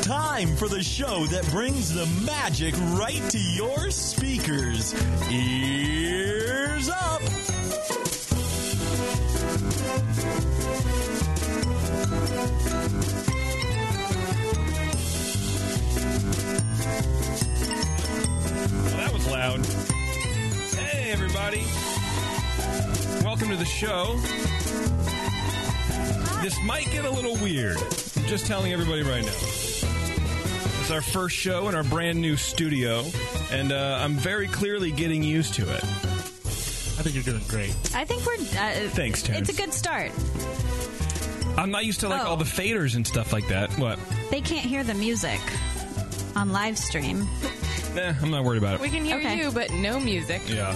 time for the show that brings the magic right to your speakers. Ears up! Well, that was loud. Hey, everybody. Welcome to the show. This might get a little weird. I'm just telling everybody right now. It's our first show in our brand new studio, and uh, I'm very clearly getting used to it. I think you're doing great. I think we're. Uh, Thanks, Terrence. It's a good start. I'm not used to like all the faders and stuff like that. What? They can't hear the music on live stream. Nah, Eh, I'm not worried about it. We can hear Okay. you, but no music. Yeah.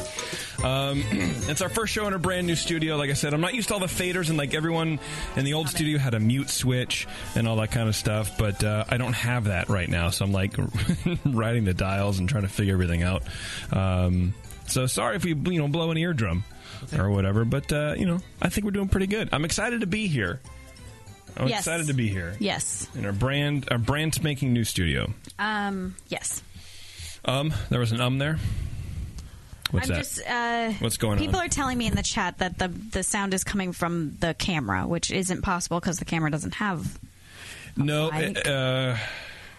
Um, it's our first show in a brand new studio. Like I said, I'm not used to all the faders and like everyone in the old studio had a mute switch and all that kind of stuff, but uh, I don't have that right now. So I'm like riding the dials and trying to figure everything out. Um, so sorry if we you know blow an eardrum or whatever, but uh, you know I think we're doing pretty good. I'm excited to be here. I'm Yes. excited to be here. Yes. In our brand, our brand spanking new studio. Um. Yes. Um, there was an um there. What's I'm that? just. Uh, What's going on? People are telling me in the chat that the the sound is coming from the camera, which isn't possible because the camera doesn't have. No, mic. uh, uh,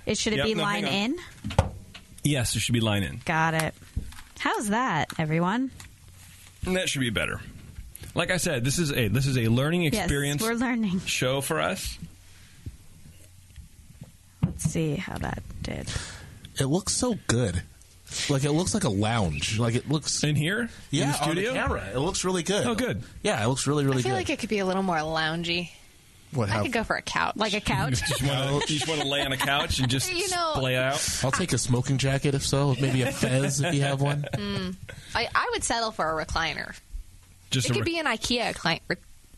It should it Yep, be no, hang line on. in? yes, it should be line in. Got it. How's that, everyone? And that should be better. Like I said, this is a this is a learning Yes, experience we're learning. show for us. Let's see how that did. It looks so good. Like it looks like a lounge. Like it looks in here. Yeah, in the studio. on the camera. It looks really good. Oh, good. Yeah, it looks really I really feel good. like it could be a little more loungy. what? I could go for a couch. Like a couch. Just Oh. want to Uh, just want to lay on a couch and just You know- splay out. I'll take a smoking jacket if so. Maybe a fez if you have one. Mm. I, I would settle for a recliner. Just it a could re- be an IKEA recliner.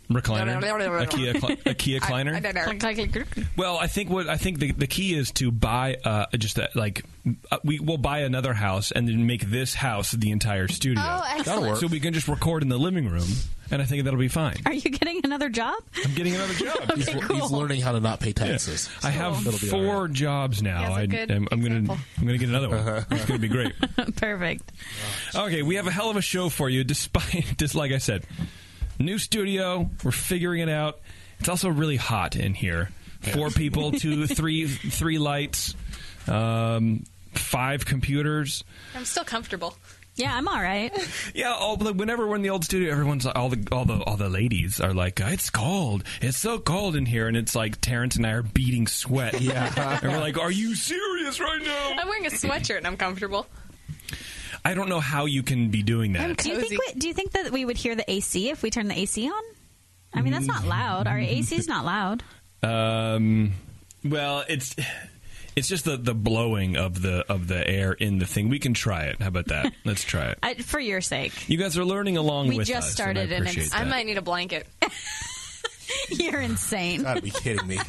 recliner, IKEA, cli- IKEA Kleiner. Well, I think what I think the, the key is to buy uh, just that like uh, we will buy another house and then make this house the entire studio. Oh, That'll excellent. work. so we can just record in the living room, and I think that'll be fine. Are you getting another job? I'm getting another job. He's, he's learning how to not pay taxes. I have That'll be all four right. Uh-huh. jobs now. That's a I, good I'm, I'm gonna example. I'm gonna get another one. It's gonna be great. Perfect. Okay, we have a hell of a show for you. Despite just like I said, new studio, we're figuring it out. It's also really hot in here. Four people, two, three, three lights, um, five computers. I'm still comfortable. Yeah, I'm all right. Yeah, all, like, whenever we're in the old studio, everyone's all the all the all the ladies are like, "It's cold. It's so cold in here," and it's like Terrence and I are beating sweat. Yeah, and we're like, "Are you serious right now?" I'm wearing a sweatshirt and I'm comfortable. I don't know how you can be doing that. Do you think Cozy. we, do you think that we would hear the AC if we turn the AC on? I mean, that's not loud. Our AC is not loud. Um, well, it's it's just the, the blowing of the of the air in the thing. We can try it. How about that? Let's try it. I, for your sake, You guys are learning along We with just us, started and I and appreciate it's- I that. might need a blanket. you're insane. Gotta be kidding me.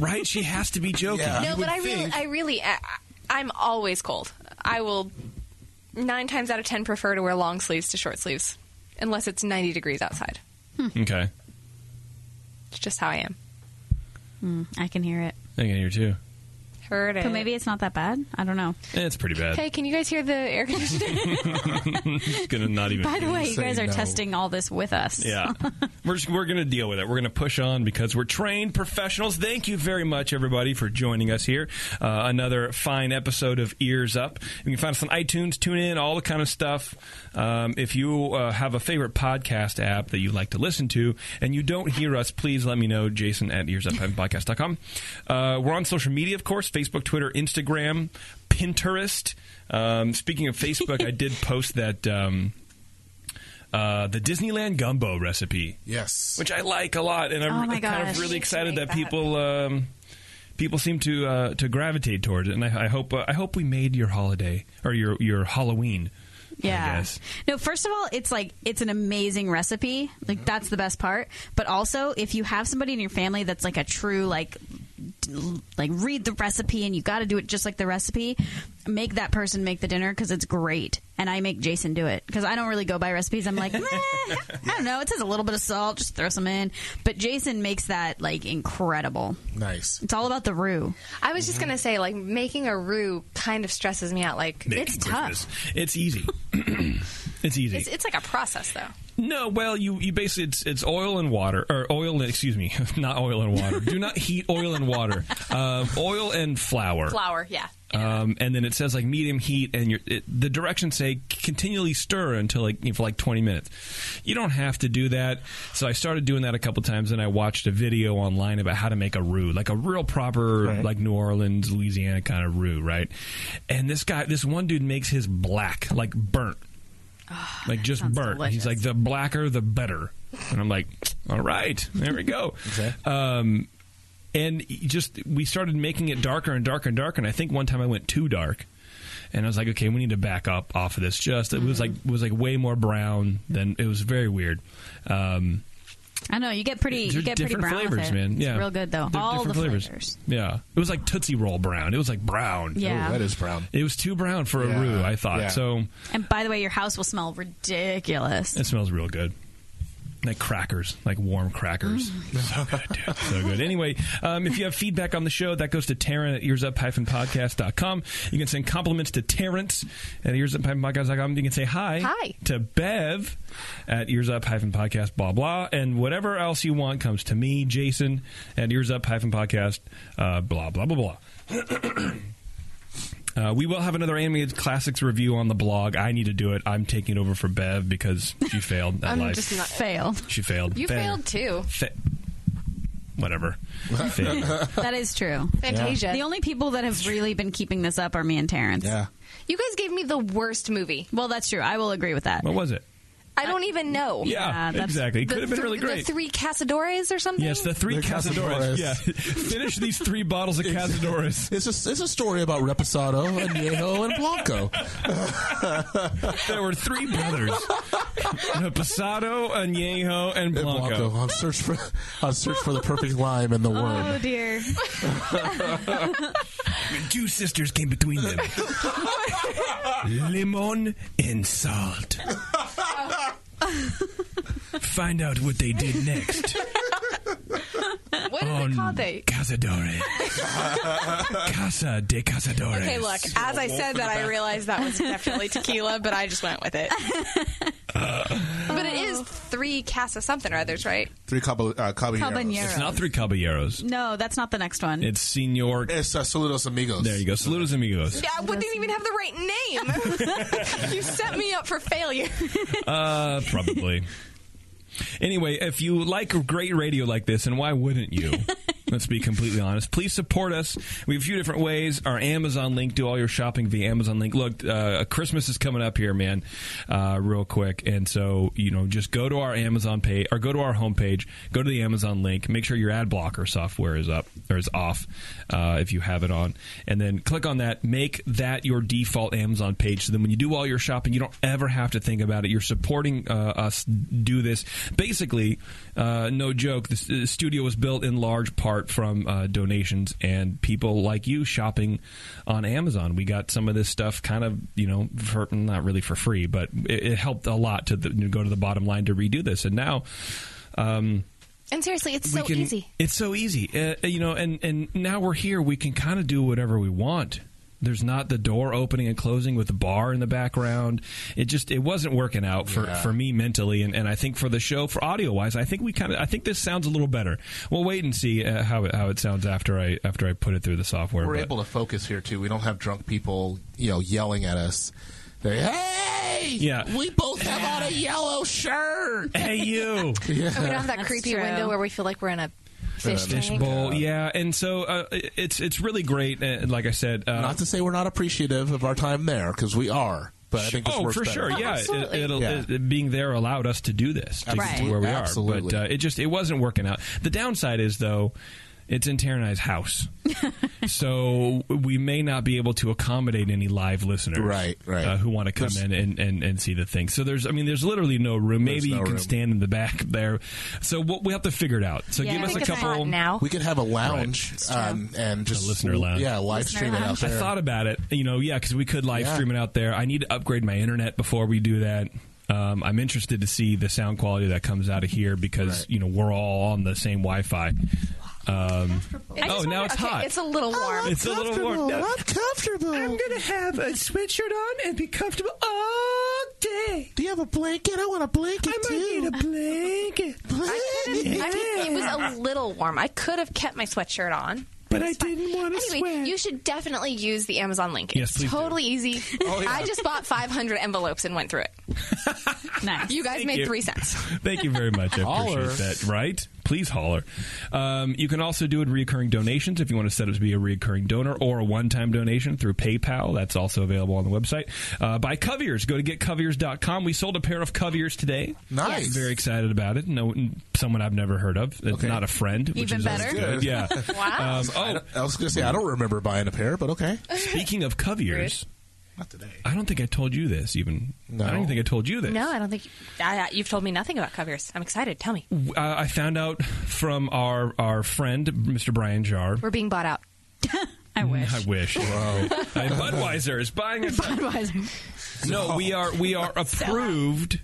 right? She has to be joking. Yeah. No, You but would I really, think. I really, I, I'm always cold. I will nine times out of ten prefer to wear long sleeves to short sleeves, unless it's 90 degrees outside. Okay, It's just how I am. Hmm, I can hear it, I can hear too. Heard it. but maybe it's not that bad. I don't know. Eh, It's pretty bad. Hey, can you guys hear the air conditioning? It's gonna not even. By the way, you say guys are no. testing all this with us. Yeah, we're just, we're gonna deal with it. We're gonna push on because we're trained professionals. Thank you very much, everybody, for joining us here. Uh, another fine episode of Ears Up. You can find us on iTunes, TuneIn, all the kind of stuff. Um, if you uh, have a favorite podcast app that you like to listen to and you don't hear us, please let me know. Jason at earsupodcast.com. Uh, we're on social media, of course: Facebook, Twitter, Instagram, Pinterest. Um, speaking of Facebook, I did post that. Um, uh, the Disneyland gumbo recipe, Yes. which I like a lot, and I'm Oh my kind gosh. of really You excited should that, make that. people um, people seem to uh, to gravitate towards it. And I, I hope uh, I hope we made your holiday or your your Halloween. I Yeah. guess. No, first of all, it's like it's an amazing recipe. Like that's the best part. But also, if you have somebody in your family that's like a true like like read the recipe and you got to do it just like the recipe. Make that person make the dinner because it's great. And I make Jason do it because I don't really go by recipes. I'm like, "Meh, I don't know. It says a little bit of salt, just throw some in. But Jason makes that like incredible. Nice. It's all about the roux. I was Mm-hmm. just gonna say, like making a roux kind of stresses me out. Like It's tough. It's easy. it's easy. it's, it's like a process though. No, well, you, you basically it's it's oil and water or oil. and- Excuse me, not oil and water. Do not heat oil and water. Um, oil and flour. Flour, yeah. Um, and then it says like medium heat, and you're, it, the directions say continually stir until like you know, for like 20 minutes. You don't have to do that. So I started doing that a couple times, and I watched a video online about how to make a roux, like a real proper like New Orleans, Louisiana kind of roux, right? And this guy, this one dude makes his black, like burnt, like just Ah, sounds burnt. He's delicious. like the blacker, the better. And I'm like, all right, there we go. Okay. Um, and just we started making it darker and darker and darker. And I think one time I went too dark, and I was like, okay, we need to back up off of this. Just it Mm-hmm. was like it was like way more brown than it was very weird. Um, I know you get pretty, you there's get pretty different brown flavors, with it. man. Yeah, it's real good though. They're all the different flavors. Yeah, it was like Tootsie Roll brown. It was like brown. Yeah. Ooh, that is brown. It was too brown for Yeah. a roux, I thought. Yeah. So And by the way, your house will smell ridiculous. It smells real good. Like crackers, like warm crackers. So good, dude. So good. Anyway, um, if you have feedback on the show, that goes to Taryn at earsup-podcast.com. You can send compliments to Terrence at earsup-podcast.com. You can say hi, Hi. to Bev at earsup-podcast, blah, blah. And whatever else you want comes to me, Jason at earsup-podcast, uh, blah, blah, blah, blah. Uh, we will have another animated classics review on the blog. I need to do it. I'm taking over for Bev because she failed at I'm life. just not. Fail. she failed. You Bev. failed too. Fa- Whatever. Failed. That is true. Fantasia. The only people that have really been keeping this up are me and Terrence. Yeah. you guys gave me the worst movie. Well, that's true. I will agree with that. What was it? I don't even know. Yeah, that's- exactly. It The could have been thr- really great. The three Casadores or something. yes, the three The Cazadores. Cazadores. Yeah. Finish these three bottles of Cazadores. It's a, it's a story about Reposado, Añejo, and Blanco. There were three brothers. Pasado, Añejo, and And Blanco. Blanco. On search for on search for the perfect lime and the worm. Oh dear. Two sisters came between them. Limon and salt. Find out what they did next What is Oh, it called? They. Cazadores. Casa de Cazadores. Okay, look. As I said that, I realized that was definitely tequila, but I just went with it. Uh. but it is three Casa something or others, right? Three cabo, uh, caballeros. Habanero. It's not three caballeros. No, that's not the next one. It's senor. It's uh, Saludos Amigos. There you go. Saludos amigos. Yeah, I wouldn't even have the right name. you set me up for failure. Uh, probably. Anyway, if you like great radio like this, and why wouldn't you? Let's be completely honest. Please support us. We have a few different ways. Our Amazon link, do all your shopping via Amazon link. Look, uh, Christmas is coming up here, man, uh, real quick. And so, you know, just go to our Amazon page or go to our homepage, go to the Amazon link, make sure your ad blocker software is up or is off uh, if you have it on. And then click on that, make that your default Amazon page. So then when you do all your shopping, you don't ever have to think about it. You're supporting uh, us do this. Basically, uh, no joke, the s- the studio was built in large part from uh, donations and people like you shopping on Amazon. We got some of this stuff kind of, you know, for, not really for free, but it, it helped a lot to, the, to go to the bottom line to redo this. And now, um, And seriously, it's we so can- easy. It's so easy, uh, you know. And and now we're here. We can kind of do whatever we want. There's not the door opening and closing with the bar in the background. It just it wasn't working out for, for me mentally, and, and I think for the show for audio wise, I think we kind of I think this sounds a little better. We'll wait and see uh, how it, how it sounds after I after I put it through the software. We're but- able to focus here too. We don't have drunk people, you know, yelling at us. They, hey, Yeah. we both have on a yellow shirt. hey you. We don't have that That's creepy true. window where we feel like we're Uh, in a fish tank. Fishbowl, yeah, and so uh, it's it's really great. Uh, like I said, uh, Not to say we're not appreciative of our time there because we are, but I think this oh, works for better. sure, yeah. It- absolutely. it'll, Yeah. It, being there allowed us to do this to get to Right. where we Absolutely. are. But uh, it just it wasn't working out. The downside is though. It's in Tara and I's house, so we may not be able to accommodate any live listeners, Right, right. uh, who want to come There's- in and, and, and see the thing. So there's, I mean, there's literally no room. There's Maybe no you can room. stand in the back there. So what we have to figure it out. So Yeah. give I us a think it's couple. Not now. We could have a lounge true. um, and just A listener lounge. Yeah, live Listener stream it out lounge. there. I thought about it. You know, yeah, because we could live Yeah. stream it out there. I need to upgrade my internet before we do that. Um, I'm interested to see the sound quality that comes out of here because Right. you know we're all on the same Wi-Fi. Um, I oh, just now wonder- it's okay, hot. It's a little warm. It's a little warm. No, comfortable. gonna have a sweatshirt on and be comfortable all day. Do you have a blanket? I want a blanket blanket, I mean, it was a little warm. I could have kept my sweatshirt on. but I didn't want Anyway, you should definitely use the Amazon link. It's Yes, please do. Oh, totally easy. I just bought 500 envelopes and went through it. Nice. You guys made you. three cents. Thank you very much. I Holler. appreciate that. Right? Please holler. Um, you can also do it recurring donations if you want to set up to be a recurring donor or a one-time donation through PayPal. That's also available on the website. Uh, buy Coviers. Go to getcoviers.com. We sold a pair of Coviers today. Nice. Very excited about it. No, someone I've never heard of. It's Okay. not a friend. Which Even is always better. Good. Yeah. Wow. Um, oh, I was gonna say I don't remember buying a pair, but okay. speaking of Coviers, Not today. I don't think I told you this. Even No. I don't even think I told you this. No, I don't think I, I- you've told me nothing about covers. I'm excited. Tell me. Uh, I found out from our our friend Mr. Brian Jar. We're being bought out. I wish. I wish. I- Budweiser is buying us. Budweiser. No, we are we are approved.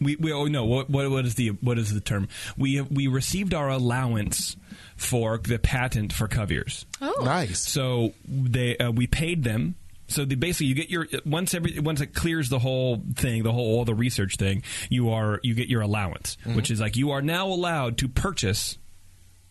We we oh no what what what is the what is the term? We we received our allowance for the patent for Coviers. Oh. Nice. So they uh, we paid them. So the, basically, you get your once every once it clears the whole thing, the whole all the research thing. You are you get your allowance, which is like you are now allowed to purchase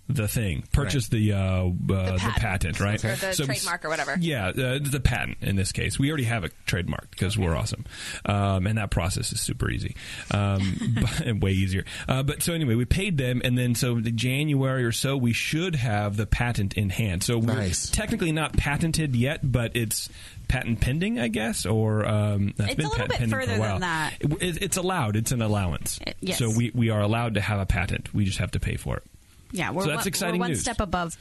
the thing, purchase the, uh, uh, the patent. patent, right? Or the trademark or whatever. Yeah, uh, the patent in this case. We already have a trademark because we're awesome, um, and that process is super easy, um, but- and way easier. Uh, but so anyway, we paid them, and then so the January or so, we should have the patent in hand. So we're Nice. technically not patented yet, but it's patent pending, I guess, or um, that's It's been a little patent bit pending for further a while. than that. It- it- it's allowed. It's an allowance. It- yes. So we we are allowed to have a patent. We just have to pay for it. Yeah, we're So that's one, exciting we're one news. step above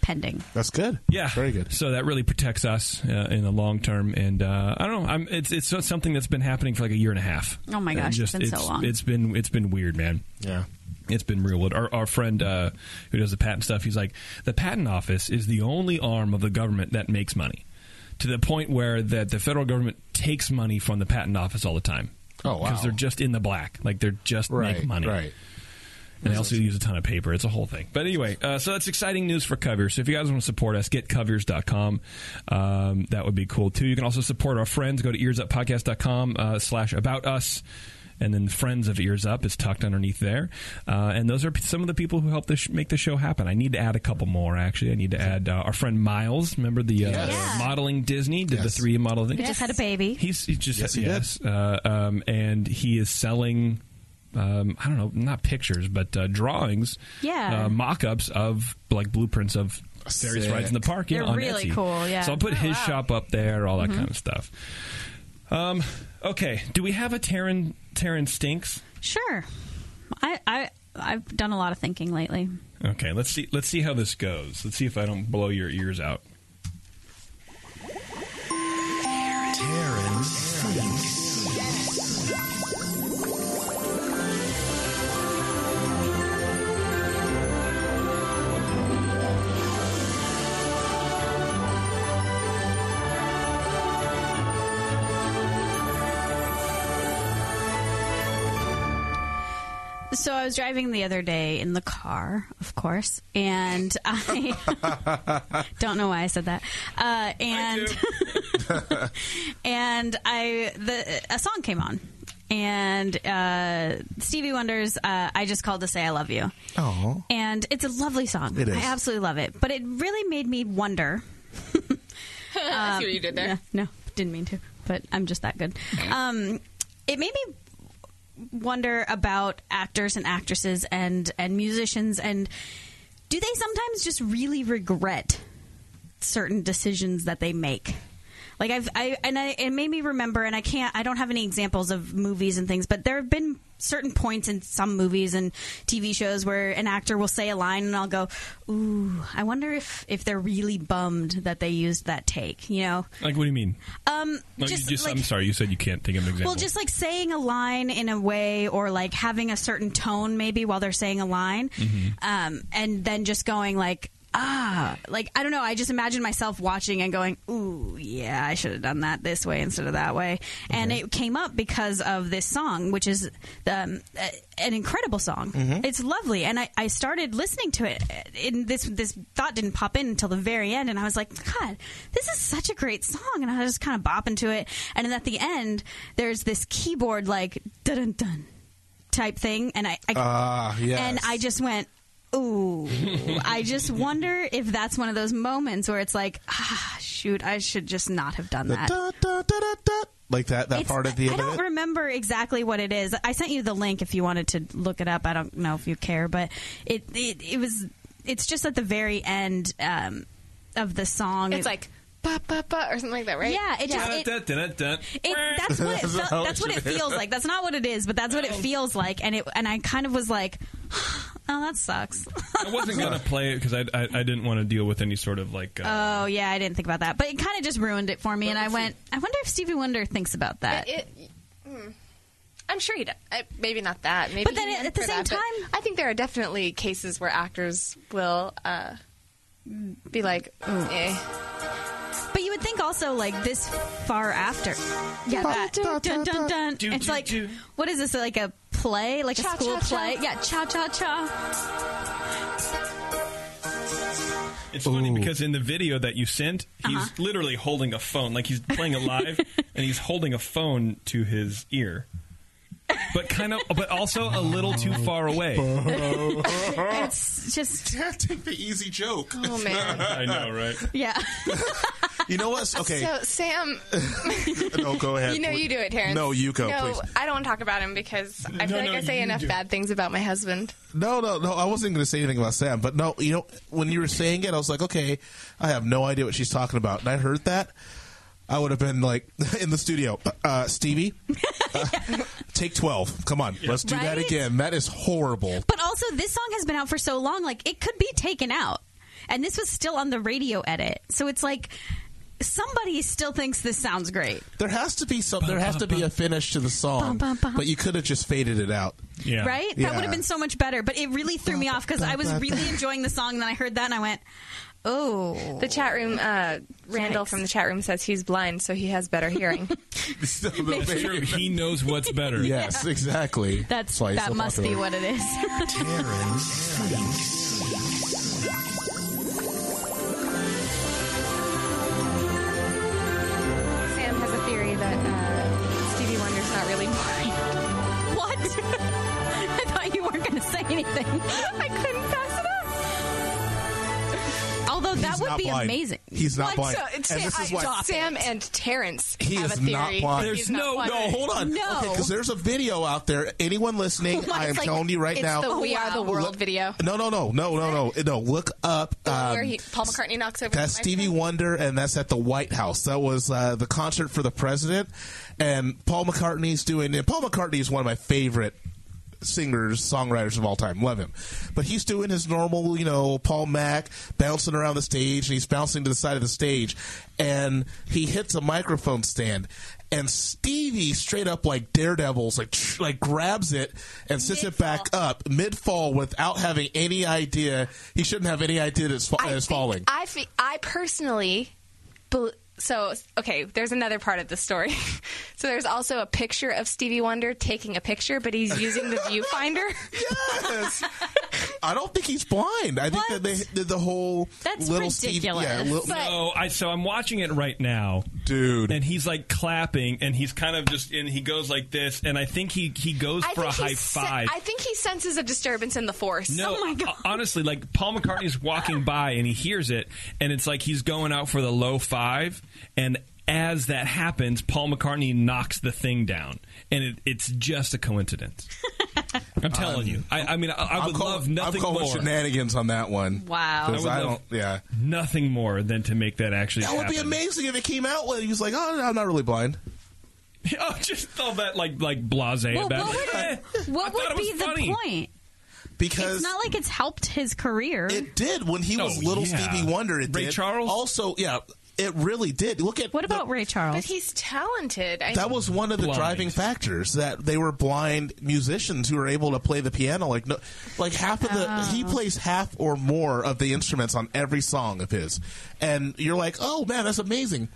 pending. That's good. Yeah, Very good. So that really protects us uh, in the long term, and uh, I don't know. I'm, it's it's so- something that's been happening for like a year and a half. Oh my And gosh, it's been so long. It's been it's been weird, man. Yeah. It's been real. weird. Our, our friend uh, who does the patent stuff, he's like, the patent office is the only arm of the government that makes money, to the point where that the federal government takes money from the patent office all the time. Oh, wow. Because they're just in the black, like they're just Right. make money. Right. And they also use a ton of paper. It's a whole thing. But anyway, uh, so that's exciting news for Covers. So if you guys want to support us, get covers.com. Um, that would be cool, too. You can also support our friends. Go to earsuppodcast.com uh, slash about us. And then Friends of Ears Up is tucked underneath there. Uh, and those are p- some of the people who helped this sh- make the show happen. I need to add a couple more, actually. I need to add uh, our friend Miles. Remember the uh, Yes. Yeah. modeling Disney? Did the Yes. 3D model thing? We just had a baby. He's he just Yes, he did. yes, Uh, um, and he is selling. Um, I don't know, not pictures, but uh, drawings. Yeah. uh, mock-ups of like blueprints of various Sick. rides in the park. Yeah, They're on really Etsy. cool, yeah. So I'll put Oh, his wow. Mm-hmm. shop up there, all that kind of stuff. Um, okay. Do we have a Terran Terran stinks? Sure. I, I I've done a lot of thinking lately. Okay. Let's see. Let's see how this goes. Let's see if I don't blow your ears out. Terran Sphinx. So I was driving the other day in the car, of course, and I don't know why I said that. Uh, and and I the a song came on, and uh, Stevie Wonder's uh, "I Just Called to Say I Love You." Oh. and it's a lovely song. It is. I absolutely love it, but it really made me wonder. I see what you did there. No, didn't mean to, but I'm just that good. Um, it made me wonder about actors and actresses and and musicians and do they sometimes just really regret certain decisions that they make? Like I've I and I it made me remember, and I can't I don't have any examples of movies and things, but there have been certain points in some movies and TV shows where an actor will say a line, and I'll go, "Ooh, I wonder if if they're really bummed that they used that take." You know, Like, what do you mean? um, Like, you just, just- like, I'm sorry, you said you can't think of an example. well, just like saying a line in a way, or like having a certain tone, maybe while they're saying a line, um, and then just going like, ah, like I don't know. I just imagine myself watching and going, ooh, yeah, I should have done that this way instead of that way. And it came up because of this song, which is um, a- an incredible song. It's lovely, and I, I started listening to it. And this this thought didn't pop in until the very end, and I was like, God, this is such a great song. And I was just kind of bopping to it, and then at the end, there's this keyboard like dun dun dun type thing, and I, I Ah, yes. and I just went. Ooh, I just wonder if that's one of those moments where it's like, ah, shoot, I should just not have done The that. da, da, da, da, da. Like that, that It's- part at the I end don't of it. remember exactly what it is. I sent you the link if you wanted to look it up. I don't know if you care, but it it, it was it's just at the very end um, of the song. It's It- like ba ba ba or something like that, right? yeah, it just it, Dun-dun-dun-dun. it, that's what it That's felt, how that's it what it is. feels like. That's not what it is, but that's what it feels like. And it and I kind of was like, oh, that sucks. I wasn't gonna play it because I, I I didn't want to deal with any sort of like. Uh, oh yeah, I didn't think about that, but it kind of just ruined it for me. And I went, I wonder if Stevie Wonder thinks about that. It, mm. I'm sure he does. I, maybe not that. Maybe But then he at- meant at the for same that, but time- I think there are definitely cases where actors will uh, be like, eh. But you would think also like this far after. Yeah, that. Dun, dun, dun, dun. Do, It's do, like do. what is this like a play, like Cha, a school cha, cha. play? Yeah, cha cha cha. it's funny because in the video that you sent, he's Uh-huh. literally holding a phone, like he's playing it live, and he's holding a phone to his ear, but kind of, but also a little too far away. It's just Take the easy joke. oh man. I know, right? yeah. You know what? Okay, So Sam, no, go ahead. you know please. you do it, Terrence. No, you go, No, please. I don't want to talk about him because I No, feel like no, I say you enough do. bad things about my husband. No, no, no. I wasn't going to say anything about Sam, but no, you know, when you were saying it, I was like, okay, I have no idea what she's talking about. And I heard that, I would have been like in the studio, uh, Stevie, uh, take twelve. Come on, let's do that Right? again. That is horrible. But also this song has been out for so long like it could be taken out. And this was still on the radio edit. So it's like somebody still thinks this sounds great. There has to be some. There has to be a finish to the song, Bum, bum, bum. but you could have just faded it out. Yeah, Right? That Yeah. would have been so much better, but it really threw me off cuz I was really enjoying the song and then I heard that and I went, "Oh." The chat room, uh, Randall Yikes. from the chat room says he's blind, so he has better hearing. So the Sure, baby- he knows what's better. Yes, exactly. That's why he's that so must be popular. what it is. Sam has a theory that uh, Stevie Wonder's not really blind. What? I thought you weren't going to say anything. I couldn't pass it up. Although that He's would not be blind. amazing. He's not blind, So, and this is I- why. Sam and Terrence He have is a theory. not blind. that he's There's not no- blind. No, Oh, hold on. No. because there's a video out there. Anyone listening, Well, I am it's like- telling you right It's now. the We Are the wow. World Look- video. No, no, no, no, no, no, no. Look up. The one where um, he, Paul McCartney knocks over. that's the Stevie microphone. Wonder, and that's at the White House. That was uh, the concert for the president, and Paul McCartney's doing. And Paul McCartney is one of my favorite singers, songwriters of all time. Love him, but he's doing his normal, you know, Paul Mac bouncing around the stage, and he's bouncing to the side of the stage, and he hits a microphone stand. And Stevie straight up like daredevils, like tsh- like grabs it and sits it back up mid fall without having any idea. He shouldn't have any idea that it's, fa- I that it's think- falling. I fe- I personally, bel so okay. There's another part of the story. so there's also a picture of Stevie Wonder taking a picture, but he's using the viewfinder. Yes. I don't think he's blind. I think What? that they did the whole That's little Steve- ridiculous. yeah, little, But- Oh, I so I'm watching it right now. dude. and he's like clapping and he's kind of just and he goes like this and i think he he goes I for a think he high sen- five I think he senses a disturbance in the force. no, Oh my God. ho- honestly, like Paul McCartney's walking by and he hears it, and it's like he's going out for the low five, and as that happens, Paul McCartney knocks the thing down, and it, it's just a coincidence. I'm telling you. I, I mean, I, I I'm would calling- love nothing I'm calling more. shenanigans on that one. Wow. 'Cause I I would don't. love- yeah. nothing more than to make that actually. That would be happen. amazing if it came out when he was like, "Oh, I'm not really blind." Oh, just all that like like blase Well, about. what would- eh, I What thought would it was be the funny. point? Because It's not like it's helped his career. It did when he was Oh, little yeah. Stevie Wonder. It Ray did. Charles? Also, yeah, it really did. Look at what the- about Ray Charles? But he's talented. I, that was one of the Blind. driving factors that they were blind musicians who were able to play the piano. Like no, like half of the he plays half or more of the instruments on every song of his, and you're like, oh man, that's amazing.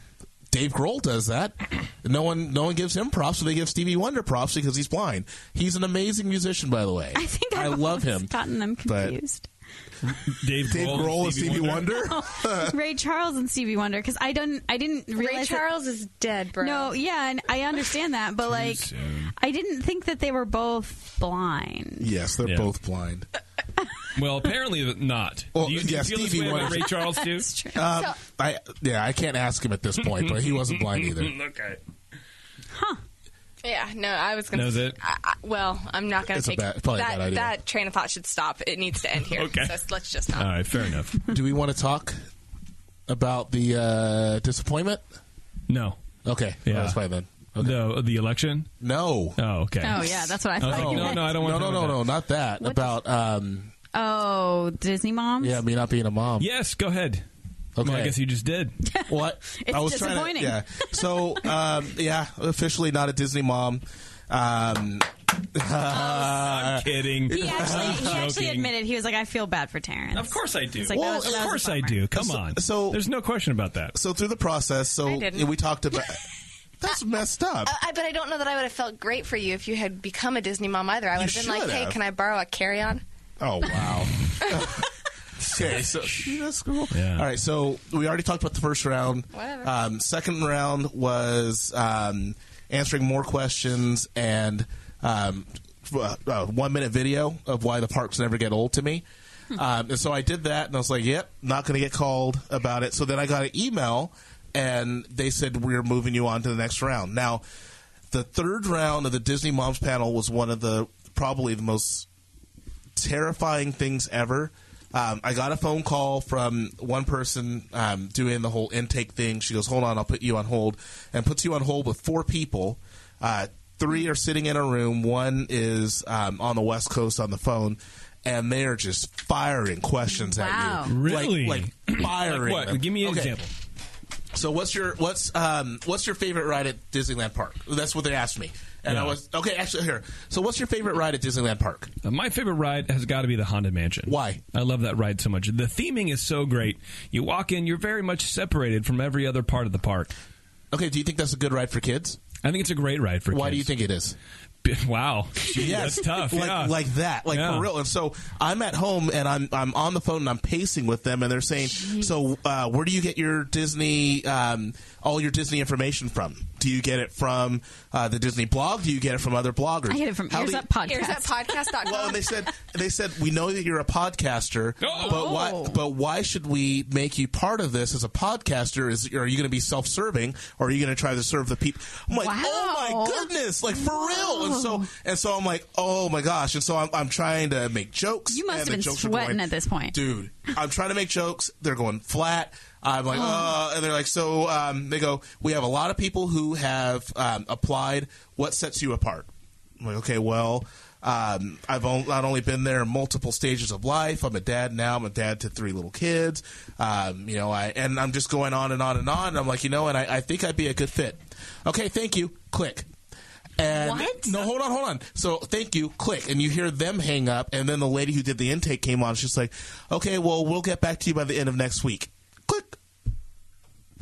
Dave Grohl does that. No one, no one gives him props, but they give Stevie Wonder props because he's blind. He's an amazing musician, by the way. I think I've I love him. Gotten them but- confused. Dave, Dave Grohl, Grohl and Stevie Wonder. Ray Charles and Stevie Wonder, because I don't, I didn't Ray realize. that- Charles is dead, bro. no, yeah, and I understand that, but like, soon. I didn't think that they were both blind. Yes, they're Yeah. both blind. Well, apparently not. Well, do you, do yeah, you feel this Stevie way about Wonder. Ray Charles too? That's true. Um, I yeah, I can't ask him at this point, but he wasn't blind either. Mm, okay. Yeah, no, I was gonna. That was it? I, I, well, I'm not gonna It's a take bad- probably a that. bad idea. That train of thought should stop. It needs to end here. Okay. so let's just not. Uh, All right, fair enough. Do we want to talk about the uh, disappointment? No, Okay, Yeah. that's fine then. Okay. the the election. No, Oh, okay. Oh yeah, that's what I I was thought. like, you no, meant. no, I don't no, want. no, to no, no, not that. about um, Oh, Disney moms. yeah, me not being a mom. Yes, go ahead. Okay. Well, I guess you just did. what? It's I was disappointing. Trying to, yeah. So um, yeah, officially not a Disney mom. Um, I'm kidding. He actually, he actually Joking. admitted he was like, I feel bad for Terrence. Of course I do. It's like, Well, that was- of that of course was a I bummer. do. Come So- on. so- there's no question about that. so through the process, so I didn't. we talked about. That's messed up. I, but I don't know that I would have felt great for you if you had become a Disney mom either. I would have been like, should "Hey, have. can I borrow a carry-on?" Oh wow. okay, so that's cool. Yeah. All right, so we already talked about the first round. Whatever. Um, second round was um, answering more questions and um, uh, uh, one minute video of why the parks never get old to me. Um, and so I did that, and I was like, "Yep, not going to get called about it." So then I got an email, and they said we're moving you on to the next round. Now, the third round of the Disney Moms panel was one of the probably the most terrifying things ever. Um, I got a phone call from one person um, doing the whole intake thing. She goes, "Hold on, I'll put you on hold," and puts you on hold with four people. Uh, three are sitting in a room. One is um, on the West Coast on the phone, and they are just firing questions Wow. at you. Like- Really? Like, firing. What? them. Give me an Okay. example. So what's your what's um what's your favorite ride at Disneyland Park? That's what they asked me, and I Yeah. was okay. Actually, here. So what's your favorite ride at Disneyland Park? Uh, My favorite ride has got to be the Haunted Mansion. Why? I love that ride so much. The theming is so great. You walk in, you're very much separated from every other part of the park. Okay, do you think that's a good ride for kids? I think it's a great ride for Why do you kids. think it is? Wow. Yes, That's tough. Like, yeah. like that, like Yeah. for real. And so I'm at home and I'm I'm on the phone and I'm pacing with them and they're saying, so uh, where do you get your Disney um, all your Disney information from? Do you get it from uh, the Disney blog? Do you get it from other bloggers? I get it from How Ears do you- Up Podcast. Here's at podcast.com. Well, and they said they said we know that you're a podcaster, Oh. but why? But why should we make you part of this as a podcaster? Is are you going to be self serving, or are you going to try to serve the people? I'm like, Wow. oh my goodness, like for real. And so and so I'm like, oh my gosh. And so I'm, I'm trying to make jokes. You must and have the been jokes are sweating going- at this point. dude. I'm trying to make jokes. They're going flat. I'm like, uh, and they're like, so um, they go. We have a lot of people who have um, applied. What sets you apart? I'm like, okay, well, um, I've on- not only been there in multiple stages of life. I'm a dad now. I'm a dad to three little kids. Um, you know, I and I'm just going on and on and on. And I'm like, you know, and I, I think I'd be a good fit. Okay, thank you. Click. And What? no, hold on, hold on. So thank you. Click, and you hear them hang up, and then the lady who did the intake came on. She's like, "Okay, well, we'll get back to you by the end of next week." Click.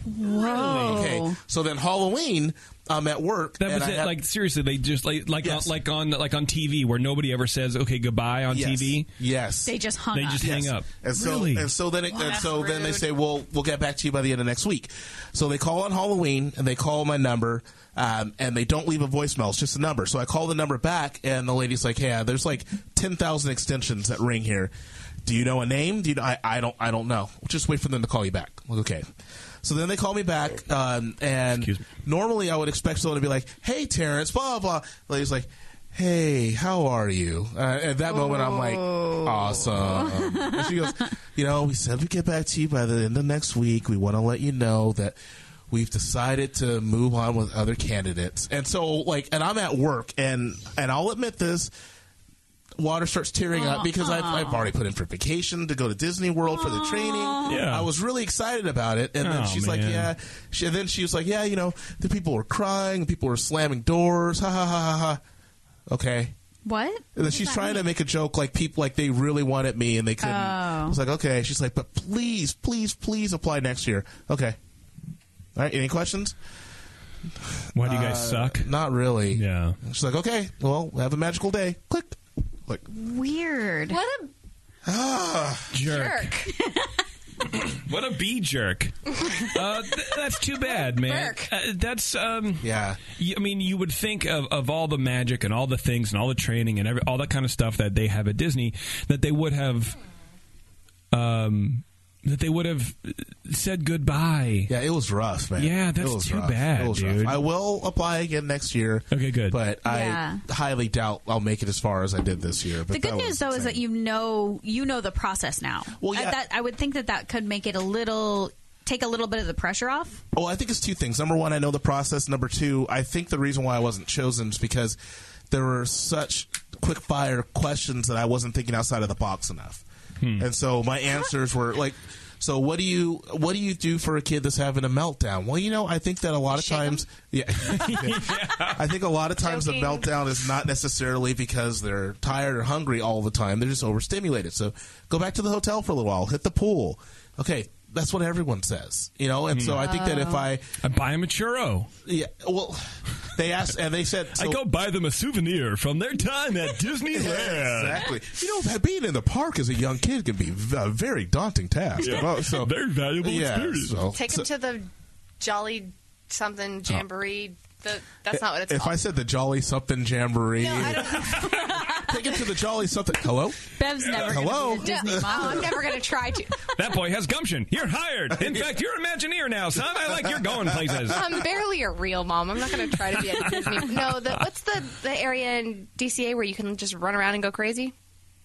Whoa. Okay. So then Halloween, I'm at work. That and was I it. had- like seriously, they just like like Yes. on, like on like on TV where nobody ever says okay goodbye on Yes. TV. Yes. They just hung They up. just hang up. And so, really? and so then, it, and that's so then they rude. say, "Well, we'll get back to you by the end of next week." So they call on Halloween and they call my number, um, and they don't leave a voicemail; it's just a number. So I call the number back, and the lady's like, "Yeah, there's like ten thousand extensions that ring here. Do you know a name? Do you know, I, I don't. I don't know. Just wait for them to call you back." I'm like, okay. So then they call me back, um, and Excuse me. normally I would expect someone to be like, "Hey, Terrence," blah blah. blah. The lady's like. hey, how are you? Uh, at that moment, I'm like, awesome. and she goes, you know, we said we'd get back to you by the end of next week. We want to let you know that we've decided to move on with other candidates. And so, like, and I'm at work, and and I'll admit this. Water starts tearing up because I've, I've already put in for vacation to go to Disney World for the training. Yeah. I was really excited about it, and then Oh, she's like, man. "Yeah." She, and then she was like, "Yeah, you know, the people were crying, the people were slamming doors, ha ha ha ha ha." okay. What? And then she's trying to make a joke like people like they really wanted me and they couldn't. I was like, okay. She's like, but please, please, please apply next year. Okay. All right. Any questions? Uh, Why do you guys suck? Not really. Yeah. She's like, okay. Well, have a magical day. Click. Like, Weird. What a Jerk. jerk. What a bee jerk. uh, th- that's too bad, man. Jerk. Uh, that's um. yeah. y- I mean, you would think of, of all the magic and all the things and all the training and every, all that kind of stuff that they have at Disney that they would have, um, that they would have said goodbye. Yeah, it was rough, man. Yeah, that's it was too rough. bad, It was dude. rough. I will apply again next year. Okay, good. But Yeah. I highly doubt I'll make it as far as I did this year. the But good that was news though is that insane. you know you know the process now. Well, yeah. I, that, I would think that that could make it a little take a little bit of the pressure off. Well, Oh, I think it's two things. Number one, I know the process. Number two, I think the reason why I wasn't chosen is because there were such quick fire questions that I wasn't thinking outside of the box enough. Hmm. And so my answers were like, so what do you what do you do for a kid that's having a meltdown? Well, you know, I think that a lot of Shake 'em. times, yeah, I think a lot of times Joking. the meltdown is not necessarily because they're tired or hungry all the time. They're just overstimulated. So go back to the hotel for a little while, hit the pool. Okay, that's what everyone says, you know. And so I think that if Oh. I I buy them a churro. yeah. Well, they asked, and they said, so, I go buy them a souvenir from their time at Disneyland. exactly. You know, being in the park as a young kid can be v- a very daunting task. Well, so Very valuable yeah, experience. so- Take so Oh. him to the Jolly something jamboree. The, that's not what it's if called. I said the Jolly something jamboree, no, I don't. take him to the Jolly something. Hello, Bev's never gonna Hello? be the Disney Oh, I'm mom. never going to try to. That boy has gumption. You're hired. In fact, you're an Imagineer now, son. I like you're going places. I'm barely a real mom. I'm not going to try to be a Disney. No, the, what's the, the area in DCA where you can just run around and go crazy?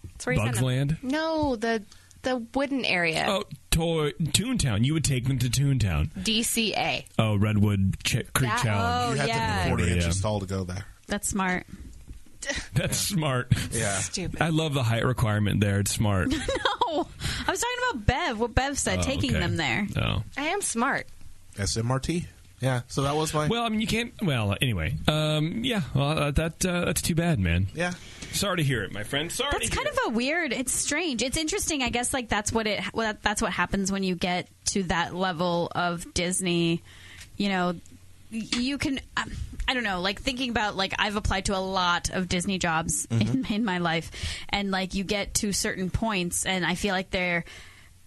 That's where you send Bugs them. Land? No, the the wooden area. Oh, toy, Toontown. You would take them to Toontown. DCA. Oh, Redwood Ch- Creek That- Challenge. Oh, you had to yeah. be forty Yeah. inches tall to go there. That's smart. oh. That's smart. Yeah, Stupid. I love the height requirement there. It's smart. No, I was talking about Bev. What Bev said, Oh, taking okay. them there. Oh. I am smart. SMRT. Yeah, so that was my Well, I mean, you can't. Well, uh, anyway. Um, yeah. Well, uh, that uh, that's too bad, man. yeah. Sorry to hear it, my friend. Sorry. That's to kind hear of a weird. It's strange. It's interesting. I guess like that's what it. Well, that- that's what happens when you get to that level of Disney. You know, y- you can. Um, I don't know. Like thinking about like I've applied to a lot of Disney jobs Mm-hmm. in, in my life, and like you get to certain points, and I feel like they're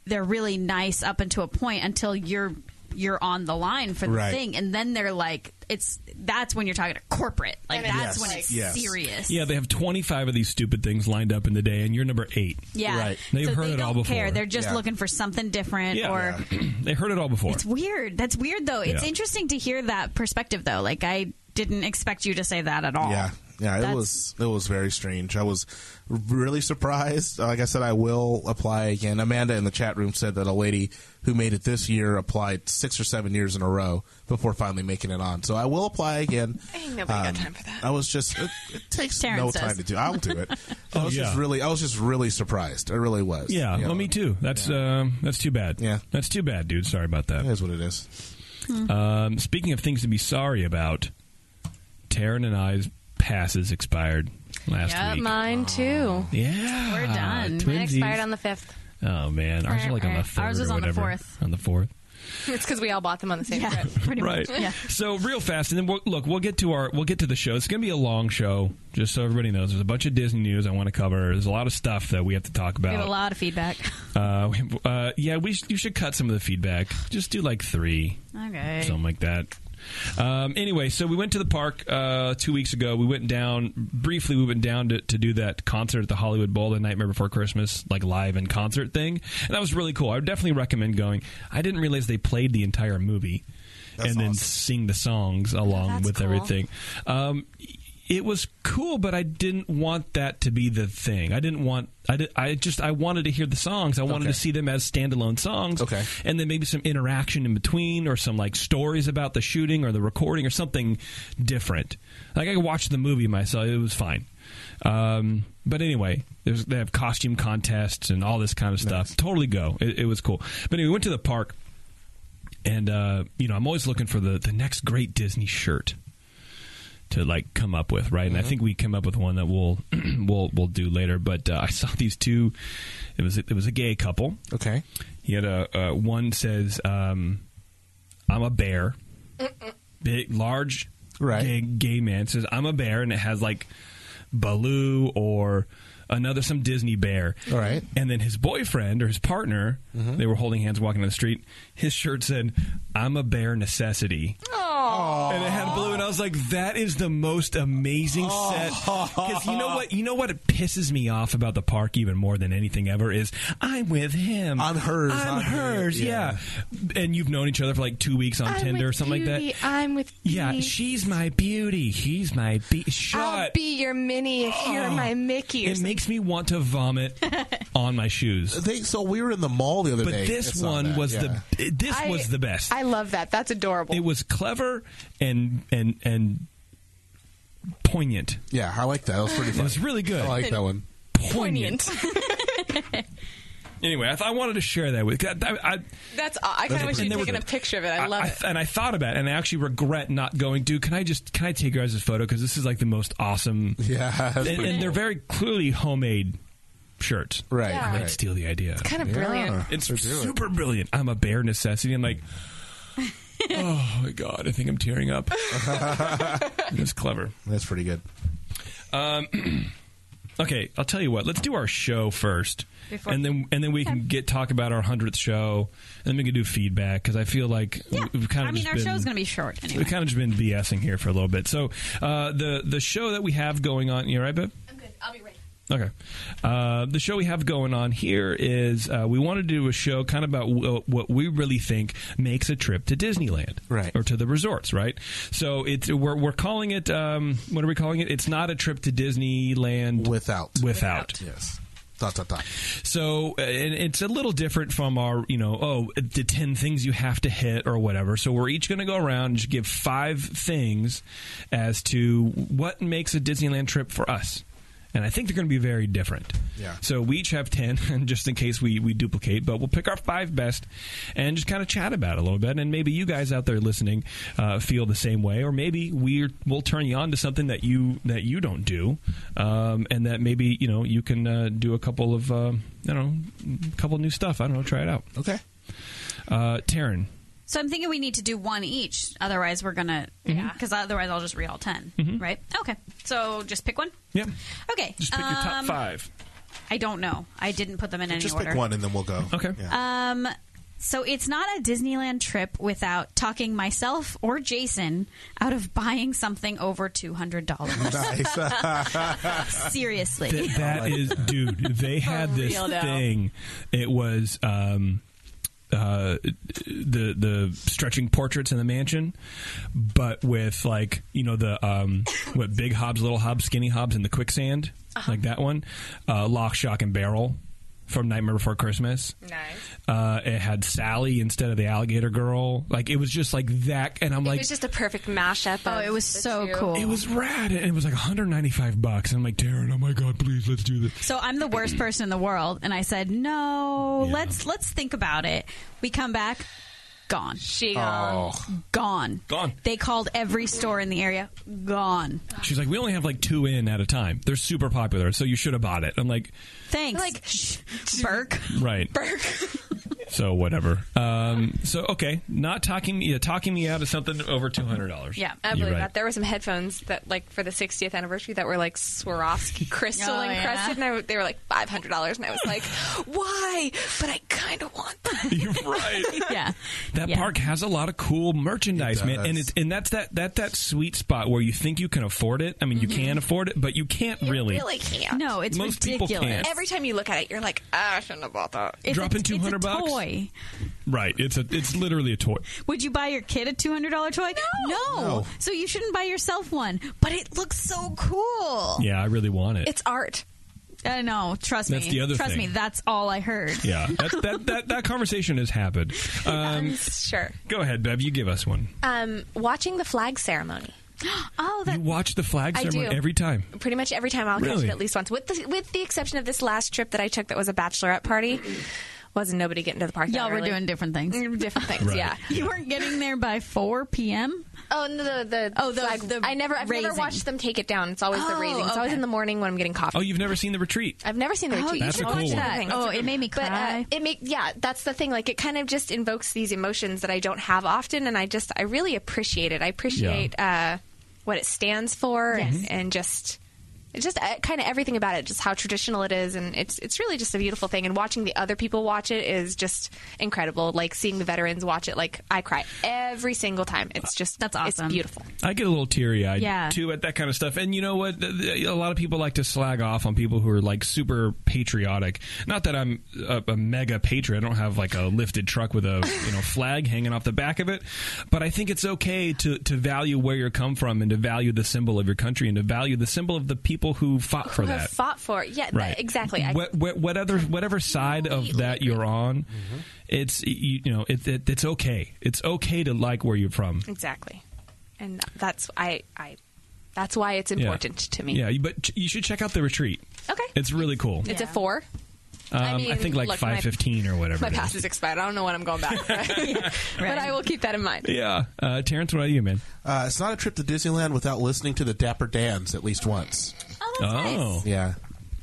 they're really nice up until a point until you're you're on the line for the Right. thing, and then they're like it's that's when you're talking to corporate. Like And it's that's when like- it's Yes. serious. Yeah, they have 25 of these stupid things lined up in the day, and you're number eight. Yeah, Right. They've so heard they it don't all before. Care. They're just Yeah. looking for something different. Yeah. or they heard it all before. it's weird. That's weird though. It's Yeah. interesting to hear that perspective though. Like I didn't expect you to say that at all. Yeah, yeah, it That's- was it was very strange. I was really surprised. Like I said, I will apply again. Amanda in the chat room said that a lady who made it this year applied six or seven years in a row before finally making it on. So I will apply again. Um, Ain't nobody got Um, time for that. I was just it, it takes Terrence no does. time to do. I'll do it. I Oh, was just yeah. really, I was just really surprised. I really was. yeah, You well, know, me too. That's um, that's too bad. Yeah. that's too bad, dude. Sorry about that. It is what it is. Um, speaking of things to be sorry about, Taryn and I's passes expired last Yep, week. Mine too. yeah, We're done. Mine Twinsies. expired on the fifth. oh man, ours was like on the third. Ours was or on the whatever. fourth. On the fourth. It's because we all bought them on the same Yeah, trip. pretty Right. much. Yeah. So real fast, and then we'll, look, we'll get to our we'll get to the show. It's going to be a long show, just so everybody knows. There's a bunch of Disney news I want to cover. There's a lot of stuff that we have to talk about. We have a lot of feedback. Uh, we have- uh, yeah, we sh- you should cut some of the feedback. Just do like three. Okay. something like that. Um, anyway, so we went to the park uh, two weeks ago. We went down briefly. We went down to, to do that concert at the Hollywood Bowl the Nightmare Before Christmas, like live and concert thing, and that was really cool. I would definitely recommend going. I didn't realize they played the entire movie and then awesome. sing the songs along That's with cool. everything. Um, it was cool, but I didn't want that to be the thing. I didn't want. I, did, I just I wanted to hear the songs. I wanted Okay. to see them as standalone songs. Okay. and then maybe some interaction in between, or some like stories about the shooting or the recording or something different. Like I could watch the movie myself; it was fine. Um, but anyway, there's, they have costume contests and all this kind of stuff. Totally go. It, it was cool. But anyway, we went to the park, and uh, you know I'm always looking for the the next great Disney shirt to like come up with, right? Mm-hmm. And I think we came up with one that we'll we'll we'll do later. But uh, I saw these two. It was it was a gay couple. Okay. He had a uh, one says, um, "I'm a bear," big large Right. gay, gay man says, "I'm a bear," and it has like Baloo or another some Disney bear. All right. Mm-hmm. And then his boyfriend or his partner, they were holding hands walking down the street. His shirt said, "I'm a bear necessity." and it had blue, and I was like, "That is the most amazing set." Because you know what, you know what, it pisses me off about the park even more than anything ever is I'm with him, I'm hers, I'm, I'm hers, him, yeah. And you've known each other for like two weeks on I'm Tinder with or something beauty. like that. I'm with yeah, beauty. she's my beauty. He's my be- I'll shot. be your Minnie if you're my Mickey. Or it something. makes me want to vomit on my shoes. They, so we were in the mall the other But day. this It's on one that, was yeah. the this I- was the best. I love that. That's adorable. it was clever and and and poignant. Yeah, I like that. That was pretty It fun. was really good. Oh, I like that one. poignant. Anyway, I, th- I wanted to share that with. I, I, That's. aw- I kind of wish and you'd there was taken a picture of it. I love it. And I thought about it, and I actually regret not going. Dude, can I just can I take your guys' photo? Because this is like the most awesome. Yeah. that's and, pretty and they're cool. very clearly homemade shirts. right. Yeah. I'd right. Uh, steal the idea. kind of brilliant. It's they're doing it. super brilliant. I'm a bare necessity. I'm like, oh my god, I think I'm tearing up. it was clever. That's pretty good. Okay, I'll tell you what. Let's do our show first, Before- and then and then we can get talk about our hundredth show, and then we can do feedback because I feel like Yeah. we've kind of I mean, just our been, show's going to be short We've anyway. kind of just been BSing here for a little bit. So uh, the the show that we have going on, you all right, babe? I'm good. I'll be ready. Okay. Uh, the show we have going on here is uh, we want to do a show kind of about w- what we really think makes a trip to Disneyland, Right. or to the resorts, right? So it's we're we're calling it um, what are we calling it? It's not a trip to Disneyland Without. without. Yes. Dot, dot, dot. So uh, and it's a little different from our, you know, oh, the 10 things you have to hit or whatever. So we're each going to go around and just give five things as to what makes a Disneyland trip for us. And I think they're going to be very different. Yeah. So uh, we each have 10, and just in case we, we duplicate, but we'll pick our five best and just kind of chat about it a little bit. And maybe you guys out there listening uh, feel the same way, or maybe we're, we'll turn you on to something that you that you don't do, um, and that maybe you know you can uh, do a couple of uh, you know a couple new stuff. I don't know, try it out. Okay. Uh, Taryn, So I'm thinking we need to do one each. Otherwise, we're going to, Mm-hmm. because otherwise I'll just read all 10, right? Okay. So just pick one? yeah, Okay. Mm-hmm. just pick your top um, five. I don't know. I didn't put them in any Just order. pick one and then we'll go. Okay. Yeah. Um, so it's not a Disneyland trip without talking myself or Jason out of buying something over two hundred dollars. nice. Seriously, Th- that is, dude. They had this real, though. thing. It was um, uh, the the stretching portraits in the mansion, but with like you know the um, what big Hobbs, little Hobbs, skinny Hobbs, and the quicksand, Uh-huh. like that one, uh, lock, shock, and barrel from Nightmare Before Christmas. Nice. Uh, it had Sally instead of the alligator girl. Like it was just like that, and I'm It like. was just a perfect mashup. Oh, of it was the so two. cool. it was rad, and it was like 195 bucks. I'm like, Darren, oh my god, please, let's do this. So I'm the worst person in the world, and I said, "No, Yeah. let's let's think about it." We come back, gone, She. um, oh. gone, Gone. They called every store in the area, gone. She's like, we only have like two in at a time. They're super popular, so you should have bought it. I'm like, Thanks, Like, Shh, Burke. right. so whatever. Um, so okay, not talking me yeah, talking me out of something over two hundred dollars. Yeah, I You're believe right. that. There were some headphones that, like, for the 60th anniversary, that were like Swarovski crystal Oh, yeah. encrusted, and I, w- they were like five hundred dollars, and I was like, "Why?" But I kind of want that. You're right. yeah. That Yeah. park has a lot of cool merchandise, It man, and does. it's and that's that that that sweet spot where you think you can afford it. I mean, you can afford it, but you can't really. Really can't. No, it's Most people ridiculous. can't. Every time you look at it, you're like, ah, I shouldn't have bought that. It's Dropping a- it's a 200 bucks? Toy. Right? It's a it's literally a toy. Would you buy your kid a two hundred dollar toy? No. No. So you shouldn't buy yourself one. But it looks so cool. Yeah, I really want it. It's art. I know. uh, Trust That's me. the other trust thing. me. That's all I heard. yeah, that, that that that conversation has happened. Um, I'm sure. go ahead, Bev. You give us one. Um, watching the flag ceremony. Oh, that You watch the flag I ceremony do. every time. Pretty much every time I'll catch Really? it at least once, with the with the exception of this last trip that I took that was a bachelorette party. Wasn't nobody getting to the park? that y'all were early. doing different things. different things. Right. Yeah. You weren't getting there by four p.m. Oh, no, the the Oh, the- flag. the I never I've never raising. watched them take it down. It's always the Oh, raising. It's always okay. in the morning when I'm getting coffee. Oh, you've never seen the retreat? I've never seen the retreat. That's should a watch cool one. that. Thing. Oh, it made me But uh, cry. it make yeah, that's the thing. Like it kind of just invokes these emotions that I don't have often, and I just I really appreciate it. I appreciate uh, what it stands for, and, and just it's just uh, kind of everything about it, just how traditional it is, and it's it's really just a beautiful thing. And watching the other people watch it is just incredible. Like seeing the veterans watch it, like I cry every single time. It's just That's awesome. It's beautiful. I get a little teary eyed Yeah. too at that kind of stuff. And you know what? Th- th- A lot of people like to slag off on people who are like super patriotic. Not that I'm a, a mega patriot. I don't have like a lifted truck with a you know flag hanging off the back of it. But I think it's okay to to value where you come from and to value the symbol of your country and to value the symbol of the people who fought for Who have that. fought for it. Yeah, th- Right. exactly. I- What, what, what other, whatever side of that you're on, it's you, you know it, it, it's okay. It's okay to like where you're from. Exactly, and that's I I that's why it's Yeah. important to me. Yeah, you- but ch- you should check out the retreat. Okay. It's really cool. It's Yeah. a four. Um, I, I mean, think like look, my- five fifteen or whatever. My it is. pass is expired. I don't know when I'm going back, for. but I will oh, keep that in mind. Yeah, uh, Terrence, what about you, man? Uh, it's not a trip to Disneyland without listening to the Dapper Dans at least once. Oh, that's Oh. nice. Yeah.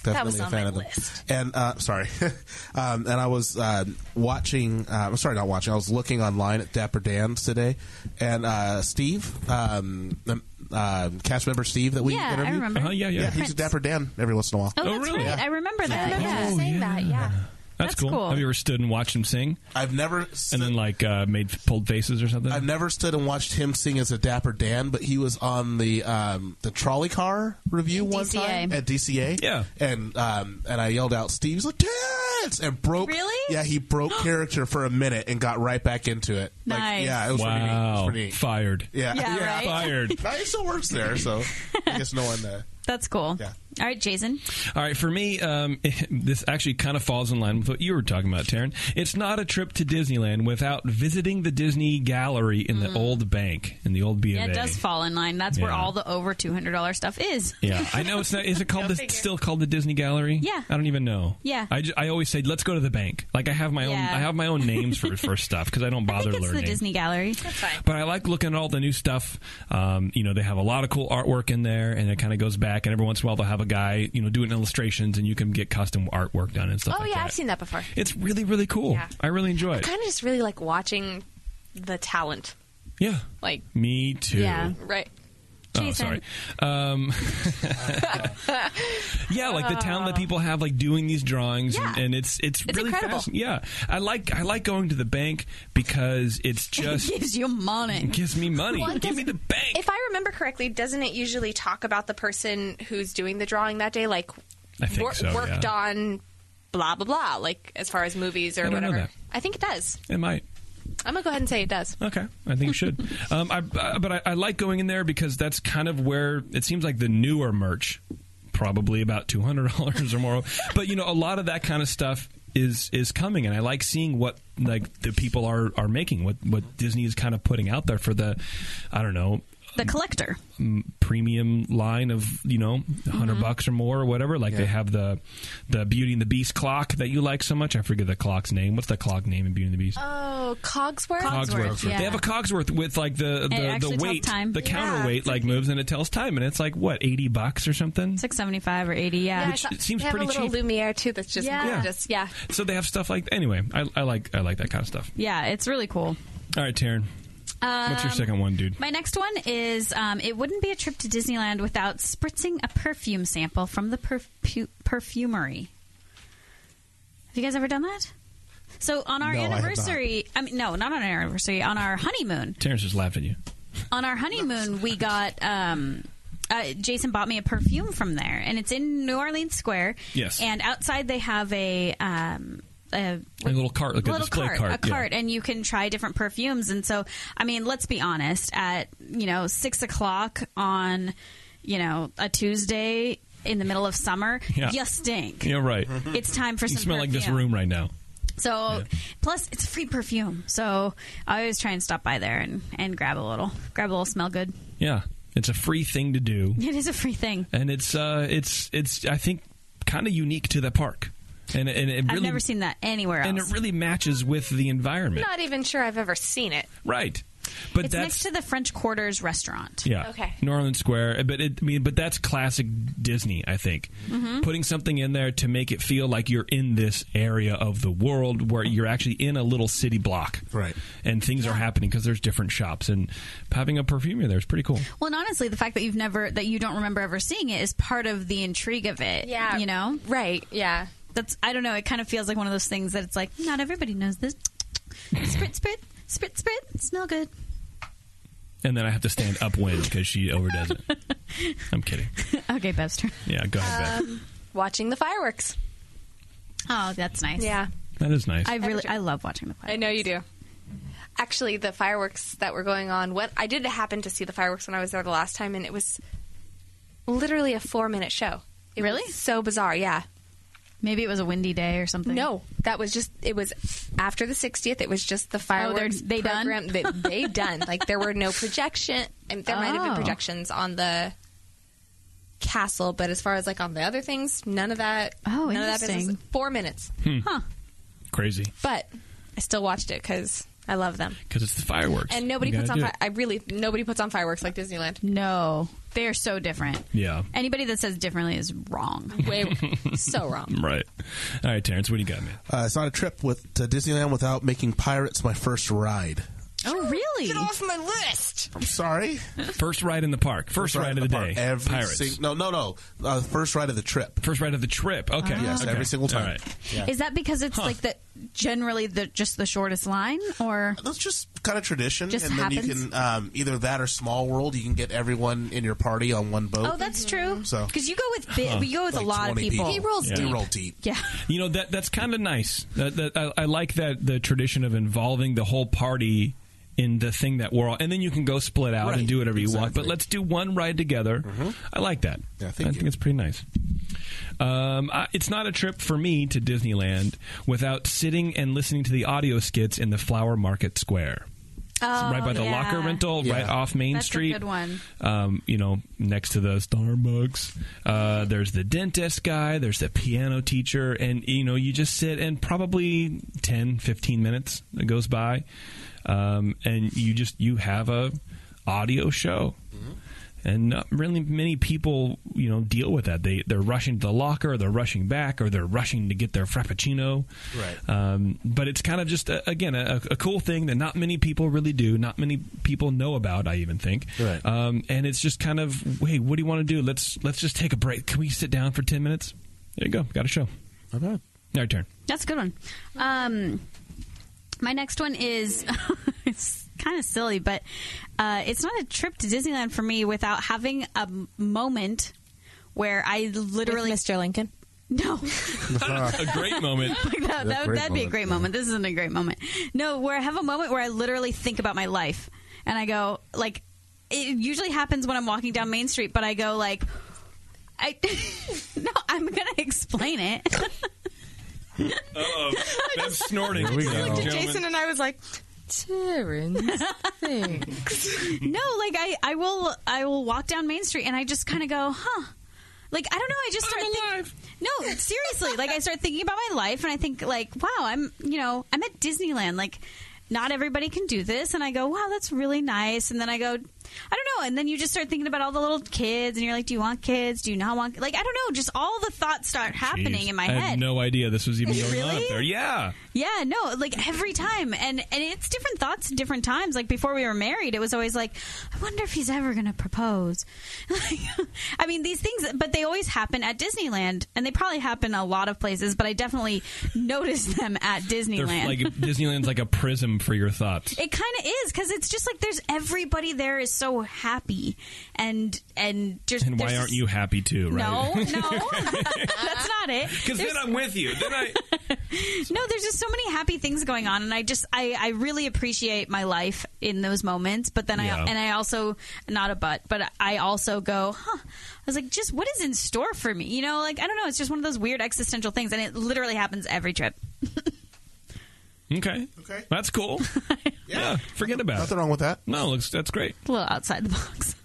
Definitely was a on fan my of them. list. And uh, sorry, um, and I was uh, watching. Uh, I'm sorry, not watching. I was looking online at Dapper Dan's today, and uh, Steve, um, um, uh, cast member Steve that we Yeah, I interviewed. remember. Uh-huh, yeah, yeah. Yeah, he's a Dapper Dan every once in a while. Oh, Oh, that's really? right. I remember that. Yeah. you saying that, yeah. That's, That's cool. Have you ever stood and watched him sing, I've never s- and then like uh, made pulled faces or something? I've never stood and watched him sing as a Dapper Dan, but he was on the um, the trolley car review one DCA. time at DCA. Yeah. and um, and I yelled out, "Steve's like dance!" and broke. Really? Yeah, he broke character for a minute and got right back into it. Like, Nice. yeah, it was pretty neat. It was wow, pretty neat. fired. Yeah, Yeah, right? Fired. Now he still works there, so I guess no one. Uh, That's cool. Yeah. All right, Jason. All right, for me, um, this actually kind of falls in line with what you were talking about, Taryn. It's not a trip to Disneyland without visiting the Disney Gallery in the old bank in the old B of Yeah, A. it does fall in line. That's where Yeah. all the over two hundred dollar stuff is. Yeah, I know it's not. Is it called the, still called the Disney Gallery? Yeah. I don't even know. Yeah. I, ju- I always say let's go to the bank. Like I have my own Yeah. I have my own names for for stuff because I don't I bother think it's learning. the Disney Gallery. But I like looking at all the new stuff. Um, you know, they have a lot of cool artwork in there, and it kind of goes back. And every once in a while, they'll have a guy, you know, doing illustrations, and you can get custom artwork done and stuff. Oh like yeah, that. I've seen that before. It's really, really cool. Yeah. I really enjoy it. Kind of just really like watching the talent, Yeah. like Me too. Yeah. right. Oh, sorry. Jason. Um, yeah, like the talent that people have, like doing these drawings, and, Yeah. and it's it's, really incredible. fascinating. Yeah, I like I like going to the bank because it's just It gives you money. gives me money. Well, it Give me the does- bank. If I remember correctly, doesn't it usually talk about the person who's doing the drawing that day, like I think wor- so, worked yeah. on blah blah blah, like as far as movies or I don't know whatever? that. I think it does. it might. I'm gonna go ahead and say it does. Okay, I think you should. um, I, I, but I, I like going in there because that's kind of where it seems like the newer merch, probably about two hundred dollars or more. but you know, a lot of that kind of stuff is is coming, and I like seeing what like the people are are making, what what Disney is kind of putting out there for the, I don't know, The collector. premium line of you know 100 Mm-hmm. bucks or more or whatever like they have the the beauty and the beast clock that you like so much i forget the clock's name what's the clock name in beauty and the beast Oh, Cogsworth. Cogsworth, yeah. They have a Cogsworth with like the the, actually the tells weight, time. the Yeah, counterweight like moves and it tells time and it's like what eighty bucks or something. Six seventy five or eighty. Yeah. I thought- it seems they have pretty a little cheap. Lumiere too. That's just Yeah. yeah, Yeah. just yeah. So they have stuff like anyway. I, I like I like that kind of stuff. yeah, it's really cool. All right, Taryn, what's Um, your second one, dude? My next one is um, it wouldn't be a trip to Disneyland without spritzing a perfume sample from the perfu- perfumery. Have you guys ever done that? So on our No, I have not. anniversary, I, mean, no, not on our anniversary, on our honeymoon, Terrence just laughed at you. on our honeymoon, we got. Um, uh, Jason bought me a perfume from there, and it's in New Orleans Square. Yes. And outside they have a um, a, A little cart, like a display cart, a yeah. cart, and you can try different perfumes. And so, I mean, let's be honest. At you know six o'clock on you know a Tuesday in the middle of summer, Yeah. you stink. Yeah, right. It's time for You some. smell like this perfume. room right now. So, plus it's free perfume. So I always try and stop by there and, and grab a little, grab a little smell good. Yeah, it's a free thing to do, It is a free thing. and it's uh, it's it's I think kind of unique to the park, and and it really I've never seen that anywhere else. and it really matches with the environment, Not even sure I've ever seen it. right? But it's that's next to the French Quarters restaurant. Yeah. Okay. New Orleans Square, but it, I mean, but that's classic Disney. I think Mm-hmm. putting something in there to make it feel like you're in this area of the world where you're actually in a little city block, Right. And things are happening because there's different shops, and having a perfume in there is pretty cool. Well, and honestly, the fact that you've never, that you don't remember ever seeing it is part of the intrigue of it. Yeah. You know? Right. Yeah. That's, I don't know, it kind of feels like one of those things that it's like, not everybody knows this. Sprit, sprit, sprit, sprit, smell good. And then I have to stand upwind because she overdoes it. I'm kidding. Okay, Bevster. Yeah, go ahead. Beth. Um, Watching the fireworks. Oh, that's nice. Yeah. That is nice. I really, Everton. I love watching the play. I know you do. Actually, the fireworks that were going on, what I did happen to see the fireworks when I was there the last time, and it was literally a four-minute show. It Really? was so bizarre. Yeah. Maybe it was a windy day or something. No, that was just. It was after the 60th. It was just the fireworks. they done? program. They, they done. Like there were no projection. And there might have Oh. been projections on the castle, but as far as like on the other things, none of that. Oh, none of that business. interesting. Four minutes, Hmm. Huh. Crazy but I still watched it because I love them. because it's the fireworks, And nobody You puts on. gotta Fi- do I really nobody puts on fireworks like Disneyland. No, they are so different. Yeah. Anybody that says differently is wrong. Way so wrong. it. Right. All right, Terrence, what do you got, man? Uh, it's not a trip with to Disneyland without making Pirates my first ride. Oh, really? my list. I'm sorry. First ride in the park. First, ride, of the, park. day. Every Pirates. sing- no, no, no. Uh, first ride of the trip. First ride of the trip. Okay. Yes, Okay. every single time. All right. Is that because it's like the generally the just the shortest line, or That's just kind of tradition, Just and then you happens? can um, either that or Small World. You can get everyone in your party on one boat. oh, that's true. So- because you go with bi- you go with Like a lot of 20 people. people. He rolls Yeah. You deep. roll deep. Yeah, You know that that's kind of nice. That, that, I, I like that the tradition of involving the whole party in the thing that we're all, and then you can go split out and Right. do whatever you want. But Exactly. Mm-hmm. let's do one ride together. I like that. Yeah, I thank you. think it's pretty nice. Um, I, it's not a trip for me to Disneyland without sitting and listening to the audio skits in the Flower Market Square. It's right by the Oh, yeah. locker rental, Oh, Yeah. right off Main That's a Street. good one. um, you know, next to the Starbucks. Uh, there's the dentist guy, there's the piano teacher, and, you know, you just sit and probably 10, 15 minutes goes by, um, and you just, you have a audio show. And not really many people, you know, deal with that. They they're rushing to the locker, or they're rushing back, or they're rushing to get their frappuccino. Right. Um, but it's kind of just a, again a, a cool thing that not many people really do. Not many people know about. I even think. Right. Um, and it's just kind of hey, what do you want to do? Let's let's just take a break. Can we sit down for ten minutes? There you go. Got a show. Not bad. Now your turn. that's a good one. Um, my next one is it's kind of silly, but uh, it's not a trip to Disneyland for me without having a m- moment where I literally Mr. Lincoln. no. a great moment. Like that, that would, great that'd be a moment, great moment. This isn't a great moment. No, where I have a moment where I literally think about my life and I go, like, it usually happens when I'm walking down Main Street, but I go, like, I, no, I'm going to explain it. Uh-oh. I'm snorting. Here we go. Ladies and Jason gentlemen. and I was like, Terrence, no, like, I, I will, I will walk down Main Street and I just kind of go, huh. Like, I don't know. I just start think- alive. No, seriously. like I start thinking about my life and I think like, wow, I'm, you know, I'm at Disneyland. Like not everybody can do this and I go, wow, that's really nice. And then I go, I don't know. And then you just start thinking about all the little kids, and you're like, do you want kids? Do you not want? Like, I don't know. Just all the thoughts start happening Jeez. in my I head. had no idea this was even going on up Really? there. Yeah. Yeah, no, like every time, and and it's different thoughts, at different times. Like before we were married, it was always like, I wonder if he's ever going to propose. Like, I mean, these things, but they always happen at Disneyland, and they probably happen a lot of places. But I definitely noticed them at They're Disneyland. like Disneyland's like a prism for your thoughts. It kind of is because it's just like there's everybody there is so happy, and and just And why there's- aren't you happy too, No, right? no, that's not it. Because then I'm with you. Then I No, there's just so many happy things going on, and I just I, I really appreciate my life in those moments. But then Yeah. I and I also not a but, but I also go, huh? I was like, just what is in store for me? You know, like I don't know. It's just one of those weird existential things, and it literally happens every trip. okay. Okay. That's cool. yeah. Forget about Nothing it. wrong with that. No, looks that's great. A little outside the box.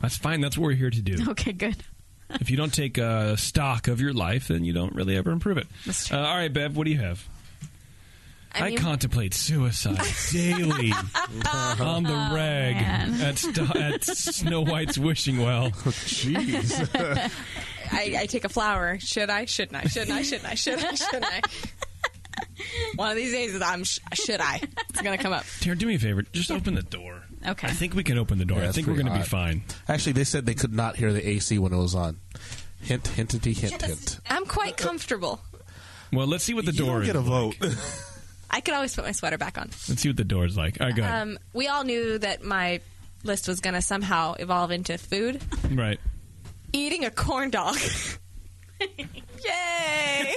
That's fine. That's what we're here to do. Okay, good. If you don't take uh, stock of your life, then you don't really ever improve it. That's Uh, true. all right, Bev, what do you have? I, mean- contemplate suicide daily Uh-huh. on the Oh, rag at, st- at Snow White's wishing well. Jeez. I, I take a flower. Should I? Shouldn't I? Shouldn't I? Shouldn't I? Should I? Shouldn't I? One of these days, I'm. Sh- should I? It's gonna come up. Tara, do me a favor. Just open the door. Okay. I think we can open the door. Yeah, I that's think we're going pretty to be hot. fine. Actually, they said they could not hear the AC when it was on. Hint, hintity, hint, hint. I'm quite comfortable. Well, let's see what the you door don't is. get a vote. I could always put my sweater back on. Let's see what the door is like. All right, go ahead. Um, we all knew that my list was gonna somehow evolve into food. Um, right. Eating a corn dog. Yay!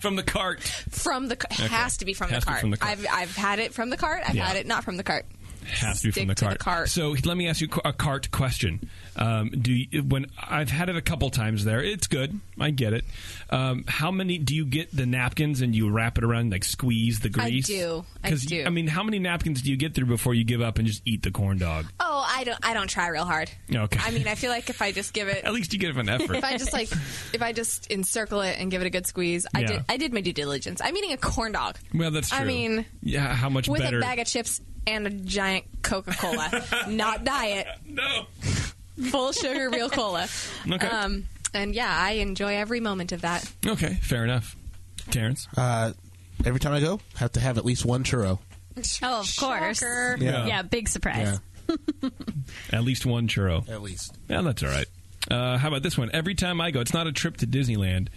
From the cart. From the ca- has to be from, Has the, to cart. be from the cart. I've I've had it from the cart. I've Yeah. had it not from the cart. Has to be from Stick the to cart. the cart. So let me ask you a cart question. Um, do you, when I've had it a couple times there, it's good. I get it. Um, how many do you get the napkins and you wrap it around like squeeze I the grease? do. I 'Cause, do. I mean, how many napkins do you get through before you give up and just eat the corn dog? Oh, I don't. I don't try real hard. Okay. I mean, I feel like if I just give it At least you give an effort. if I just like if I just encircle it and give it a good squeeze, I Yeah. did I did my due diligence. I'm eating a corn dog well, that's true. I mean, yeah. How much with better? a bag of chips and a giant Coca Cola, not diet, no. full sugar, real cola. Okay. Um, and yeah, I enjoy every moment of that. Okay. Fair enough. Terrence. Uh, every time I go, have to have at least one churro. Oh, of course. Yeah. Yeah, big surprise. At least one churro. At least. Yeah, that's all right. Uh, how about this one? Every time I go, it's not a trip to Disneyland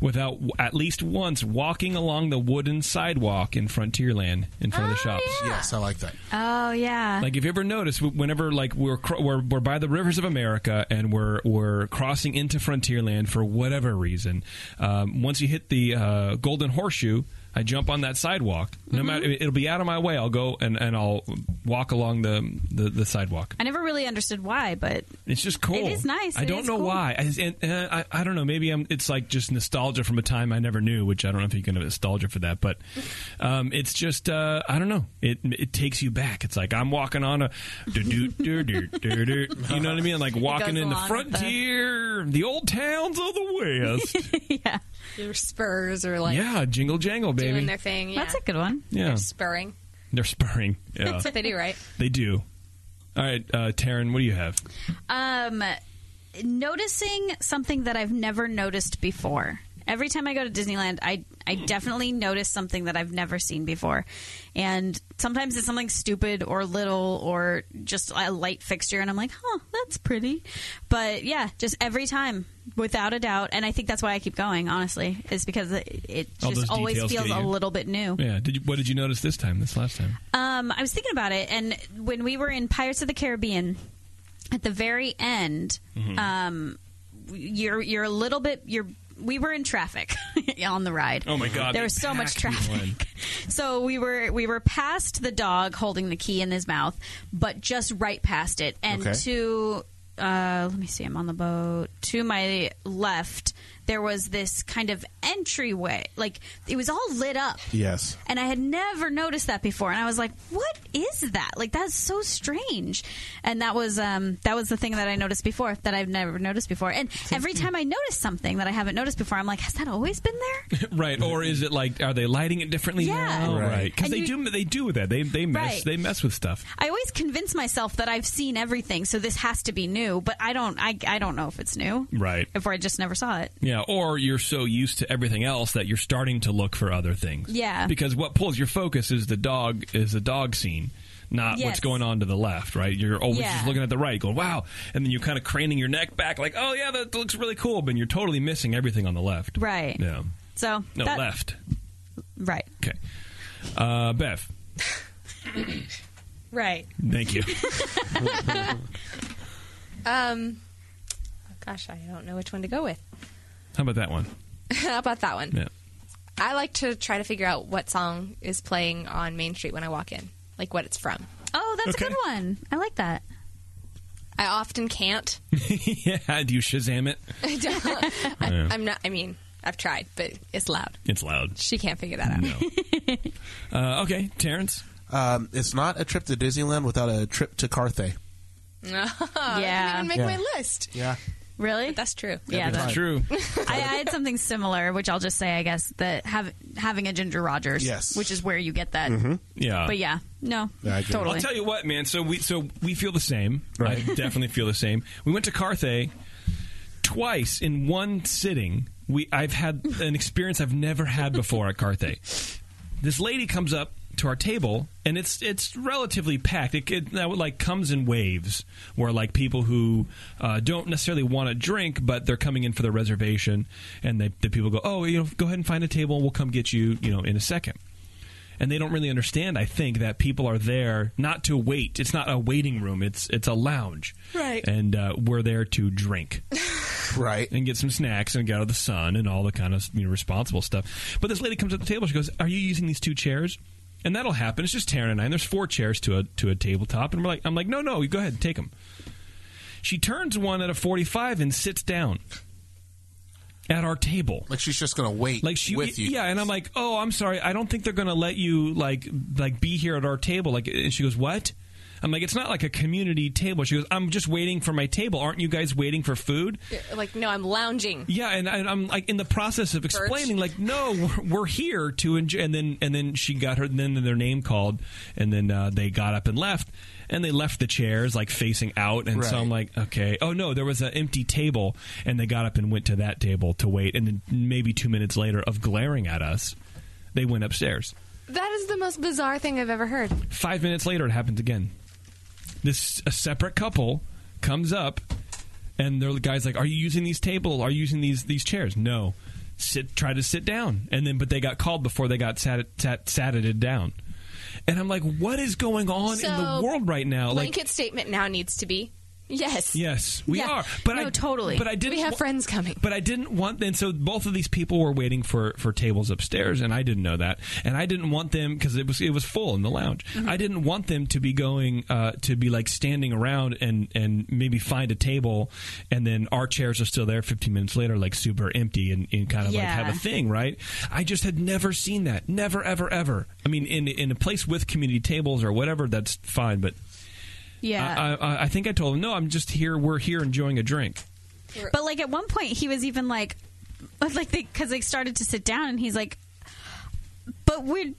without w- at least once walking along the wooden sidewalk in Frontierland in front of the shops. Yes, I like that. Oh yeah. Like, if you ever notice, w- whenever like we're, cr- we're we're by the rivers of America and we're we're crossing into Frontierland for whatever reason, um, once you hit the uh, Golden Horseshoe, I jump on that sidewalk. No matter it'll be out of my way. I'll go and, and I'll walk along the the, the sidewalk. I never really understood why, but It's just cool. It is nice. I It don't is know cool. why. I, and, and I, I don't know. Maybe I'm. It's like just nostalgia from a time I never knew. Which I don't know if you can have nostalgia for that, but um, it's just uh, I don't know. It it takes you back. It's like I'm walking on a do do do do do do. You know what I mean? Like walking in the along with the- frontier, the old towns of the west. yeah, Your spurs are like yeah, jingle jangle, doing baby. their thing. Yeah. that's a good one. yeah, spurring. they're spurring. Yeah, That's what they do, right? they do. All right, uh, Taryn, what do you have? Um, noticing something that I've never noticed before. Every time I go to Disneyland, I I Hmm. definitely notice something that I've never seen before, and sometimes it's something stupid or little or just a light fixture, and I'm like, huh, that's pretty. But yeah, just every time, without a doubt, and I think that's why I keep going. Honestly, is because it, it All just those always details feels get a you. little bit new. Yeah, did you, what did you notice this time? This last time? Um, I was thinking about it, and when we were in Pirates of the Caribbean, at the very end, Mm-hmm. um, you're you're a little bit you're. We were in traffic on the ride. Oh, my God, There they was so much packed people in. traffic. So we were we were past the dog holding the key in his mouth, but just right past it, and Okay. to uh, let me see, I'm on the boat to my left. there was this kind of entryway. Like it was all lit up. Yes. And I had never noticed that before. And I was like, what is that? Like that's so strange. And that was um that was the thing that I noticed before that I've never noticed before. And every Hmm. time I notice something that I haven't noticed before, I'm like, has that always been there? right? Or is it like are they lighting it differently Yeah. now? Right. Right? Because And they you- do they do that. They they mess Right. they mess with stuff. I always convince myself that I've seen everything, so this has to be new, but I don't I I don't know if it's new. Right. If I just never saw it. Yeah, or you're so used to everything else that you're starting to look for other things. Yeah. Because what pulls your focus is the dog is the dog scene, not what's Yes. going on to the left, right? You're always Yeah. just looking at the right, going, Wow and then you're kinda craning your neck back like, Oh yeah, that looks really cool, but you're totally missing everything on the left. Right. Yeah. So No, that- left. Right. Okay. Uh Bev. Right. Thank you. Um. Gosh, I don't know which one to go with. How about that one? How about that one? Yeah. I like to try to figure out what song is playing on Main Street when I walk in, like what it's from. Oh, that's Okay. a good one. I like that. I often can't. yeah. Do you Shazam it? I don't- I, I'm not. I mean, I've tried, but it's loud. It's loud. She can't figure that out. Uh, okay, Terrence. Um, it's not a trip to Disneyland without a trip to Carthay. Yeah. I Oh, didn't even make Yeah. my list. Yeah. Really? That's true. yeah, that's Right. True. I, I had something similar, which I'll just say, I guess, that have, having a Ginger Rogers, Yes. Mm-hmm. which is where you get that. Yeah. But yeah, no, Yeah, I get it. totally. I'll tell you what, man. So we so we feel the same. Right. I definitely feel the same. We went to Carthay twice in one sitting. We I've had an experience I've never had before at Carthay. This lady comes up to our table and it's it's relatively packed. It, it now, like comes in waves where like people who uh, don't necessarily want to drink but they're coming in for their reservation and they the people go, "Oh, you know, go ahead and find a table and we'll come get you, you know, in a second and they don't really understand. I think that people are there not to wait. It's not a waiting room. It's it's a lounge, Right. And uh, we're there to drink Right. and get some snacks and get out of the sun and all the kind of you know, responsible stuff. But this lady comes up to the table. She goes, "Are you using these two chairs?" And that'll happen. It's just Taryn and I. And there's four chairs to a to a tabletop, and we're like, "I'm like, no, no, you go ahead and take them." She turns one at a 45 and sits down at our table Like she's just gonna wait like she with you. yeah and i'm like oh i'm sorry i don't think they're gonna let you like like be here at our table like and she goes what i'm like it's not like a community table she goes i'm just waiting for my table aren't you guys waiting for food Like, no, I'm lounging. yeah and, I, i'm like in the process of explaining like no we're, we're here to enjoy and then and then she got her and then their name called and then uh, they got up and left and they left the chairs like facing out and so i'm Right. like okay oh no there was an empty table and they got up and went to that table to wait and then maybe two minutes later of glaring at us they went upstairs That is the most bizarre thing I've ever heard. Five minutes later, it happens again. This a separate couple comes up, and the guy's like, "Are you using these table? Are you using these these chairs?" No. Sit. Try to sit down, and then but they got called before they got sat sat satted down. And I'm like, what is going on in the So, world right now? Like, Blanket statement now needs to be yes. yes, we Yeah. are, but No, I totally. But I didn't. We have wa- friends coming. But I didn't want. And so both of these people were waiting for for tables upstairs, and I didn't know that, and I didn't want them because it was it was full in the lounge. I didn't want them to be going uh, to be like standing around and and maybe find a table, and then our chairs are still there 15 minutes later, like super empty and, and kind of like have Yeah. a thing, right? I just had never seen that, never ever ever. I mean, in in a place with community tables or whatever, that's fine, but. yeah. I, I, I think I told him, no, I'm just here. We're here enjoying a drink. uh, but like at one point, he was even like, like they because they started to sit down, and he's like, "But we're."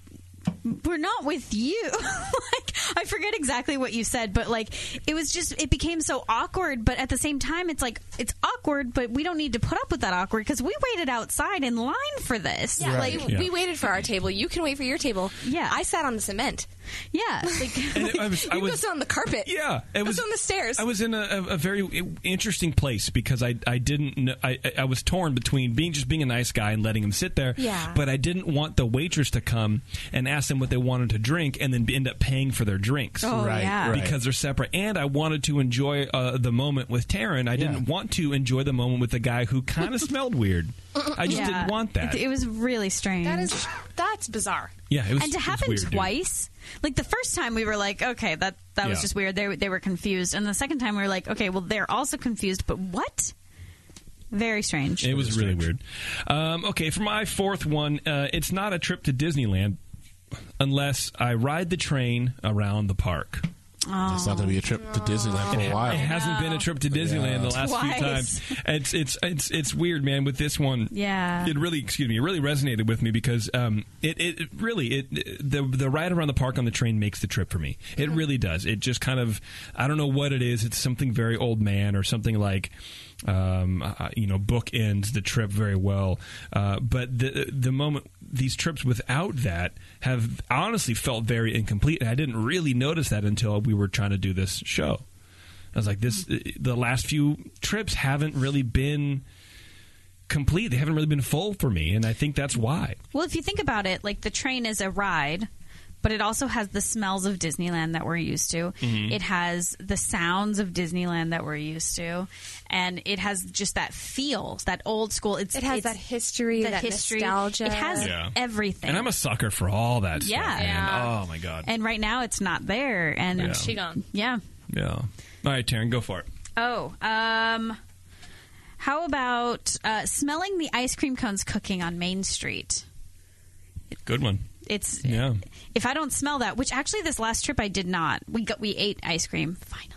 We're not with you. like I forget exactly what you said, but like it was just it became so awkward. But at the same time, it's like it's awkward, but we don't need to put up with that awkward because we waited outside in line for this. Yeah, Right. like Yeah. we waited for our table. You can wait for your table. Yeah. I sat on the cement. Yeah, like, And it- I was, I You go was, sit on the carpet. yeah, it Go sit on the stairs. I was in a, a, a very i- interesting place because I, I didn't, kn- I, I- I was torn between being just being a nice guy and letting him sit there. Yeah. But I didn't want the waitress to come and ask them what they wanted to drink and then end up paying for their drinks. oh Right, yeah, right. because they're separate. And I wanted to enjoy uh, the moment with Taryn. I didn't Yeah. want to enjoy the moment with a guy who kind of smelled weird. I just Yeah. didn't want that. It, it was really strange. That is that's bizarre. yeah, it was and it to was happen weird, dude. twice. Like the first time we were like, okay, that that was Yeah. just weird. They they were confused. And the second time we were like, okay, well they're also confused, but what? Very strange. It was really weird. Um, okay, for my fourth one, uh, it's not a trip to Disneyland unless I ride the train around the park. It's not going to be a trip to Disneyland for a while. It hasn't been a trip to Disneyland the last Twice. few times. It's it's it's it's weird, man. With this one, Yeah. it really excuse me, it really resonated with me because um, it it it really it the the ride around the park on the train makes the trip for me. It really does. It just kind of I don't know what it is. It's something very old man or something like. Um, uh, you know, bookends the trip very well, uh, but the the moment these trips without that have honestly felt very incomplete, and I didn't really notice that until we were trying to do this show. I was like, this. The last few trips haven't really been complete. They haven't really been full for me, and I think that's why. Well, if you think about it, like the train is a ride, but it also has the smells of Disneyland that we're used to. Mm-hmm. It has the sounds of Disneyland that we're used to, and it has just that feel, that old school. It's, It has it's that history, the that history. nostalgia. It has Yeah. everything. And I'm a sucker for all that Yeah. stuff. Man. Yeah. Oh my god. And right now, it's not there. And Yeah. She gone. yeah. yeah. All right, Taryn, go for it. Oh, um, how about uh, smelling the ice cream cones cooking on Main Street? Good one. It's Yeah. if I don't smell that, which actually this last trip I did not. We got we ate ice cream finally.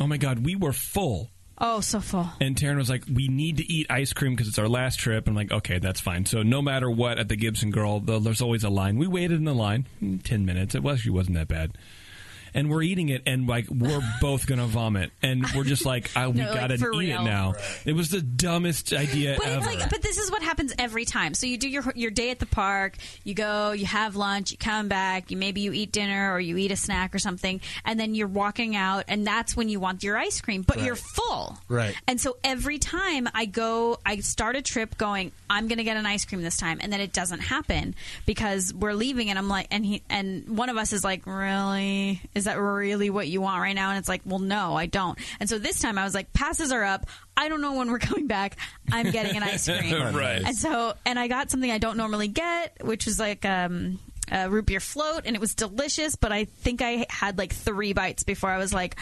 Oh my god, we were full. Oh, so full. And Taryn was like, "We need to eat ice cream because it's our last trip." I'm like, "Okay, that's fine." So no matter what, at the Gibson Girl, though, there's always a line. We waited in the line mm, ten minutes. It was- actually wasn't that bad. And we're eating it, and like we're both gonna vomit, and we're just like, I, "We No, like, gotta for eat real. it now." It was the dumbest idea But ever. it's like, but this is what happens every time. So you do your your day at the park. You go, you have lunch, you come back. You maybe you eat dinner or you eat a snack or something, and then you're walking out, and that's when you want your ice cream. But you're full, Right. And so every time I go, I start a trip going, I'm going to get an ice cream this time, and then it doesn't happen because we're leaving, and I'm like, and he and one of us is like, really, is that really what you want right now? And it's like, well, no, I don't. And so this time I was like, passes are up. I don't know when we're coming back. I'm getting an ice cream. Right. And so, and I got something I don't normally get, which was like um, a root beer float, and it was delicious. But I think I had like three bites before I was like,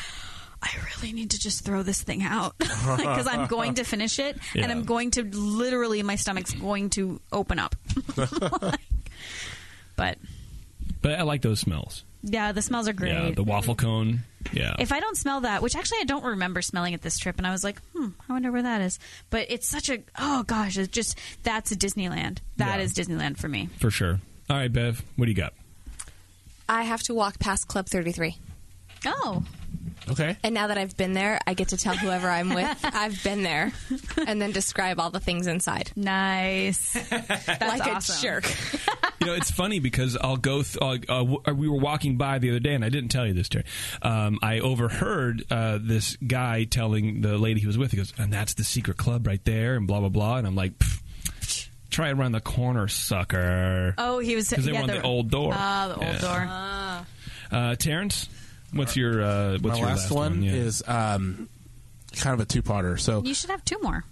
I really need to just throw this thing out because I'm going to finish it, and I'm Yeah. going to literally my stomach's going to open up. Like, but But I like those smells. yeah, the smells are great. Yeah, the waffle cone. Yeah. if I don't smell that, which actually I don't remember smelling it this trip, and I was like, hmm, I wonder where that is. But it's such a oh gosh, it's just that's a Disneyland. That Yeah. is Disneyland for me. for sure. All right, Bev, what do you got? I have to walk past Club 33. Oh, Okay. And now that I've been there, I get to tell whoever I'm with I've been there and then describe all the things inside. nice. That's like awesome. a jerk. You know, it's funny because I'll go. Th- uh, uh, w- uh, we were walking by the other day, and I didn't tell you this, Terry. Um, I overheard uh, this guy telling the lady he was with. He goes, "And that's the secret club right there," and blah blah blah. And I'm like, "Pfft, "Try it around the corner, sucker." Oh, he was Because they yeah, were on the, old door. Ah, the old Yeah. door. Uh-huh. Uh, Terrence, what's your uh, what's My your last, one, Yeah. is um, kind of a two-parter. So You should have two more.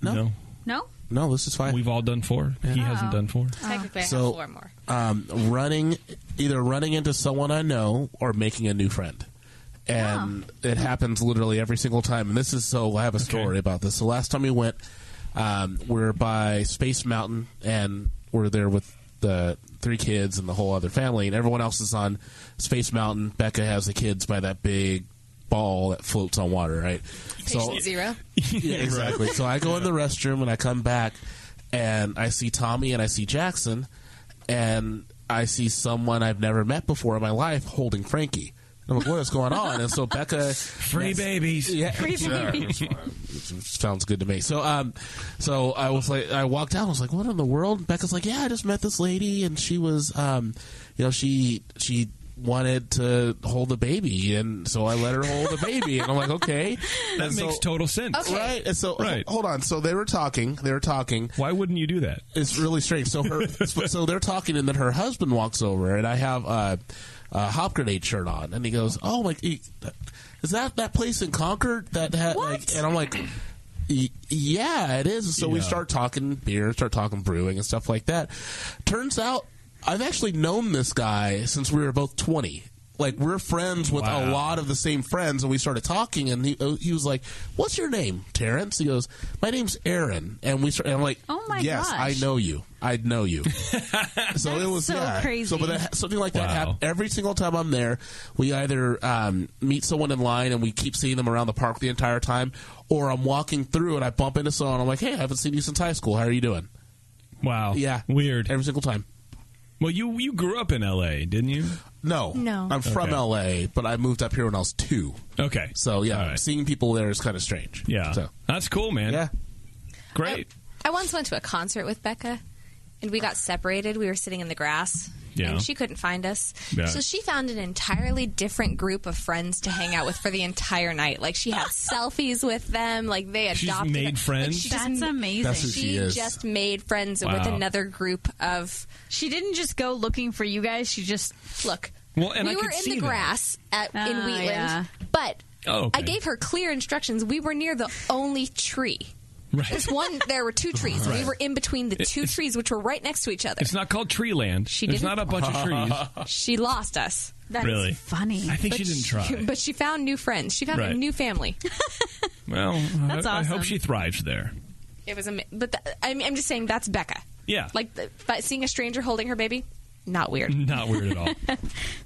no. No, no, this is fine. We've all done four. He hasn't done four. Technically, I So- have four more. um, running either running into someone I know or making a new friend. And it happens literally every single time. And this is so I have a story about this. The last time we went, um, we we're by Space Mountain and we're there with the three kids and the whole other family, and everyone else is on Space Mountain. Becca has the kids by that big ball that floats on water, right? Oh. So Zero. yeah, exactly. So I go in the restroom and I come back and I see Tommy and I see Jackson and I see someone I've never met before in my life holding Frankie. And I'm like, what is going on? And so Becca Free babies. yeah, sounds good to me. So, um, so I was like, I walked out. I was like, what in the world? And Becca's like, yeah, I just met this lady, and she was, um, you know, she she wanted to hold the baby, and so I let her hold the baby, and I'm like, okay, That And so- makes total sense. Right. And so Right. hold on. So they were talking. They were talking. Why wouldn't you do that? It's really strange. So her so they're talking and then her husband walks over and I have a, a hop grenade shirt on and he goes, "Oh my he- Is that that place in Concord that had like and I'm like "Y- yeah, it is. So we Yeah. start talking beer, start talking brewing and stuff like that. Turns out I've actually known this guy since we were both 20. like we're friends with a Wow. lot of the same friends, and we started talking, and he, uh, he was like, "What's your name, Terrence?" He goes, "My name's Aaron," and we start, and I'm like, Oh my yes, gosh. I know you, I know you." so it was so yeah. crazy. So, but that, something like that Wow. happened every single time I'm there. We either um, meet someone in line and we keep seeing them around the park the entire time, or I'm walking through and I bump into someone. I'm like, "Hey, I haven't seen you since high school. How are you doing?" Wow. Yeah, Weird. every single time. Well, you you grew up in L.A., didn't you? No, No. I'm from Okay. LA, but I moved up here when I was two. Okay. So yeah, All right. seeing people there is kind of strange. Yeah. So That's cool, man. yeah. Great. I once went to a concert with Becca, and we got separated. We were sitting in the grass, Yeah. and she couldn't find us. Yeah. So she found an entirely different group of friends to hang out with for the entire night. Like she had selfies with them. Like they She's adopted. made like, friends? she just That's amazing. That's who she, she is. just made friends with Wow. another group of she didn't just go looking for you guys. She just look. Well, and we I were could in see the that. grass at, in Oh, Wheatland, yeah. but Oh, okay. I gave her clear instructions. We were near the only tree. Right. There's one. There were two trees. We were in between the two trees, which were right next to each other. It's not called tree land. She There's didn't- not a bunch of trees. She lost us. that's Really? funny. I think she didn't try. But she found new friends. She found Right. a new family. Well, That's I, I awesome. hope she thrives there. It was, ama- but th- I'm, I'm just saying that's Becca. Yeah. Like the, but seeing a stranger holding her baby, not weird. Not weird at all.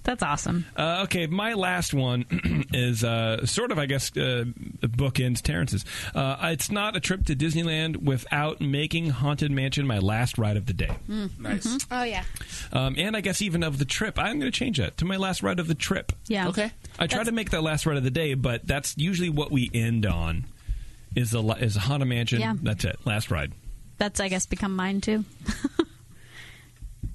That's awesome. Uh, okay, my last one is uh, sort of, I guess, uh, bookends Terrence's. Uh, it's not a trip to Disneyland without making Haunted Mansion my last ride of the day. Nice. Oh yeah. Um, and I guess even of the trip. I'm going to change that to my last ride of the trip. Yeah. Okay. I try to make that last ride of the day, but that's usually what we end on is the la- is Haunted Mansion. Yeah. That's it. Last ride That's I guess become mine too.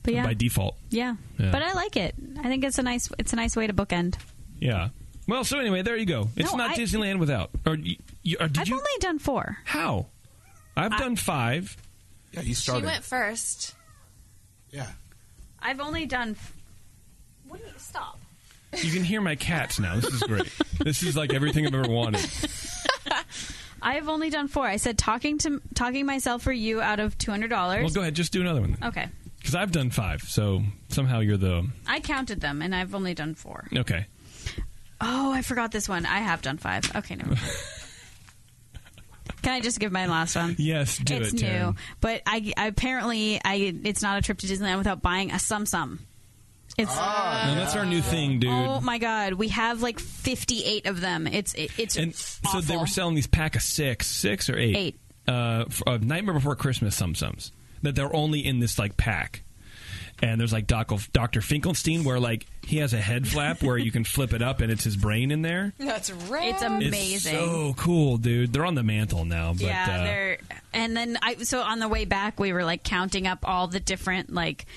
but yeah. by default. yeah. Yeah. But I like it. I think it's a nice it's a nice way to bookend. Yeah. Well, so anyway, there you go. It's No, not I- Disneyland without. Or, y y- or did I've you? only done 4. How? I've done five. Yeah, you started. first. yeah. I've only done f- What do you stop? You can hear my cats now. This is great. this is like everything I've ever wanted. I've only done 4. I said talking to talking myself for you out of $200. Well, go ahead. Just do another one. okay. Because I've done five, so somehow you're the I counted them and I've only done 4. okay. Oh, I forgot this one. I have done 5. Okay, never mind. Can I just give my last one? Yes, do it's it. new, Taryn. but I, I apparently I it's not a trip to Disneyland without buying a sum sum. It's No, that's our new thing, Ah. dude. oh my god, we have like fifty eight of them. It's it, it's and so awful. they were selling these pack of six, six or eight, Eight. uh, f- of Nightmare Before Christmas sumsums that they're only in this like pack. And there's like Doc, Dr. Finkelstein where like he has a head flap where you can flip it up and it's his brain in there. That's right. it's It's amazing. so cool, dude. They're on the mantle now, but yeah, uh, they're and then I so on the way back we were like counting up all the different like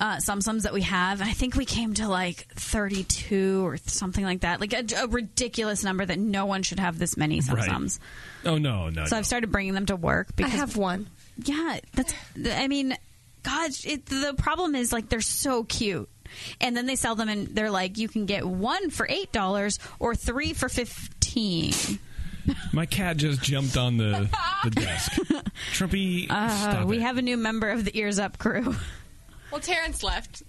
uh, sum sums that we have, and I think we came to like thirty two or something like that, like a, a ridiculous number that no one should have this many sum Right. sums. Oh no, no. So no. I've started bringing them to work I because have one. Yeah, that's. I mean, God, it, the problem is like they're so cute, and then they sell them, and they're like, you can get one for eight dollars or three for fifteen. My cat just jumped on the, the desk. Trumpy, Uh, stop we it. have a new member of the Ears Up crew. well, Terrence left.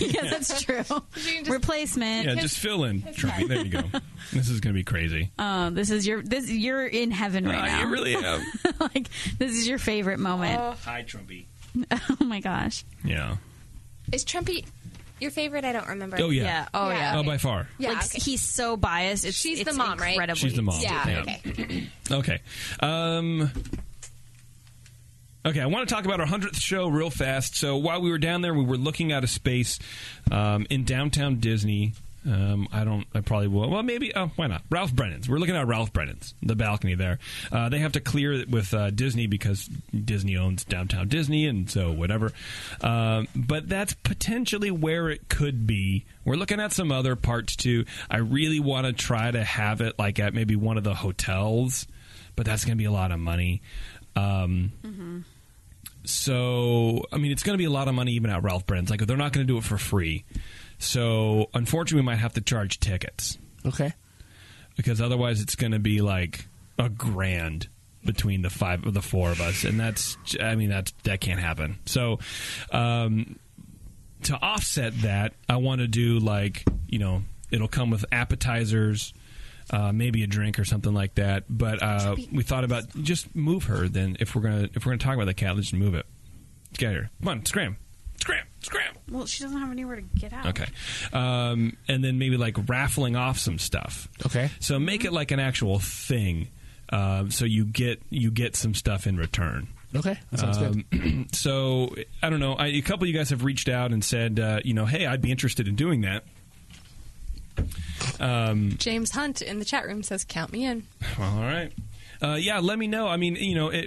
yeah, that's true. can just- Replacement. yeah, just fill in, Trumpy. There you go. This is gonna be crazy. Uh, this is your this. You're in heaven right now. I really am. like this is your favorite moment. Hi, Trumpy. oh my gosh. Yeah. Is Trumpy your favorite? I don't remember. Oh yeah. Yeah. Oh yeah. Yeah. Oh, by far. Yeah, like okay. he's so biased. It's, She's the it's mom, right? incredibly She's the mom. Yeah, Yeah. Okay. Okay. Um, okay, I want to talk about our 100th show real fast. So while we were down there, we were looking out of space um, in downtown Disney. Um, I don't. I probably will. Well, maybe. Oh, why not? Ralph Brennan's. We're looking at Ralph Brennan's. The balcony there. Uh, they have to clear it with uh, Disney because Disney owns downtown Disney, and so whatever. Um, but that's potentially where it could be. We're looking at some other parts too. I really want to try to have it like at maybe one of the hotels, but that's going to be a lot of money. Um, so, I mean, it's going to be a lot of money even at Ralph Brennan's. Like, they're not going to do it for free. So, unfortunately, we might have to charge tickets Okay. because otherwise, it's going to be like a grand between the five or the four of us, and that's I mean that's that can't happen. So, um, to offset that, I want to do like you know it'll come with appetizers. Uh, maybe a drink or something like that, but uh, we thought about just move her. Then, if we're gonna if we're gonna talk about the cat, let's just move it. Let's get her. Come on, scram, scram, scram. Well, she doesn't have anywhere to get out. Okay. Um, and then maybe like raffling off some stuff. Okay. So make it like an actual thing. Uh, so you get you get some stuff in return. Okay, that sounds good. Um, so I don't know. I, a couple of you guys have reached out and said, uh, you know, hey, I'd be interested in doing that. James Hunt in the chat room says, "Count me in." Well, all right. Uh, yeah, let me know. I mean, you know, it,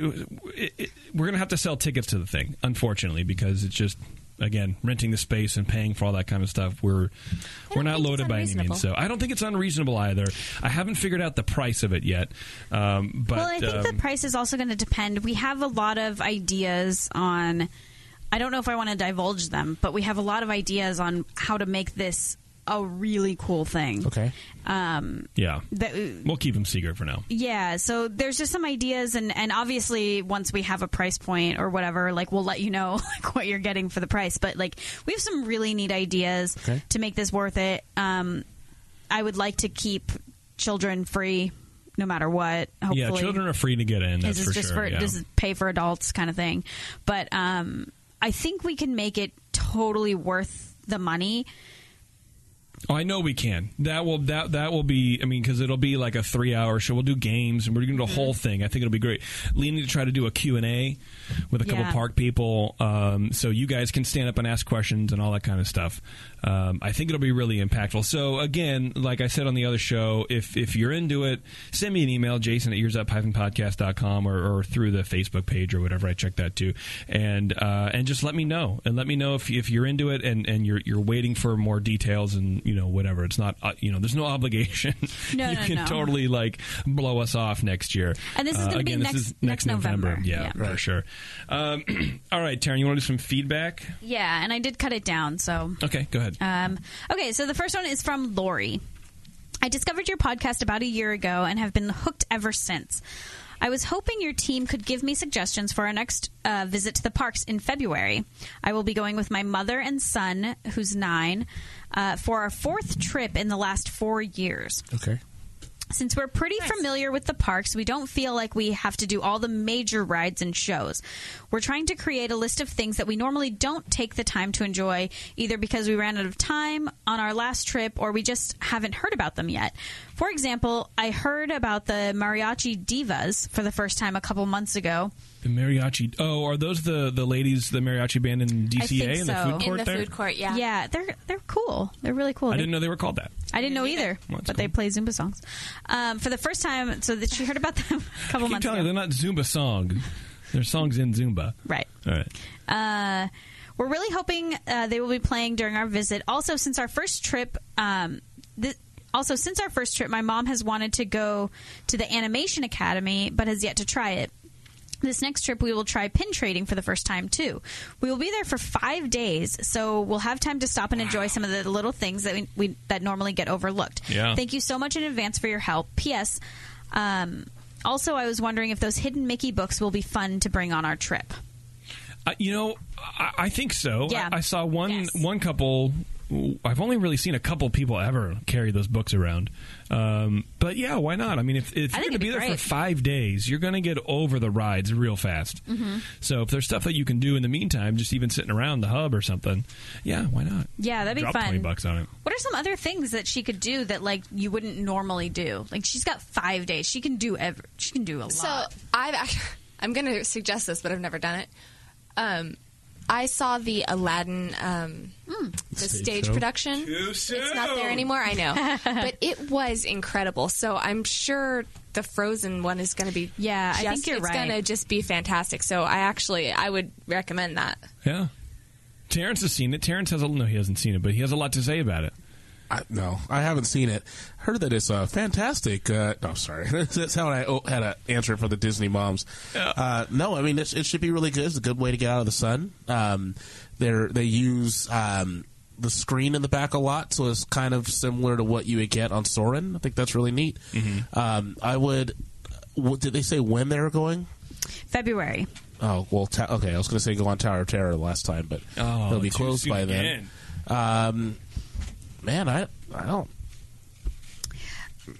it, it, we're going to have to sell tickets to the thing, unfortunately, because it's just again renting the space and paying for all that kind of stuff. We're we're not think it's loaded by any means, unreasonable. so I don't think it's unreasonable either. I haven't figured out the price of it yet, um, but well, I think um, the price is also going to depend. We have a lot of ideas on. I don't know if I want to divulge them, but we have a lot of ideas on how to make this a really cool thing. Okay. Um, yeah, that we'll keep them secret for now. Yeah, so there's just some ideas, and, and obviously once we have a price point or whatever, like we'll let you know like what you're getting for the price. But like we have some really neat ideas Okay. to make this worth it. Um, I would like to keep children free, no matter what. Hopefully, Yeah, children are free to get in. That's this is for just sure. for yeah. this is pay for adults kind of thing. But um, I think we can make it totally worth the money. Oh, I know we can. That will that that will be. I mean, because it'll be like a three hour show. We'll do games and we're doing the whole thing. I think it'll be great. Leaning to try to do a Q and A with a couple Yeah. park people, um, so you guys can stand up and ask questions and all that kind of stuff. Um, I think it'll be really impactful. So again, like I said on the other show, if if you're into it, send me an email, Jason at earsup-podcast.com or, or through the Facebook page or whatever. I check that too, and uh, and just let me know and let me know if if you're into it and and you're you're waiting for more details and you know whatever. It's not uh, you know there's no obligation. No, you no, can no. totally like blow us off next year. And this is gonna be Uh, again, next- this is next November. Yeah, Yeah. for sure. Um, all right, Taryn, you want to do some feedback? Yeah, and I did cut it down, so Okay, go ahead. Um, okay, so the first one is from Lori. I discovered your podcast about a year ago and have been hooked ever since. I was hoping your team could give me suggestions for our next uh, visit to the parks in February. I will be going with my mother and son, who's nine, uh, for our fourth trip in the last four years Okay. since we're pretty familiar with the parks, we don't feel like we have to do all the major rides and shows. We're trying to create a list of things that we normally don't take the time to enjoy, either because we ran out of time on our last trip or we just haven't heard about them yet. For example, I heard about the mariachi divas for the first time a couple months ago. The mariachi. Oh, are those the the ladies, the mariachi band in DCA think in the so. In food the court there? court, Yeah, they're they're cool. They're really cool. I They- didn't know they were called that. I didn't know either, Well, but that's they cool. play Zumba songs um, for the first time. So that she heard about them a couple Keep months telling ago. you, they're not Zumba song. Their songs in Zumba. Right. All right. Uh, we're really hoping uh, they will be playing during our visit. Also, since our first trip, um, th- also since our first trip, my mom has wanted to go to the animation academy, but has yet to try it. This next trip, we will try pin trading for the first time too. We will be there for five days, so we'll have time to stop and enjoy some of the little things that we, we that normally get overlooked. Yeah. Thank you so much in advance for your help. P.S. Um, also, I was wondering if those hidden Mickey books will be fun to bring on our trip. I, Uh, you know, I, I think so. Yeah. I, I saw one Yes. one couple. I've only really seen a couple people ever carry those books around. Um, but yeah, why not? I mean, if, if I you're think going to it'd be be there for great. five days, you're going to get over the rides real fast. Mm-hmm. So if there's stuff that you can do in the meantime, just even sitting around the hub or something, yeah, why not? Yeah, that'd be Drop fun. Twenty bucks on it. What are some other things that she could do that like you wouldn't normally do? Like she's got five days. She can do ever. She can do a So lot. I've act- I'm going to suggest this, but I've never done it. Um, I saw the Aladdin um, Hmm. the stage, show? production. It's not there anymore. I know, but it was incredible. So I'm sure the Frozen one is going to be. Yeah, I just- think you're it's right. going to just be fantastic. So I actually I would recommend that. Yeah. Terrence has seen it. Terrence has a no. He hasn't seen it, but he has a lot to say about it. I, no, I haven't seen it. Heard that it's uh, fantastic. Uh, no, sorry, that's how I o- had an answer for the Disney moms. Uh, no, I mean it's, it should be really good. It's a good way to get out of the sun. Um, they they use um, the screen in the back a lot, so it's kind of similar to what you would get on Soren. I Mm-hmm. think that's really neat. Um, I would. What, did they say when they were going? February. Oh well, ta- okay. I was going to say go on Tower of Terror last time, but Oh, they'll be too closed soon by again. then. Um, man, I I don't.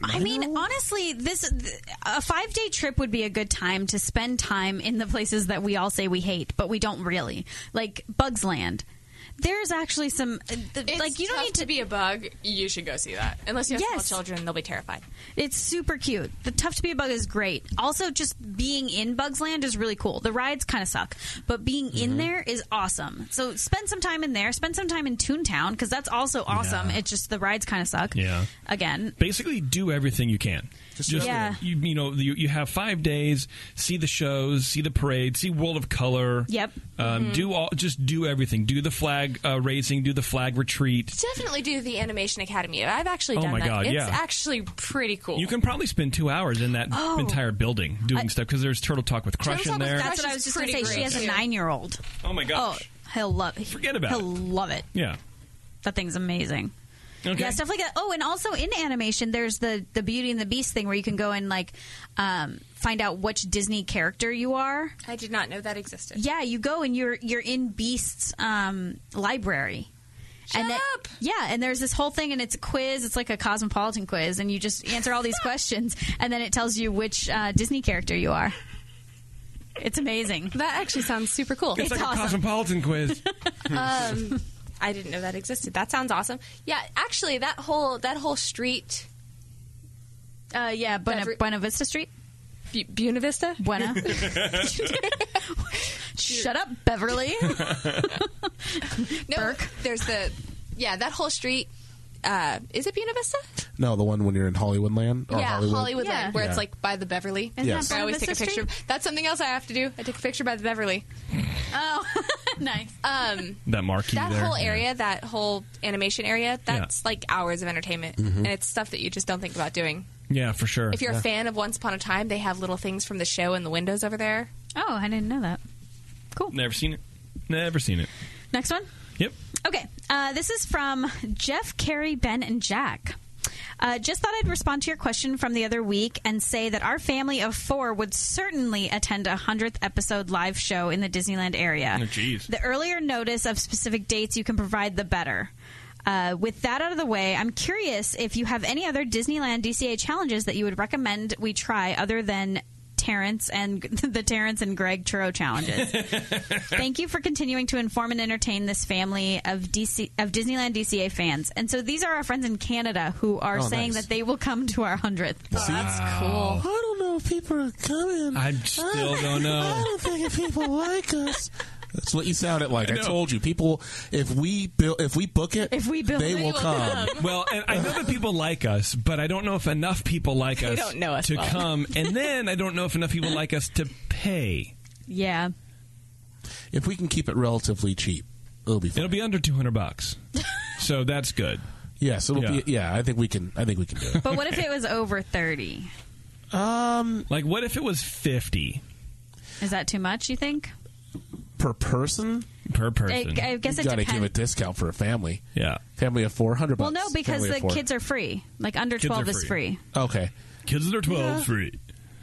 I mean, honestly, this th- a five day trip would be a good time to spend time in the places that we all say we hate, but we don't really like Bugs Land. There's actually some uh, th- It's like you don't tough need to be a bug. You should go see that. Unless you have Yes. small children, they'll be terrified. It's super cute. The Tough to Be a Bug is great. Also, just being in Bugs Land is really cool. The rides kind of suck, but being Mm-hmm. in there is awesome. So spend some time in there. Spend some time in Toontown because that's also awesome. It's just the rides kind of suck. Yeah. Again, basically do everything you can. Just, Yeah. you, you know, you, you have five days. See the shows, see the parade, see World of Color. Yep. Um, Do all, just do everything. Do the flag uh, raising, do the flag retreat. Definitely do the Animation Academy. I've actually Oh done my that. God, it's yeah. actually pretty cool. You can probably spend two hours in that entire building doing stuff because there's Turtle Talk with Crush Turtle in Talk with there. Crush. that's what I was just going to say. Pretty She great, has a too. nine year old. Oh my Oh, gosh. he'll love. Forget about He'll it. love it. Yeah. That thing's amazing. Okay. Yeah, stuff like that. Oh, and also in animation, there's the the Beauty and the Beast thing where you can go and like um, find out which Disney character you are. I did not know that existed. Yeah, you go and you're you're in Beast's um, library. and then- up! yeah, and there's this whole thing, and it's a quiz. It's like a cosmopolitan quiz, and you just answer all these questions, and then it tells you which uh, Disney character you are. It's amazing. That actually sounds super cool. It's, like awesome. a cosmopolitan quiz. Um, I didn't know that existed. That sounds awesome. Yeah, actually, that whole that whole street, Uh, yeah, Buena, Every- Buena Vista Street. Bu- Buena Vista? Buena. Shut up, Beverly. no, Burke. there's the yeah that whole street. Uh, is it Buena Vista? No, the one when you're in Hollywood Land or yeah, Hollywood. Hollywood Yeah. Land, where Yeah. it's like by the Beverly. Isn't Yes. that I always Buena take a Vista picture. Street? That's something else I have to do. I take a picture by the Beverly. Oh, nice. Um, that marquee that there. whole Yeah. area, that whole animation area, that's like hours of entertainment, and it's stuff that you just don't think about doing. Yeah, for sure. If you're a fan of Once Upon a Time, they have little things from the show in the windows over there. Oh, I didn't know that. Never seen it. Never seen it. Next one. Yep. Okay, uh, this is from Jeff, Carrie, Ben, and Jack. Uh, just thought I'd respond to your question from the other week and say that our family of four would certainly attend a 100th episode live show in the Disneyland area. Oh, jeez. The earlier notice of specific dates you can provide, the better. Uh, with that out of the way, I'm curious if you have any other Disneyland DCA challenges that you would recommend we try other than Terrence and the Terrence and Greg Churro challenges. Thank you for continuing to inform and entertain this family of DC of Disneyland DCA fans. And so these are our friends in Canada who are Oh, saying nice. that they will come to our hundredth. That's I cool. don't know if people are coming. I still don't know. I Oh. don't think if people like us. That's what you sounded like. I, know. told you, people. If we build, if we book it, If we build they it, will they will come. Well, and I know that people like us, but I don't know if enough people like us, don't know us to well. come. And then I don't know if enough people like us to pay. Yeah, If we can keep it relatively cheap, it'll be fun. It'll be under two hundred bucks, so that's good. yes, it'll Yeah. be. Yeah, I think we can. I think we can do but what if it was over thirty? it. um, Like, what if it was fifty Is that too much? You think? per person, per I, person? I guess you it got to depends. give a discount for a family. yeah, Family of four hundred. well, no, because the kids are free. Like under Kids are twelve is free. free. okay. kids that are twelve free.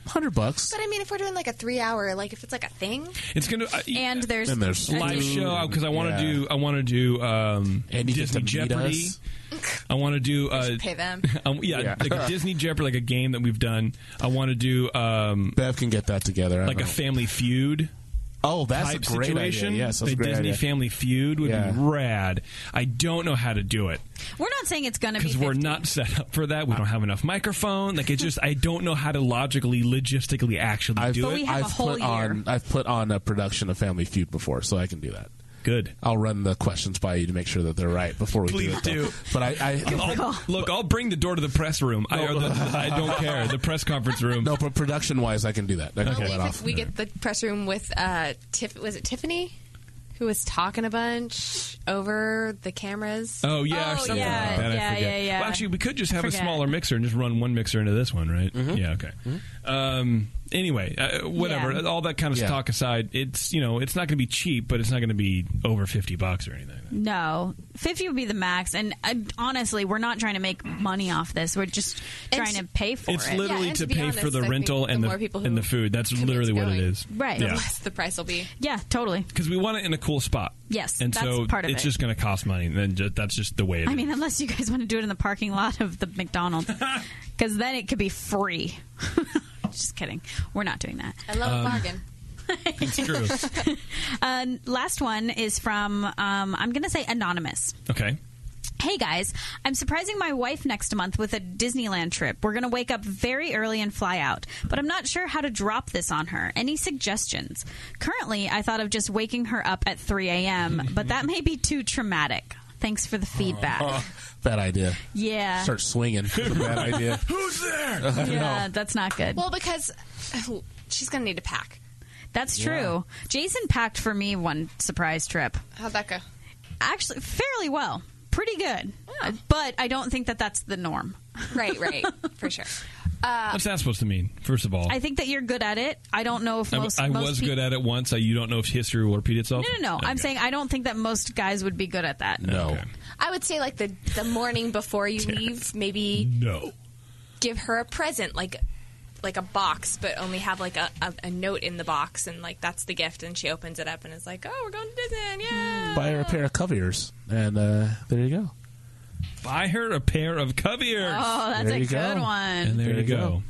Hundred bucks. But I mean, if we're doing like a three hour, like if it's like a thing, It's gonna uh, And there's And there's live show because I want to Yeah. do. I want to do um, And you get Disney to meet Jeopardy. us. I want to do. Uh, pay them. um, yeah, Yeah. like a Disney Jeopardy, like a game that we've done. I want to do um, Bev can get that together. I like don't a know. Family Feud. oh, that's a type great situation. idea. Yes, that's the a great Disney idea. Family Feud would Yeah. be rad. I don't know how to do it we're not saying it's going to be because we're 50. not set up for that. We don't have enough microphone. Like it's just I don't know how to logically, logistically, actually I've, do But it. we have a I've whole put on I've put on a production of Family Feud before, so I can do that. Good. I'll run the questions by you to make sure that they're right before we Please do it. though. do. But I, I I'll- look, I'll bring the door to the press room. I, or the, I don't care. The press conference room. no, but production wise, I can do that. I can I'll pull leave that if off. we get the press room with uh, Tiff. Was it Tiffany who was talking a bunch over the cameras? Oh yeah, or Oh, something yeah, like that. I yeah, forget. yeah, yeah. Well, actually, we could just have a Forget. smaller mixer and just run one mixer into this one, right? Yeah. Okay. Um, anyway, uh, whatever. Yeah. All that kind of Yeah. talk aside, it's you know it's not going to be cheap, but it's not going to be over fifty bucks or anything. No, fifty would be the max. And uh, honestly, we're not trying to make money off this. We're just trying to pay for it's it. literally and to, to be pay honest, for the I think rental the and more the people and who the food. That's commit to literally what it going, is. Right. the Yeah. less the price will be. yeah, totally. Because we want it in a cool spot. Yes, and that's so part of it's it. just going to cost money. And then ju- that's just the way it is. I mean, unless you guys want to do it in the parking lot of the McDonald's, because then it could be free. just kidding. We're not doing that. I love a Um, bargain. it's true. Uh, last one is from um, I'm going to say anonymous. Okay. Hey guys, I'm surprising my wife next month with a Disneyland trip. We're going to wake up very early and fly out, but I'm not sure how to drop this on her. Any suggestions? Currently, I thought of just waking her up at 3 a.m., but that may be too traumatic. Thanks for the feedback. Oh, Bad idea. Yeah. Start swinging. Bad idea. Who's there? Yeah, that's not good. Well, because oh, she's going to need to pack. that's true. Jason packed for me one surprise trip. How'd that go? Actually, fairly well. Pretty good. Uh, But I don't think that that's the norm. Right, right, for sure. What's that supposed to mean? First of all, I think that you're good at it. I don't know if I, most I most was peop- good at it once. I, you don't know if history will repeat itself. No, no, no. I'm Okay. saying I don't think that most guys would be good at that. No. Okay. I would say like the the morning before you leave, maybe no. give her a present like like a box, but only have like a, a, a note in the box, and like that's the gift, and she opens it up and is like, oh, we're going to Disney, yeah. Buy her a pair of cove ears, and uh, there you go. Buy her a pair of cub ears. Oh, that's There a you good go. and one. there, There you you go. go.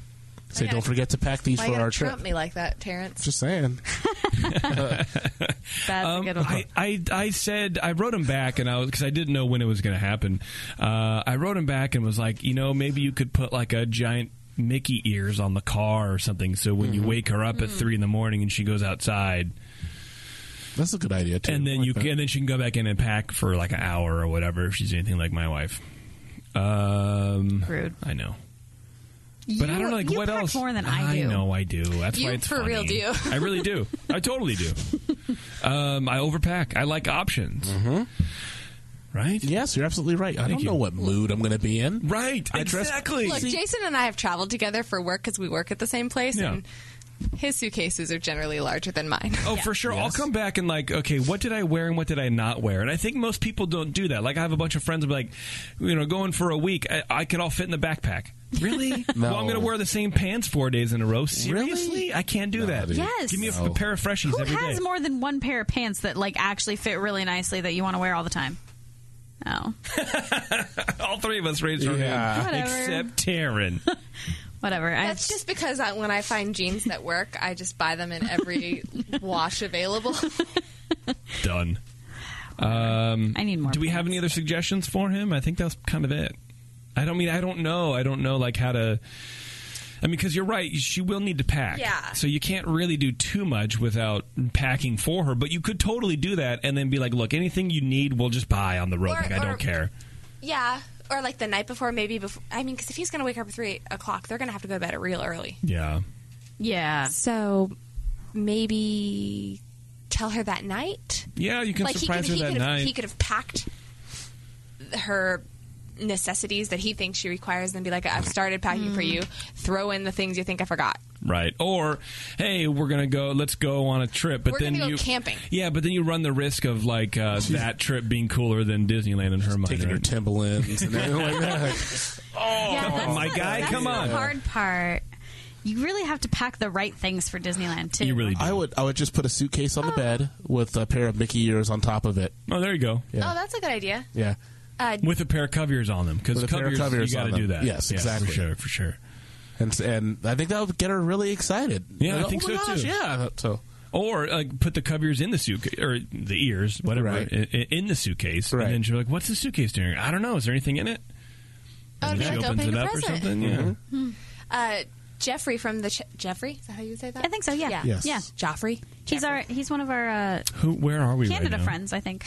Say, don't forget to pack these Why for you our gotta trip. trump me like that, Terrence? Just saying. That's a good one. Um, I, I, I said I wrote him back and I was because I didn't know when it was going to happen. Uh, I wrote him back and was like, you know, maybe you could put like a giant Mickey ears on the car or something. So when you wake her up at three in the morning and she goes outside, That's a good idea too. and I then like you that. can, and then she can go back in and pack for like an hour or whatever if she's anything like my wife. Um, Rude. I know. But I don't know, like you what pack else. more than I do. know I do. That's You why it's for funny. real do. I really do. I totally do. Um, I overpack. I like options. Mm-hmm. Right. Yes, you're absolutely right. I don't you. know what mood I'm going to be in. Right. I dress- exactly. Look, Jason and I have traveled together for work because we work at the same place, Yeah. and his suitcases are generally larger than mine. Oh, for sure. I'll come back and like, okay, what did I wear and what did I not wear? And I think most people don't do that. Like, I have a bunch of friends who are like, you know, going for a week, I, I could all fit in the backpack. Really? Well, I'm going to wear the same pants four days in a row. Seriously? I can't do that. dude. Yes. Give me a, a pair of freshies Who every day. has more than one pair of pants that like actually fit really nicely that you want to wear all the time? Oh, all three of us raised our Yeah. hand, Whatever. except Taryn. whatever. I- That's just because I, when I find jeans that work, I just buy them in every wash available. Done. I need more. Do we have any other suggestions for him? I think that's kind of it. I don't mean I don't know. I don't know like how to. I mean, because you're right. She will need to pack. Yeah. So you can't really do too much without packing for her. But you could totally do that and then be like, look, anything you need, we'll just buy on the road. Or- like I or- don't care. Yeah, or like the night before, maybe before. I mean, because if he's going to wake up at three o'clock, they're going to have to go to bed real early. Yeah. Yeah. So maybe tell her that night. Yeah, you can like he could, surprise he her that could have, night. he could have packed her necessities that he thinks she requires, and be like, "I've started packing for you. Throw in the things you think I forgot." Right. Or, hey, we're gonna go. Let's go on a trip. But We're then gonna go you camping. Yeah, but then you run the risk of like uh, that trip being cooler than Disneyland in her mind. Taking your right? Timberlands and everything like that. Yeah, that's Oh. my the- guy, that's come the on. hard part. You really have to pack the right things for Disneyland too. You really do. I would I would just put a suitcase on the bed with a pair of Mickey ears on top of it. oh, there you go. Oh, that's a good idea. Yeah. with a pair of cov ears on them because With a cov pair of ears, cov ears you got to on them. do that. Yes, Yeah, exactly. for sure, for sure. And and I think that would get her really excited. Yeah, I Like, think oh my so, gosh, too. Yeah. So Or like put the cov ears in the suitcase or the ears, whatever, Right. i- i- in the suitcase, Right. and then she's like, "What's the suitcase doing? I don't know. Is there anything in it?" Oh, And it'd be she opens like opening it a up or present. something. Yeah. Mm-hmm. Uh, Jeffrey from the Ch- Jeffrey. Is that how you say that? I think so. Yeah. Yeah. Yes. Yeah. Joffrey. He's our. He's one of our uh, Who? Where are we? Canada right now? friends. I think.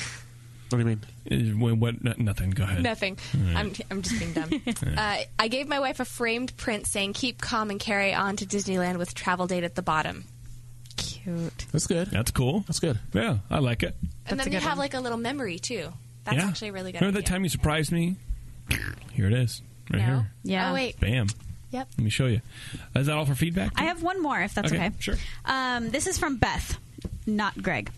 what do you mean? Uh, When, what? no- nothing. Go ahead. Nothing. Mm. I'm, I'm just being dumb. uh, I gave my wife a framed print saying, keep calm and carry on to Disneyland with travel date at the bottom. Cute. That's good. That's cool. That's good. Yeah, I like it. That's and then a you good have one. like a little memory too. That's yeah. actually a really good. Remember idea. that time you surprised me? Here it is, right No? here. Yeah. Oh, wait. Bam. Yep. Let me show you. Is that all for feedback? I have one more, if that's Okay, okay. sure. Um, this is from Beth, not Greg.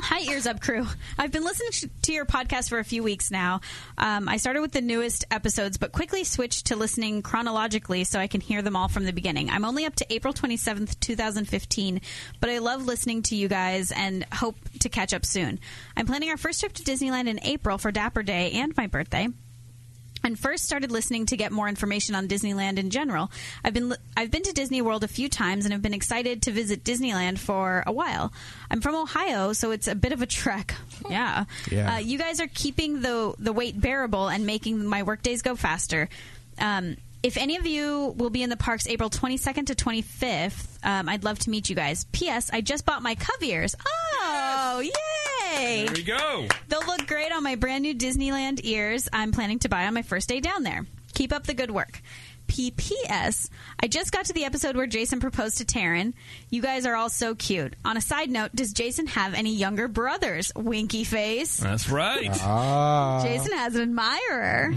Hi, Ears Up crew. I've been listening sh- to your podcast for a few weeks now. Um, I started with the newest episodes, but quickly switched to listening chronologically so I can hear them all from the beginning. I'm only up to April 27th, 2015, but I love listening to you guys and hope to catch up soon. I'm planning our first trip to Disneyland in April for Dapper Day and my birthday and first started listening to get more information on Disneyland in general. I've been I've been to Disney World a few times and have been excited to visit Disneyland for a while. I'm from Ohio, so it's a bit of a trek. Yeah. Yeah. Uh, you guys are keeping the the weight bearable and making my work days go faster. Um, if any of you will be in the parks April 22nd to 25th, um, I'd love to meet you guys. P.S. I just bought my Cove ears. Oh, yay! There we go. They'll look great on my brand new Disneyland ears I'm planning to buy on my first day down there. Keep up the good work. PPS, I just got to the episode where Jason proposed to Taryn. You guys are all so cute. On a side note, does Jason have any younger brothers? Winky face. That's right. Ah, Jason has an admirer.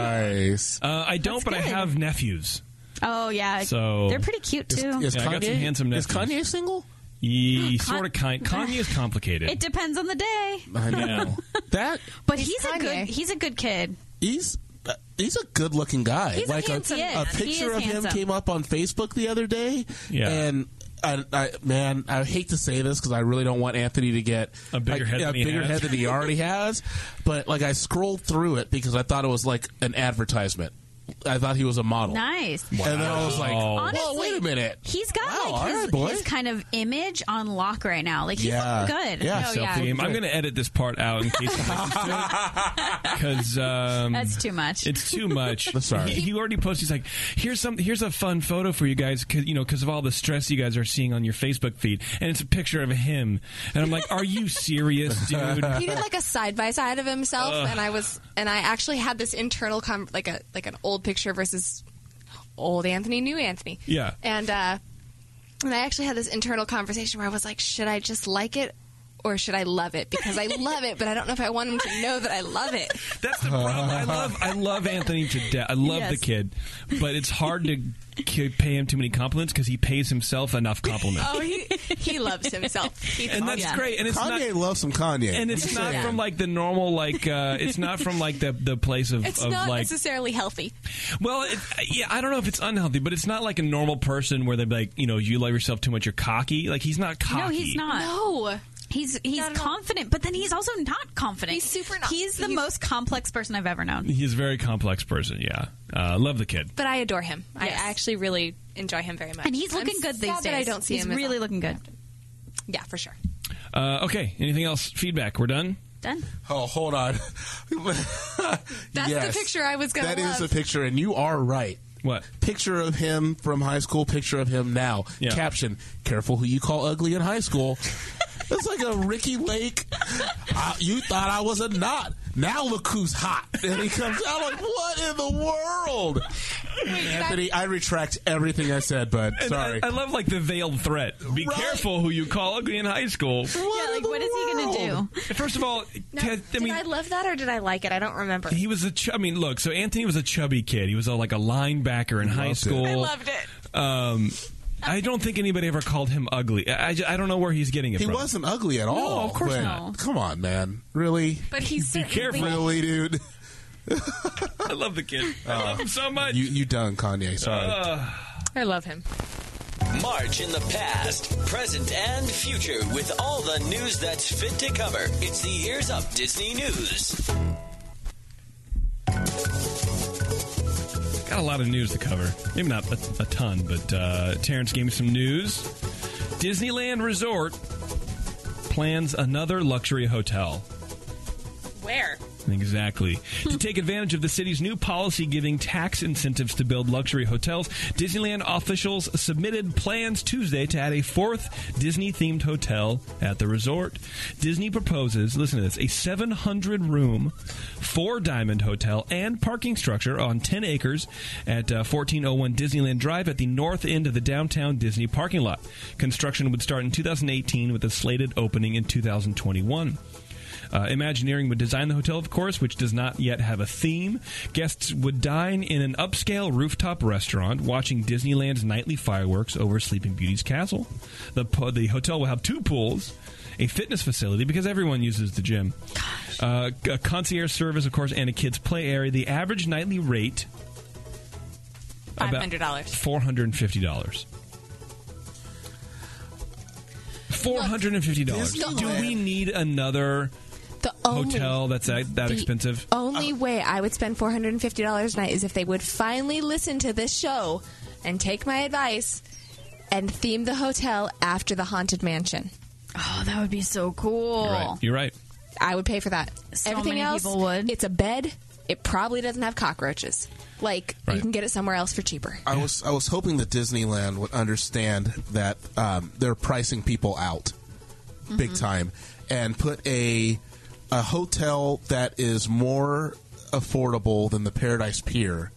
nice. Uh, I don't, but I good. have nephews. Oh, yeah. So- They're pretty cute, too. Is Yeah, I got some handsome is nephews. Kanye single? Ye, sort of kind. Kanye is complicated. it depends on the day. I know that But he's, a Kanye. good he's a good kid. he's uh, he's a good looking guy. He's a like handsome a, man. He picture is of him handsome. came up on Facebook the other day. Yeah. and. I, I, man, I hate to say this because I really don't want Anthony to get A bigger like, head a than he bigger has. head than he already has. But like, I scrolled through it because I thought it was like an advertisement. I thought he was a model, Nice. and then I was like, Wow. "Well, Honestly, wait a minute." He's got Wow, like all his, right, boy. his kind of image on lock right now. Like he's Yeah. looking good. Yeah. No, Selfie Selfie game. I'm going to edit this part out in case because um, That's too much. It's too much. Sorry. He, he already posted. He's like, here's some, here's a fun photo for you guys, 'cause, you know, because of all the stress you guys are seeing on your Facebook feed, and it's a picture of him, and I'm like, are you serious, dude? He did like a side by side of himself, and I was, and I actually had this internal com- like a like an old picture versus old Anthony, new Anthony. Yeah. and uh, and I actually had this internal conversation where I was like, should I just like it? Or should I love it? Because I love it, but I don't know if I want him to know that I love it. That's the problem. I love, I love Anthony to death. I love Yes. the kid, but it's hard to ki- pay him too many compliments because he pays himself enough compliments, Oh, he, he loves himself. He and that's yeah. great. And it's not. Kanye loves some Kanye, and it's not from like the normal like uh, it's not from like the the place of, It's of not like necessarily healthy. Well, it, yeah, I don't know if it's unhealthy, but it's not like a normal person where they're like, you know, you love yourself too much, you're cocky. Like he's not cocky. no, he's not. Oh, He's he's at all. confident, but then he's also not confident. He's super not- He's the he's- most complex person I've ever known. He's a very complex person. Yeah, uh, love the kid. but I adore him. Yes. I actually really enjoy him very much. And he's I'm looking good these sad days. That I don't see he's him. as really often. looking good. Yeah, for sure. Uh, okay, anything else? Feedback. We're done. Done. Oh, hold on. That's the picture I was gonna That is love. a picture, and you are right. What? Picture of him from high school. Picture of him now. Yeah. Caption: Careful who you call ugly in high school. That's like a Ricky Lake. I, you thought I was a knot. Now look who's hot. And he comes out like, what in the world? Anthony, I retract everything I said, bud. And Sorry. I, I love like the veiled threat. Be Right. careful who you call ugly in high school. what yeah, like in the what is he world? gonna do? First of all, Ted- I Did mean, I love that or did I like it? I don't remember. he was a. Ch- I mean, look. So Anthony was a chubby kid. He was a, like a linebacker in high it. school. I Loved it. Um, I don't think anybody ever called him ugly. I, I, ju- I don't know where he's getting it He from. wasn't ugly at all. of course but- not. Come on, man. Really? But he's Be careful. Really, dude? I love the kid. I love him so much. Uh, You you done, Kanye. Sorry. Uh, I love him. March in the past, present, and future with all the news that's fit to cover. It's the Ears Up Disney News. Got a lot of news to cover. Maybe not a, a ton, but uh, Terrence gave me some news. Disneyland Resort plans another luxury hotel. Where? Exactly. to take advantage of the city's new policy giving tax incentives to build luxury hotels, Disneyland officials submitted plans Tuesday to add a fourth Disney themed hotel at the resort. Disney proposes, listen to this, a 700 room, four diamond hotel and parking structure on 10 acres at uh, 1401 Disneyland Drive at the north end of the downtown Disney parking lot. Construction would start in 2018 with a slated opening in 2021. Uh, Imagineering would design the hotel, of course, which does not yet have a theme. Guests would dine in an upscale rooftop restaurant, watching Disneyland's nightly fireworks over Sleeping Beauty's castle. The, po- the hotel will have two pools a fitness facility because everyone uses the gym, uh, a concierge service, of course, and a kids' play area. The average nightly rate about $500. four hundred and fifty dollars. Four hundred and fifty dollars. Do Disneyland- we need another The only hotel that's that, that expensive? only way I would spend four hundred and fifty dollars a night is if they would finally listen to this show and take my advice and theme the hotel after the haunted mansion. Oh, that would be so cool. You're right. You're right. I would pay for that. So Everything many else, people would. it's a bed. It probably doesn't have cockroaches. Like Right. you can get it somewhere else for cheaper. I was I was hoping that Disneyland would understand that um, they're pricing people out big time and put a a hotel that is more affordable than the Paradise Pier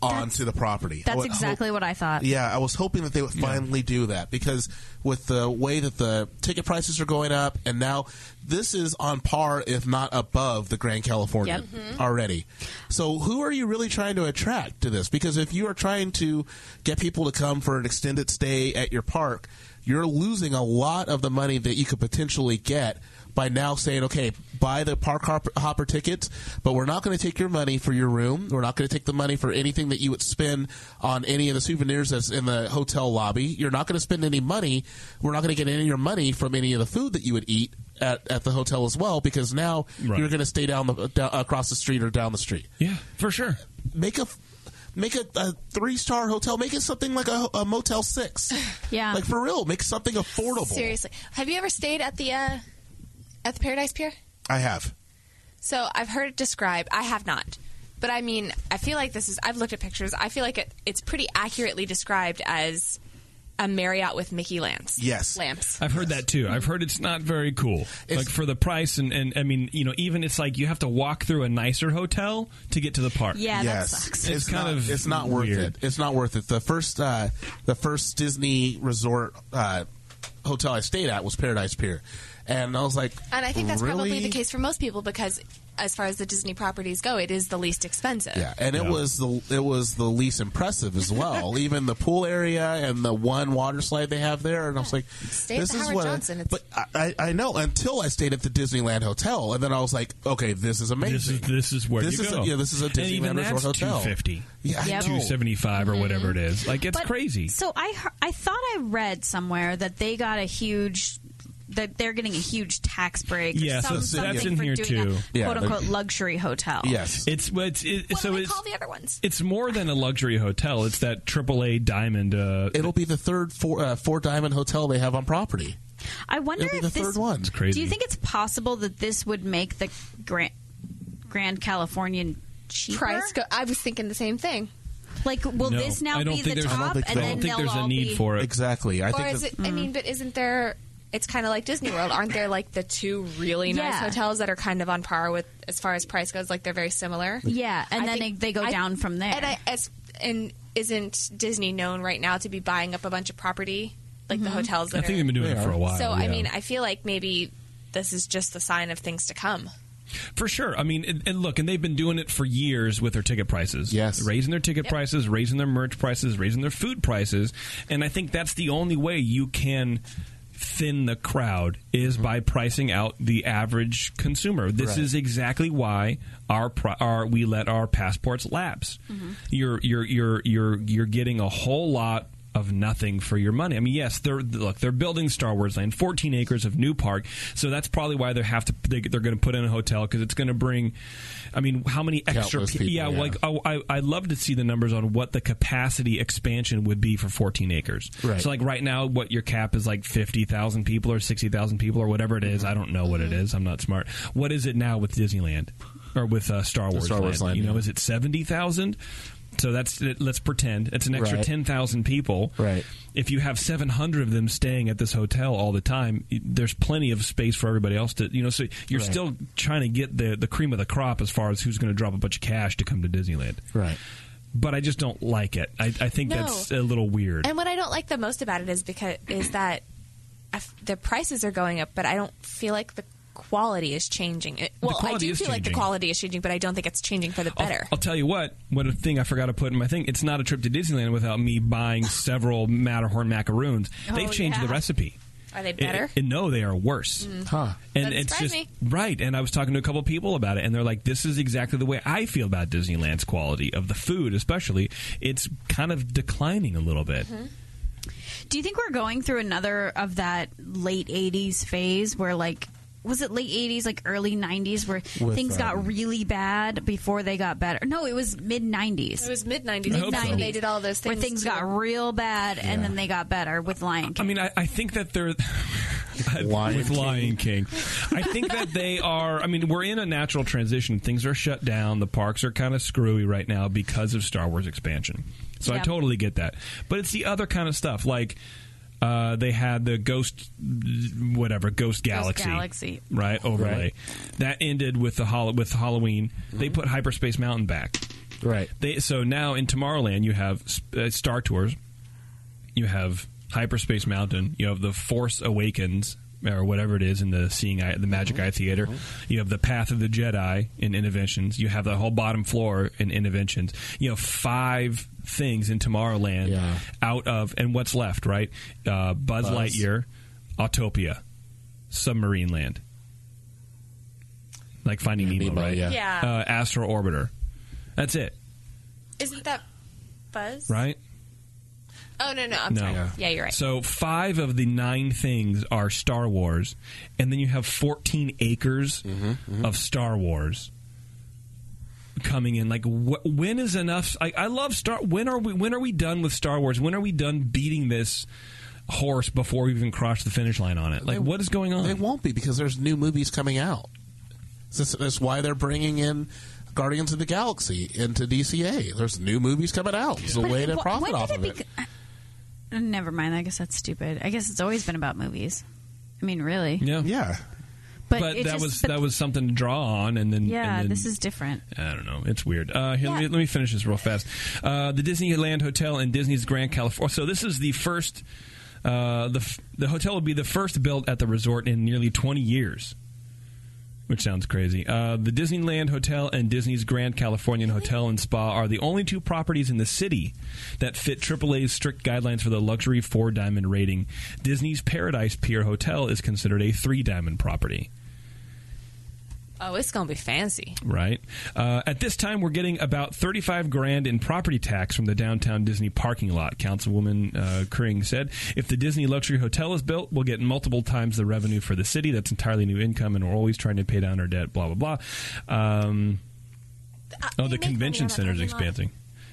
onto the property. I That's would hope- exactly what I thought. yeah, I was hoping that they would finally do that because with the way that the ticket prices are going up, and now this is on par, if not above, the Grand California Yep. already. So, who are you really trying to attract to this? Because if you are trying to get people to come for an extended stay at your park, you're losing a lot of the money that you could potentially get. By now saying, okay, buy the park hopper, hopper tickets, but we're not going to take your money for your room. We're not going to take the money for anything that you would spend on any of the souvenirs that's in the hotel lobby. You're not going to spend any money. We're not going to get any of your money from any of the food that you would eat at, at the hotel as well, because now Right. you're going to stay down the down, across the street or down the street. Yeah, for sure. Make a f- make a, a three star hotel. Make it something like a, a Motel Six. Yeah. like for real. Make something affordable. Seriously, have you ever stayed at the uh, at the Paradise Pier? I have. So I've heard it described. I have not, But I mean, I feel like this is. I've looked at pictures. I feel like it, it's pretty accurately described as a Marriott with Mickey Lance. Yes. Lamps. I've heard that too. I've heard it's not very cool. like for the price, and, and I mean, you know, even it's like you have to walk through a nicer hotel to get to the park. Yeah, yes, that sucks. it's, It's kind not, of it's not worth weird. it. It's not worth it. The first uh, the first Disney resort uh, hotel I stayed at was Paradise Pier, and I was like, And I think that's probably "Really?" the case for most people because, as far as the Disney properties go, it is the least expensive. Yeah, and it was the it was the least impressive as well. Even the pool area and the one water slide they have there, and I was like, at "This the is Howard what." I- Johnson, it's- but I, I I know until I stayed at the Disneyland Hotel, and then I was like, "Okay, this is amazing. This is this is where This you is go. a- yeah, this is a and even Disneyland that's Resort hotel. Two fifty. Yeah, I Yep. know. Two seventy five or whatever it is. Like it's But- crazy. So I hear- I thought I read somewhere that they got a huge that they're getting a huge tax break. or Yeah, so- some- so that's something in for here doing too. A, Yeah, quote unquote like- luxury hotel. Yes, It's well, it's it, What so do they it's call the other ones? it's more than a luxury hotel. It's that AAA diamond. Uh, it'll be the third four uh, four diamond hotel they have on property. I wonder It'll be if the this third one. It's crazy. Do you think it's possible that this would make the Grand Grand Californian cheaper? price go. I was thinking the same thing. Like, will no, this now I don't be think the there's, I don't top, think, and I don't then think they'll there's all a need be for it. Exactly. I Or think is that- it? I mean, but isn't there? It's kind of like Disney World. Aren't there like the two really nice Yeah. hotels that are kind of on par with as far as price goes? Like they're very similar. Yeah, and I then think- they, they go I- down from there. And I, as and isn't Disney known right now to be buying up a bunch of property, like the hotels I that think are. they've been doing it Yeah. for a while. so I yeah. mean, I feel like maybe this is just the sign of things to come. For sure. I mean, and, and look, and they've been doing it for years with their ticket prices. Yes. Raising their ticket prices, raising their merch prices, raising their food prices. And I think that's the only way you can thin the crowd Mm-hmm. is by pricing out the average consumer. This is exactly why our, pri- our we let our passports lapse. Mm-hmm. You're you're you're you're you're getting a whole lot of nothing for your money. I mean, yes, they're look, they're building Star Wars Land, 14 acres of new park. So that's probably why they have to they, they're going to put in a hotel because it's going to bring. I mean, how many extra? Countless pe- people, yeah, yeah. like oh, I I love to see the numbers on what the capacity expansion would be for 14 acres. Right. So like right now, what your cap is like 50,000 people or 60,000 people or whatever it is. I don't know what it is. I'm not smart. What is it now with Disneyland or with uh, Star Wars? Star Wars Land, You know, yeah. is it 70,000? So that's let's pretend it's an extra Right. 10,000 people Right. if you have 700 of them staying at this hotel all the time, y- there's plenty of space for everybody else to, you know, so you're Right. still trying to get the, the cream of the crop as far as who's going to drop a bunch of cash to come to Disneyland. right. But I just don't like it. I, I think No. that's a little weird. And what I don't like the most about it is because is that I f- the prices are going up, but I don't feel like the quality is changing. It, well, I quality do is feel like the changing. Oh, quality is changing, but I don't think it's changing for the I'll- better. I'll, tell you what. What a thing I forgot to put in my thing. It's not a trip to Disneyland without me buying several Matterhorn macaroons. They've changed the Oh, yeah. recipe. Are they It- better? it- no, they are worse. Huh. And Doesn't it's surprise just me. right. And I was talking to a couple people about it, and they're like, "This is exactly the way I feel about Disneyland's quality of the food, especially. It's kind of declining a little Mm-hmm. bit. Do you think we're going through another of that late '80s phase where, like, was it late '80s, like early '90s, where With, things got um, really bad before they got better? No, it was mid '90s. It was mid nineties. I hope so. when They did all those Where things. things to- got real bad and then they got better with Lion I King. mean, I, I think that they're Lion with King. Lion King. I think that they are. I mean, we're in a natural transition. Things are shut down. The parks are kind of screwy right now because of Star Wars expansion. So I Yeah. totally get that. But it's the other kind of stuff like. Uh, they had the ghost, whatever, ghost galaxy, Galaxy. right overlay, that ended with the hol- with Halloween. Mm-hmm. They put hyperspace mountain back. Right. They so now in Tomorrowland you have uh, Star Tours, you have Hyperspace Mountain, you have the Force Awakens or whatever it is in the Seeing Eye, the Magic Mm-hmm. Eye Theater. You have the Path of the Jedi in Interventions. You have the whole bottom floor in Interventions. You have five things in Tomorrowland Yeah. out of and what's left right? Uh, Buzz, Buzz. Lightyear, Autopia, Submarine Land. Like Finding Nemo, Nemo, right? yeah. Yeah. Uh, Astro Orbiter. That's it Isn't that Buzz? right? Oh no, no, I'm No. sorry. Yeah. Yeah. you're right. So five of the nine things are Star Wars, and then you have 14 acres Mm-hmm, of Star Wars coming in. Like, wh- when is enough? I, I love Star. When are we? When are we done with Star Wars? When are we done beating this horse before we even cross the finish line on it? Like, what is going They on? won't be because there's new movies coming out. That's, that's why they're bringing in Guardians of the Galaxy into DCA. There's new movies coming out. It's a But way to wh- profit when off did of it. bec- Uh, Never mind. I guess that's stupid. I guess it's always been about movies. I mean, really. Yeah. yeah. But But, that it just, was but- that was something to draw on, and then Yeah, and then- this is different. I don't know. It's weird. Uh, here, let, me, Yeah. let me finish this real fast. Uh, the Disneyland Hotel in Disney's Grand California. So this is the first. Uh, the f- the hotel will be the first built at the resort in nearly 20 years, which sounds crazy. Uh, the Disneyland Hotel and Disney's Grand Californian Hotel and Spa are the only two properties in the city that fit AAA's strict guidelines for the luxury four diamond rating. Disney's Paradise Pier Hotel is considered a three diamond property. Oh, it's gonna be fancy. Right. Uh, at this time, we're getting about thirty-five grand in property tax from the downtown Disney parking lot. Councilwoman uh, Kring said, "If the Disney luxury hotel is built, we'll get multiple times the revenue for the city. That's entirely new income, and we're always trying to pay down our debt." Blah blah blah. Um, oh, the they Uh, make money convention on that center is parking lot. expanding.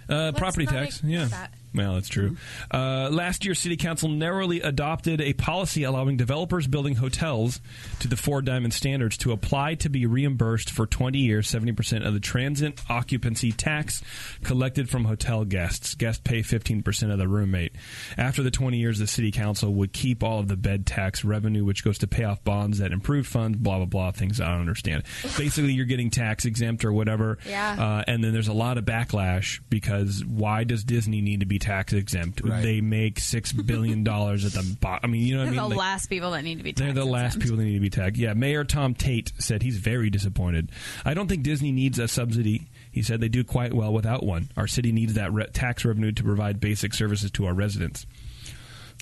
Uh, property not tax, make yeah. that. Well, that's true. Uh, last year, City Council narrowly adopted a policy allowing developers building hotels to the Four Diamond standards to apply to be reimbursed for 20 years 70% of the transient occupancy tax collected from hotel guests. Guests pay 15% of the roommate. After the 20 years, the City Council would keep all of the bed tax revenue, which goes to pay off bonds that improve funds, blah, blah, blah, things I don't understand. Basically, you're getting tax exempt or whatever. Yeah. Uh, and then there's a lot of backlash because why does Disney need to be tax exempt? Right. They make six billion dollars at the bottom. I mean, you know what I They're mean? the Like, last people that need to be. they're the taxed last exempt. people that need to be tagged. Yeah, Mayor Tom Tate said he's very disappointed. I don't think Disney needs a subsidy. He said they do quite well without one. Our city needs that re- tax revenue to provide basic services to our residents.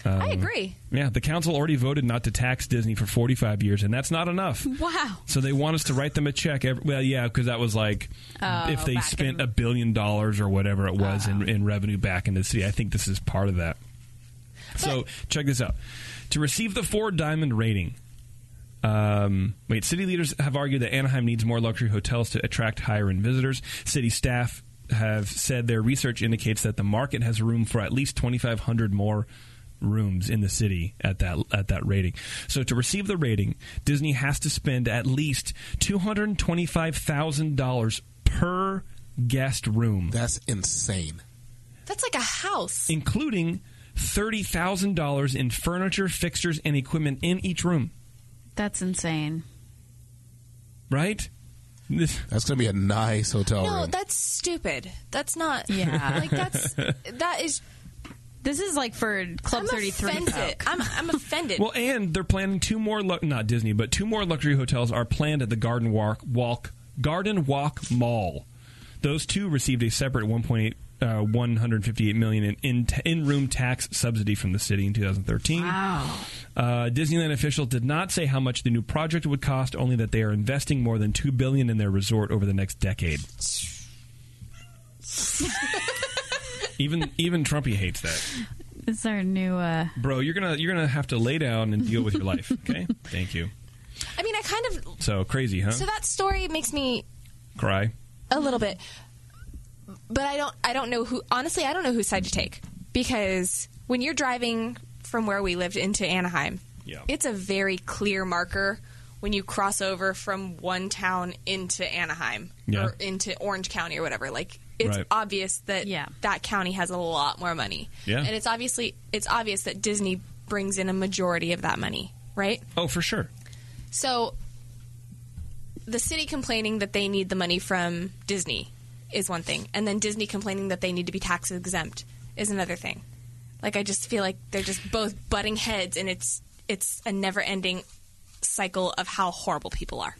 I agree. Yeah, the council already voted not to tax Disney for 45 years, and that's not enough. Wow. So they want us to write them a check. Every, well, yeah, because that was like if they Oh, back spent in- Ah. a billion dollars or whatever it was in, in revenue back in the city. I think this is part of that. So check this out. To receive the four diamond rating, um, wait, city leaders have argued that Anaheim needs more luxury hotels to attract higher end visitors. City staff have said their research indicates that the market has room for at least 2,500 more rooms in the city at that at that rating. So to receive the rating, Disney has to spend at least $225,000 per guest room, That's insane. That's like a house. including $30,000 in furniture, fixtures and equipment in each room, That's insane. right? This That's going to be a nice hotel No, room. that's stupid. That's not. Yeah. Like that's that is This is like for Club I'm 33. offended. folk. I'm, I'm offended. Well, and they're planning two more, lu- not Disney, but two more luxury hotels are planned at the Garden Walk, Walk Garden Walk Mall. Those two received a separate 1.8. Uh, 158 million in in, in room tax subsidy from the city in 2013. Wow. Oh. Uh, Disneyland officials did not say how much the new project would cost, only that they are investing more than 2 billion in their resort over the next decade. even even Trumpy hates that. This is our new. Uh, Bro, you're going to you're going to have to lay down and deal with your life, okay? Thank you. I mean, I kind of. So crazy, huh? So that story makes me Cry. a little bit, but I don't. I don't know who. Honestly, I don't know whose side to take because when you're driving from where we lived into Anaheim, Yeah. it's a very clear marker when you cross over from one town into Anaheim Yeah. or into Orange County or whatever. Like it's Right. obvious that Yeah. that county has a lot more money. Yeah. And it's obviously it's obvious that Disney brings in a majority of that money, right? Oh, for sure. So the city complaining that they need the money from Disney is one thing, and then Disney complaining that they need to be tax exempt is another thing. Like I just feel like they're just both butting heads and it's it's a never-ending cycle of how horrible people are.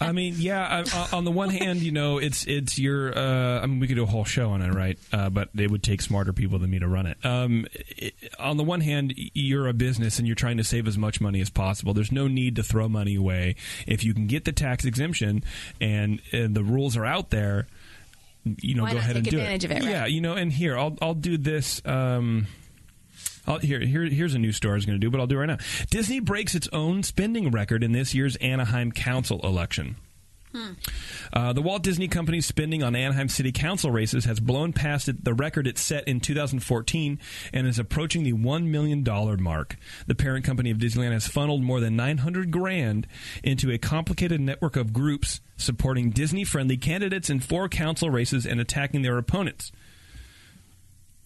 I mean, yeah. I, I- on the one hand, you know, it's it's your. Uh, I mean, we could do a whole show on it, right? Uh, but it would take smarter people than me to run it. Um, it. On the one hand, y- you're a business and you're trying to save as much money as possible. There's no need to throw money away if you can get the tax exemption and, and the rules are out there. You know, Why go not ahead take and do advantage it. of it, right? Yeah, you know, and here I'll I'll do this. Um, I'll, Oh, here, here, here's a new story I was going to do, but I'll do it right now. Disney breaks its own spending record in this year's Anaheim Council election. Uh, the Walt Disney Company's spending on Anaheim City Council races has blown past it, the record it set in 2014 and is approaching the $1 million mark. The parent company of Disneyland has funneled more than 900 grand into a complicated network of groups supporting Disney friendly candidates in four council races and attacking their opponents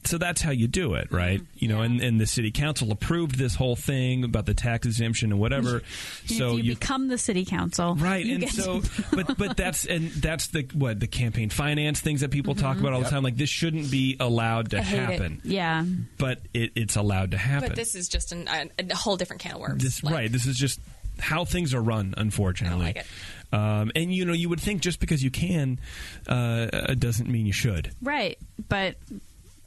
so that's how you do it, right? Mm-hmm. You know, and, and the city council approved this whole thing about the tax exemption and whatever. so you, you, become the city council, right, You and get so, to- but but that's and that's the what the campaign finance things that people talk about all the time. Like this shouldn't be allowed to Mm-hmm. hate it. happen, yeah, but it, it's allowed to happen. But this is just an, a, a whole different can of worms. This- Like, right. This is just how things are run, unfortunately. I don't like Um, and you know, you would think just because you can uh, uh, doesn't mean you should. right. But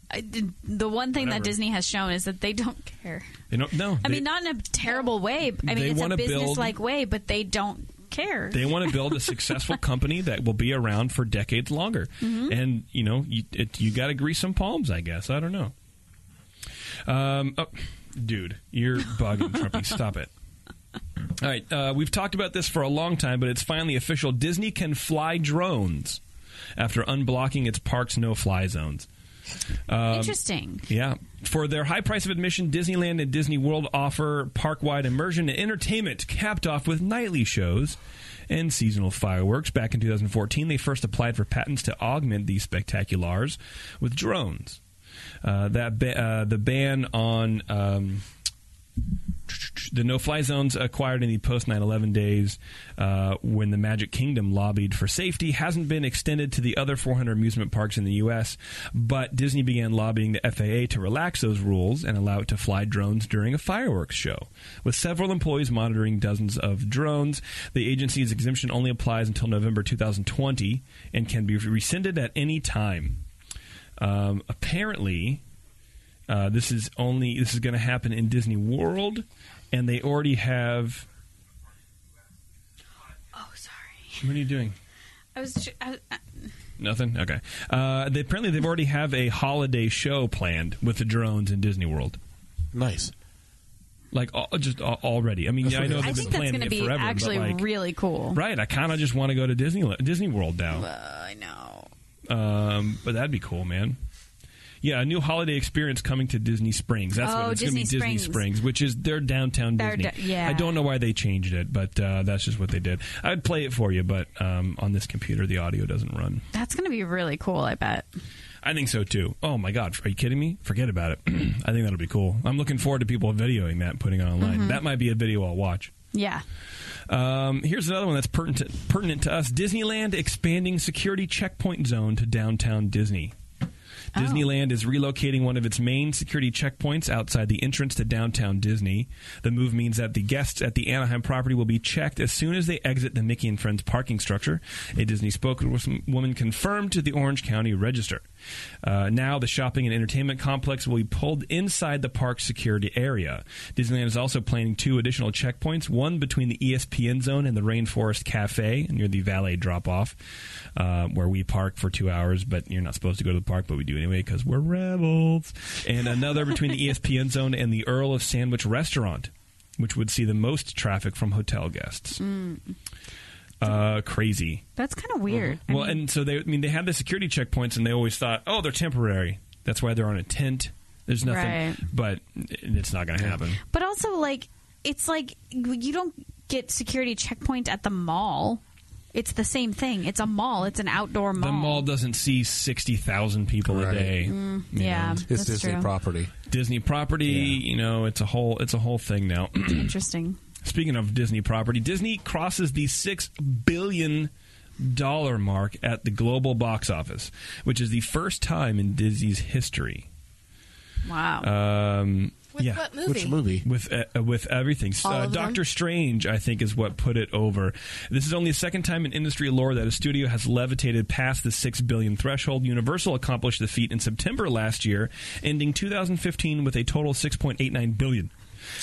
I, did- the one thing Whatever. that Disney has shown is that they don't care. You know, no. I they- mean, not in a terrible way. I They mean, it's wanna a build- business-like way, but they don't care. They want to build a successful company that will be around for decades longer. And you know, you, it, you got to grease some palms, I guess. I don't know. Um, oh, dude, you're bugging Trumpy. Stop it. All right, uh, we've talked about this for a long time, but it's finally official. Disney can fly drones after unblocking its park's no-fly zones. um, Interesting. Yeah. For their high price of admission, Disneyland and Disney World offer park wide immersion and entertainment, capped off with nightly shows and seasonal fireworks. Back in 2014, they first applied for patents to augment these spectaculars with drones. Uh, that ba- uh, the ban on um, the no-fly zones acquired in the post 9/11 days, uh, when the Magic Kingdom lobbied for safety, hasn't been extended to the other 400 amusement parks in the U.S. But Disney began lobbying the FAA to relax those rules and allow it to fly drones during a fireworks show. With several employees monitoring dozens of drones, the agency's exemption only applies until November 2020 and can be rescinded at any time. Um, apparently, uh, this is only this is going to happen in Disney World, and they already have. Oh, sorry. What are you doing? I was. ju- I, I, Nothing. Okay. Uh, they apparently they've already have a holiday show planned with the drones in Disney World. Nice. Like all, just al- already. I mean, yeah, I know I they've been think that's planning going to it be forever. but, actually like, really cool. Uh, right. I kind of just want to go to Disney Disney World now. I know. Um, but that'd be cool, man. Yeah, a new holiday experience coming to Disney Springs. That's Oh, what it's going to be. Disney Disney Springs. Springs, which is their downtown Their Disney. da- yeah. I don't know why they changed it, but uh, that's just what they did. I'd play it for you, but um, on this computer, the audio doesn't run. That's going to be really cool. I bet. I think so too. Oh my God, are you kidding me? Forget about it. I think that'll be cool. I'm looking forward to people videoing that and putting it online. Mm-hmm. That might be a video I'll watch. Yeah. Um, here's another one that's pertinent pertinent to us. Disneyland expanding security checkpoint zone to downtown Disney. Disneyland is relocating one of its main security checkpoints outside the entrance to downtown Disney. The move means that the guests at the Anaheim property will be checked as soon as they exit the Mickey and Friends parking structure, a Disney spokeswoman confirmed to the Orange County Register. Uh, now, the shopping and entertainment complex will be pulled inside the park security area. Disneyland is also planning two additional checkpoints one between the E ESPN zone and the Rainforest Cafe near the valet drop off, uh, where we park for two hours, but you're not supposed to go to the park, but we do anyway because we're rebels. And another between the E ESPN zone and the Earl of Sandwich restaurant, which would see the most traffic from hotel guests. Uh, crazy. That's kind of weird. I Uh-huh. Well, mean, and so they, I mean, they had the security checkpoints, and they always thought, oh, they're temporary. That's why they're on a tent. There's nothing, Right. but it's not going to happen. but also like it's like you don't get security checkpoint at the mall. It's the same thing. It's a mall. It's an outdoor mall. The mall doesn't see sixty thousand people a Right. day. you Yeah, know. It's that's Disney true. property. Disney property. You know, it's a whole, it's a whole thing now. Interesting. Speaking of Disney property, Disney crosses the six billion dollar mark at the global box office, which is the first time in Disney's history. Wow. Um, With yeah. what movie? Which movie? with uh, with everything. All Uh, of them? Doctor Strange, I think, is what put it over. This is only the second time in industry lore that a studio has levitated past the six billion threshold. Universal accomplished the feat in September last year, ending 2015 with a total 6.89 billion.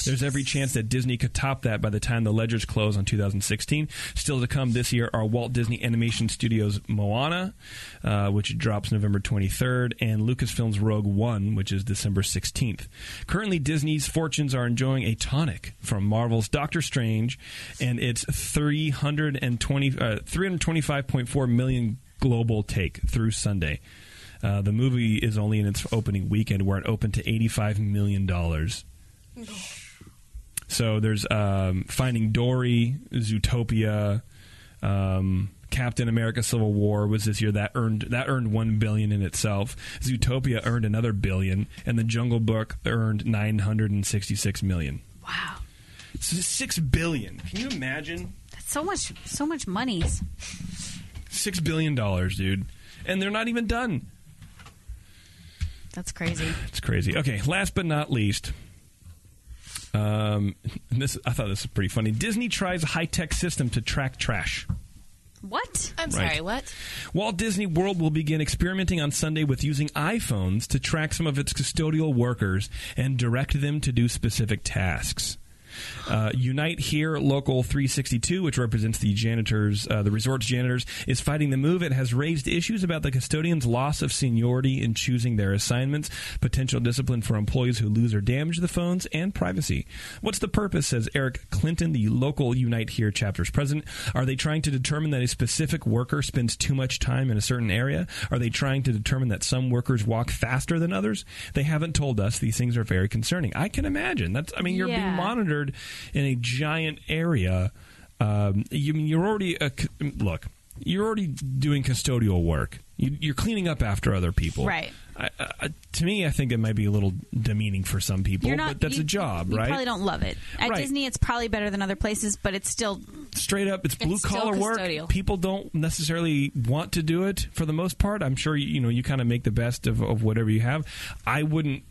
There's every chance that Disney could top that by the time the ledgers close on 2016. Still to come this year are Walt Disney Animation Studios' Moana, uh, which drops November 23rd, and Lucasfilm's Rogue One, which is December 16th. Currently, Disney's fortunes are enjoying a tonic from Marvel's Doctor Strange and its 320, uh, 325.4 million global take through Sunday. Uh, the movie is only in its opening weekend, where it opened to $85 million. So there's um, Finding Dory, Zootopia, um, Captain America: Civil War was this year that earned that earned one billion in itself. Zootopia earned another billion, and The Jungle Book earned nine hundred and sixty-six million. wow. So six billion. Can you imagine? That's so much. So much monies. Six billion dollars, dude. And they're not even done. That's crazy. It's crazy. Okay, last but not least. Um, this I thought this was pretty funny. Disney tries high tech system to track trash. What? I'm Right. sorry, what? Walt Disney World will begin experimenting on Sunday with using iPhones to track some of its custodial workers and direct them to do specific tasks. Uh, Unite Here Local 362, which represents the janitors, uh, the resort's janitors, is fighting the move. It has raised issues about the custodian's loss of seniority in choosing their assignments, potential discipline for employees who lose or damage the phones, and privacy. What's the purpose? Says Eric Clinton, the local Unite Here chapter's president. Are they trying to determine that a specific worker spends too much time in a certain area? Are they trying to determine that some workers walk faster than others? They haven't told us. These things are very concerning. I can imagine. That's. I mean, you're being Yeah. monitored monitored in a giant area, um, you I mean you're already a, c- look. You're already doing custodial work. You, you're cleaning up after other people, Right. I, I, to me, I think it might be a little demeaning for some people, You're not. but that's you- a job, you right? Probably don't love it. At Right. Disney, it's probably better than other places, but it's still Straight up, it's blue still collar work. custodial. People don't necessarily want to do it for the most part. I'm sure you, you know you kind of make the best of, of whatever you have. I wouldn't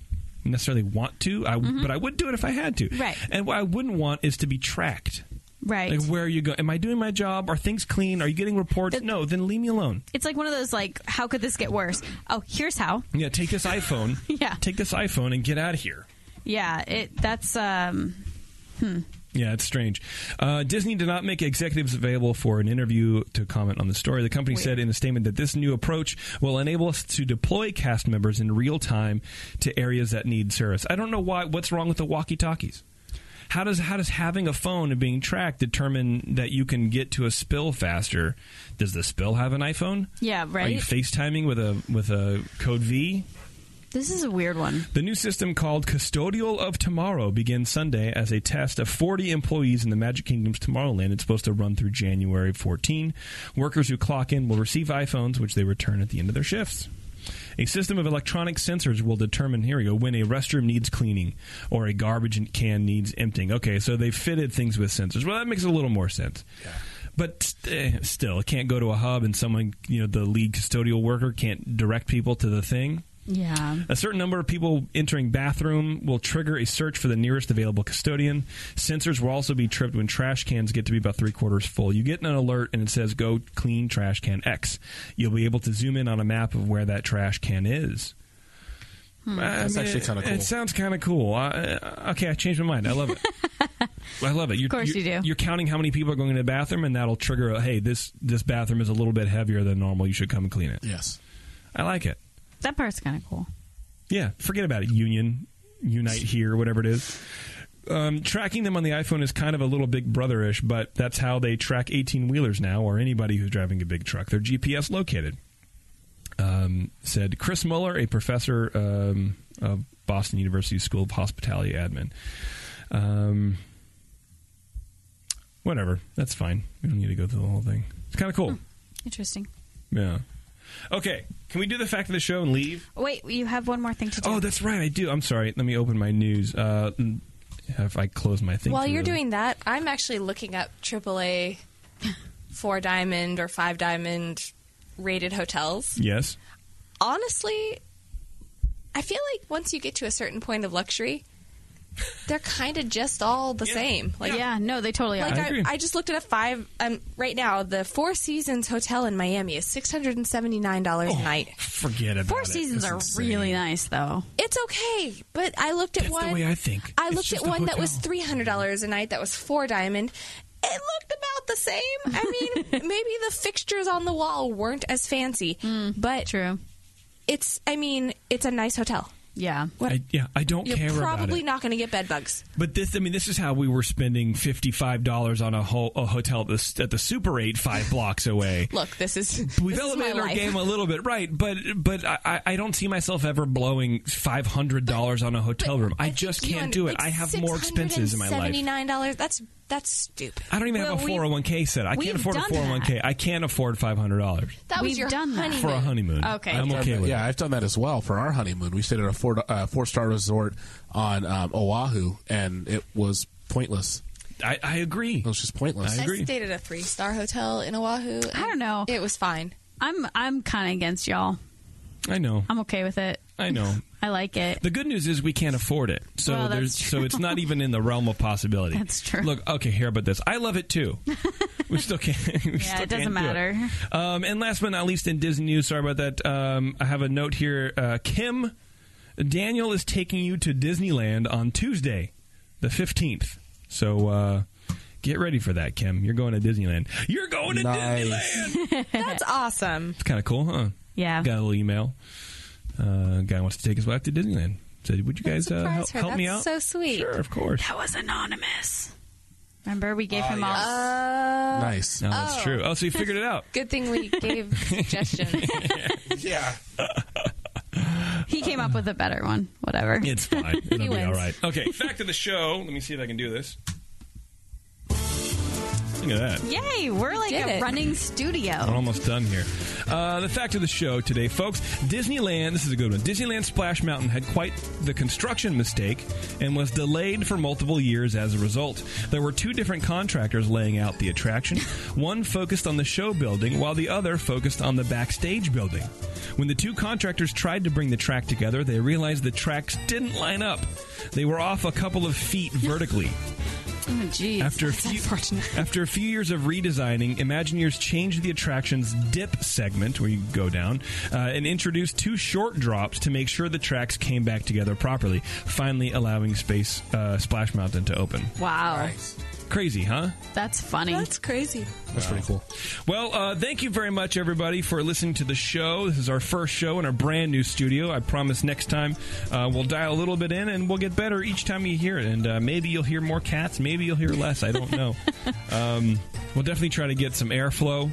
necessarily want to, I, but I would do it if I had to. Mm-hmm. Right. And what I wouldn't want is to be tracked. right. Like, where are you going? Am I doing my job? Are things clean? Are you getting reports? It- no, then leave me alone. it's like one of those like, how could this get worse? Oh, here's how. Yeah, take this iPhone. Yeah. Take this iPhone and get out of here. Yeah. It. That's um. Yeah, it's strange. Uh, Disney did not make executives available for an interview to comment on the story. The company said in a statement that this new approach will enable us to deploy cast members in real time to areas that need service. I don't know why. What's wrong with the walkie-talkies? How does how does having a phone and being tracked determine that you can get to a spill faster? Does the spill have an iPhone? Yeah. Are you Right. FaceTiming with a with a code V? this is a weird one. The new system called Custodial of Tomorrow begins Sunday as a test of 40 employees in the Magic Kingdom's Tomorrowland. It's supposed to run through January 14. Workers who clock in will receive iPhones, which they return at the end of their shifts. A system of electronic sensors will determine here we go when a restroom needs cleaning or a garbage can needs emptying. Okay, so they fitted things with sensors. Well, that makes a little more sense. But st- eh, still, it can't go to a hub and someone, you know, the lead custodial worker can't direct people to the thing. Yeah. A certain number of people entering bathroom will trigger a search for the nearest available custodian. Sensors will also be tripped when trash cans get to be about three quarters full. You get an alert and it says go clean trash can X. You'll be able to zoom in on a map of where that trash can is. That's actually kinda cool. It sounds kind of cool. I- I- okay, I changed my mind. I love it. I love it. You're, of course you're, you do. You're counting how many people are going to the bathroom, and that'll trigger. A, hey, this this bathroom is a little bit heavier than normal. You should come and clean it. Yes. I like it. That part's kind of cool. Yeah, forget about it. Union, unite here, whatever it is. Um, tracking them on the iPhone is kind of a little big brotherish, but that's how they track 18 wheelers now, or anybody who's driving a big truck. They're GPS located. Um, said Chris Muller, a professor um, of Boston University School of Hospitality Admin. Um, whatever, that's fine. We don't need to go through the whole thing. It's kind of cool. Interesting. Yeah. Okay, can we do the fact of the show and leave? Wait, you have one more thing to do. Oh, that's right. I do. I'm sorry. Let me open my news. Uh, if I close my thing. While for you're the- doing that, I'm actually looking up AAA four diamond or five diamond rated hotels. Yes. Honestly, I feel like once you get to a certain point of luxury, they're kind of just all the same. Like, Oh, yeah, no, they totally like are. I agree. I, I, just looked at a five. Um, right now, the Four Seasons hotel in Miami is six hundred and seventy nine dollars Oh. a night. Forget about Four it. seasons are really nice, though. It's okay, but I looked at That's one. the way I think. I It's looked at just a one that was hotel. three hundred dollars a night. That was four diamond. It looked about the same. I mean, maybe the fixtures on the wall weren't as fancy, Hmm. but True. it's. I mean, it's a nice hotel. Yeah. I, yeah, I don't You're care about probably it. not going to get bed bugs. But this, I mean, this is how we were spending fifty-five dollars on a, ho- a hotel at the, at the Super Eight five blocks away. Look, this is We've this is my elevated our life. game a little bit, right? But but I- I, I don't see myself ever blowing five hundred dollars on a hotel room. I, just can't do it. I have more expenses in my life. Seventy nine dollars. That's that's stupid. I don't even have Well, a we've- four hundred one k set. I can't we've afford a done four hundred one k. I can't afford five hundred dollars That We've was your done that. honeymoon. for a honeymoon. Okay. I'm okay with. it. Yeah, I've done that as well for our honeymoon. We stayed at a four uh, four star resort on um, Oahu, and it was pointless. I, I agree. It was just pointless. I agree. I stayed at a three star hotel in Oahu. I don't know. It was fine. I'm I'm kind of against y'all. I know. I'm okay with it. I know. I like it. The good news is we can't afford it, so Well, there's that's so it's not even in the realm of possibility. That's true. Look, okay, here about this. I love it too. We still can't. we yeah, still can't it doesn't do matter. Um, and last but not least, in Disney news, sorry about that. Um, I have a note here. Uh, Kim, Daniel is taking you to Disneyland on Tuesday, the fifteenth. So uh, get ready for that, Kim. You're going to Disneyland. You're going to Nice. Disneyland. That's awesome. It's kind of cool, huh? Yeah. Got a little email. Uh, guy wants to take his wife to Disneyland. Said, "Would you guys uh, help, Surprise her. help me That's out?" So sweet. Sure, of course. That was anonymous. Remember, we Oh, gave him all. nice. No, that's true. Oh, so you figured it out. Good thing we gave suggestions. Yeah. He came up with a better one. Whatever. It's fine. It'll be wins. all right. Okay, back to the show. Let me see if I can do this. Look at that. Yay! We're like did a it. running studio. We're almost done here. Uh, the fact of the show today, folks Disneyland, this is a good one. Disneyland Splash Mountain had quite the construction mistake and was delayed for multiple years as a result. There were two different contractors laying out the attraction. One focused on the show building, while the other focused on the backstage building. When the two contractors tried to bring the track together, they realized the tracks didn't line up. They were off a couple of feet vertically. Oh, jeez. After a, few, after a few years of redesigning, Imagineers changed the attraction's dip segment, where you go down, uh, and introduced two short drops to make sure the tracks came back together properly, finally allowing Space uh, Splash Mountain to open. wow, Crazy, huh? that's funny. That's crazy. That's pretty cool. Well, uh, thank you very much, everybody, for listening to the show. This is our first show in our brand new studio. I promise next time uh, we'll dial a little bit in and we'll get better each time you hear it. And uh, maybe you'll hear more cats, maybe you'll hear less. I don't know. um, we'll definitely try to get some airflow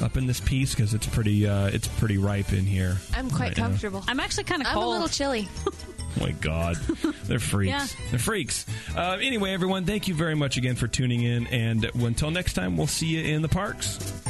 up in this piece because it's pretty uh, it's pretty ripe in here. I'm quite right now. comfortable. I'm actually kind of I'm cold. a little chilly. Oh my God, they're freaks. Yeah. They're freaks. Uh, anyway, everyone, thank you very much again for tuning in. And until next time, we'll see you in the parks.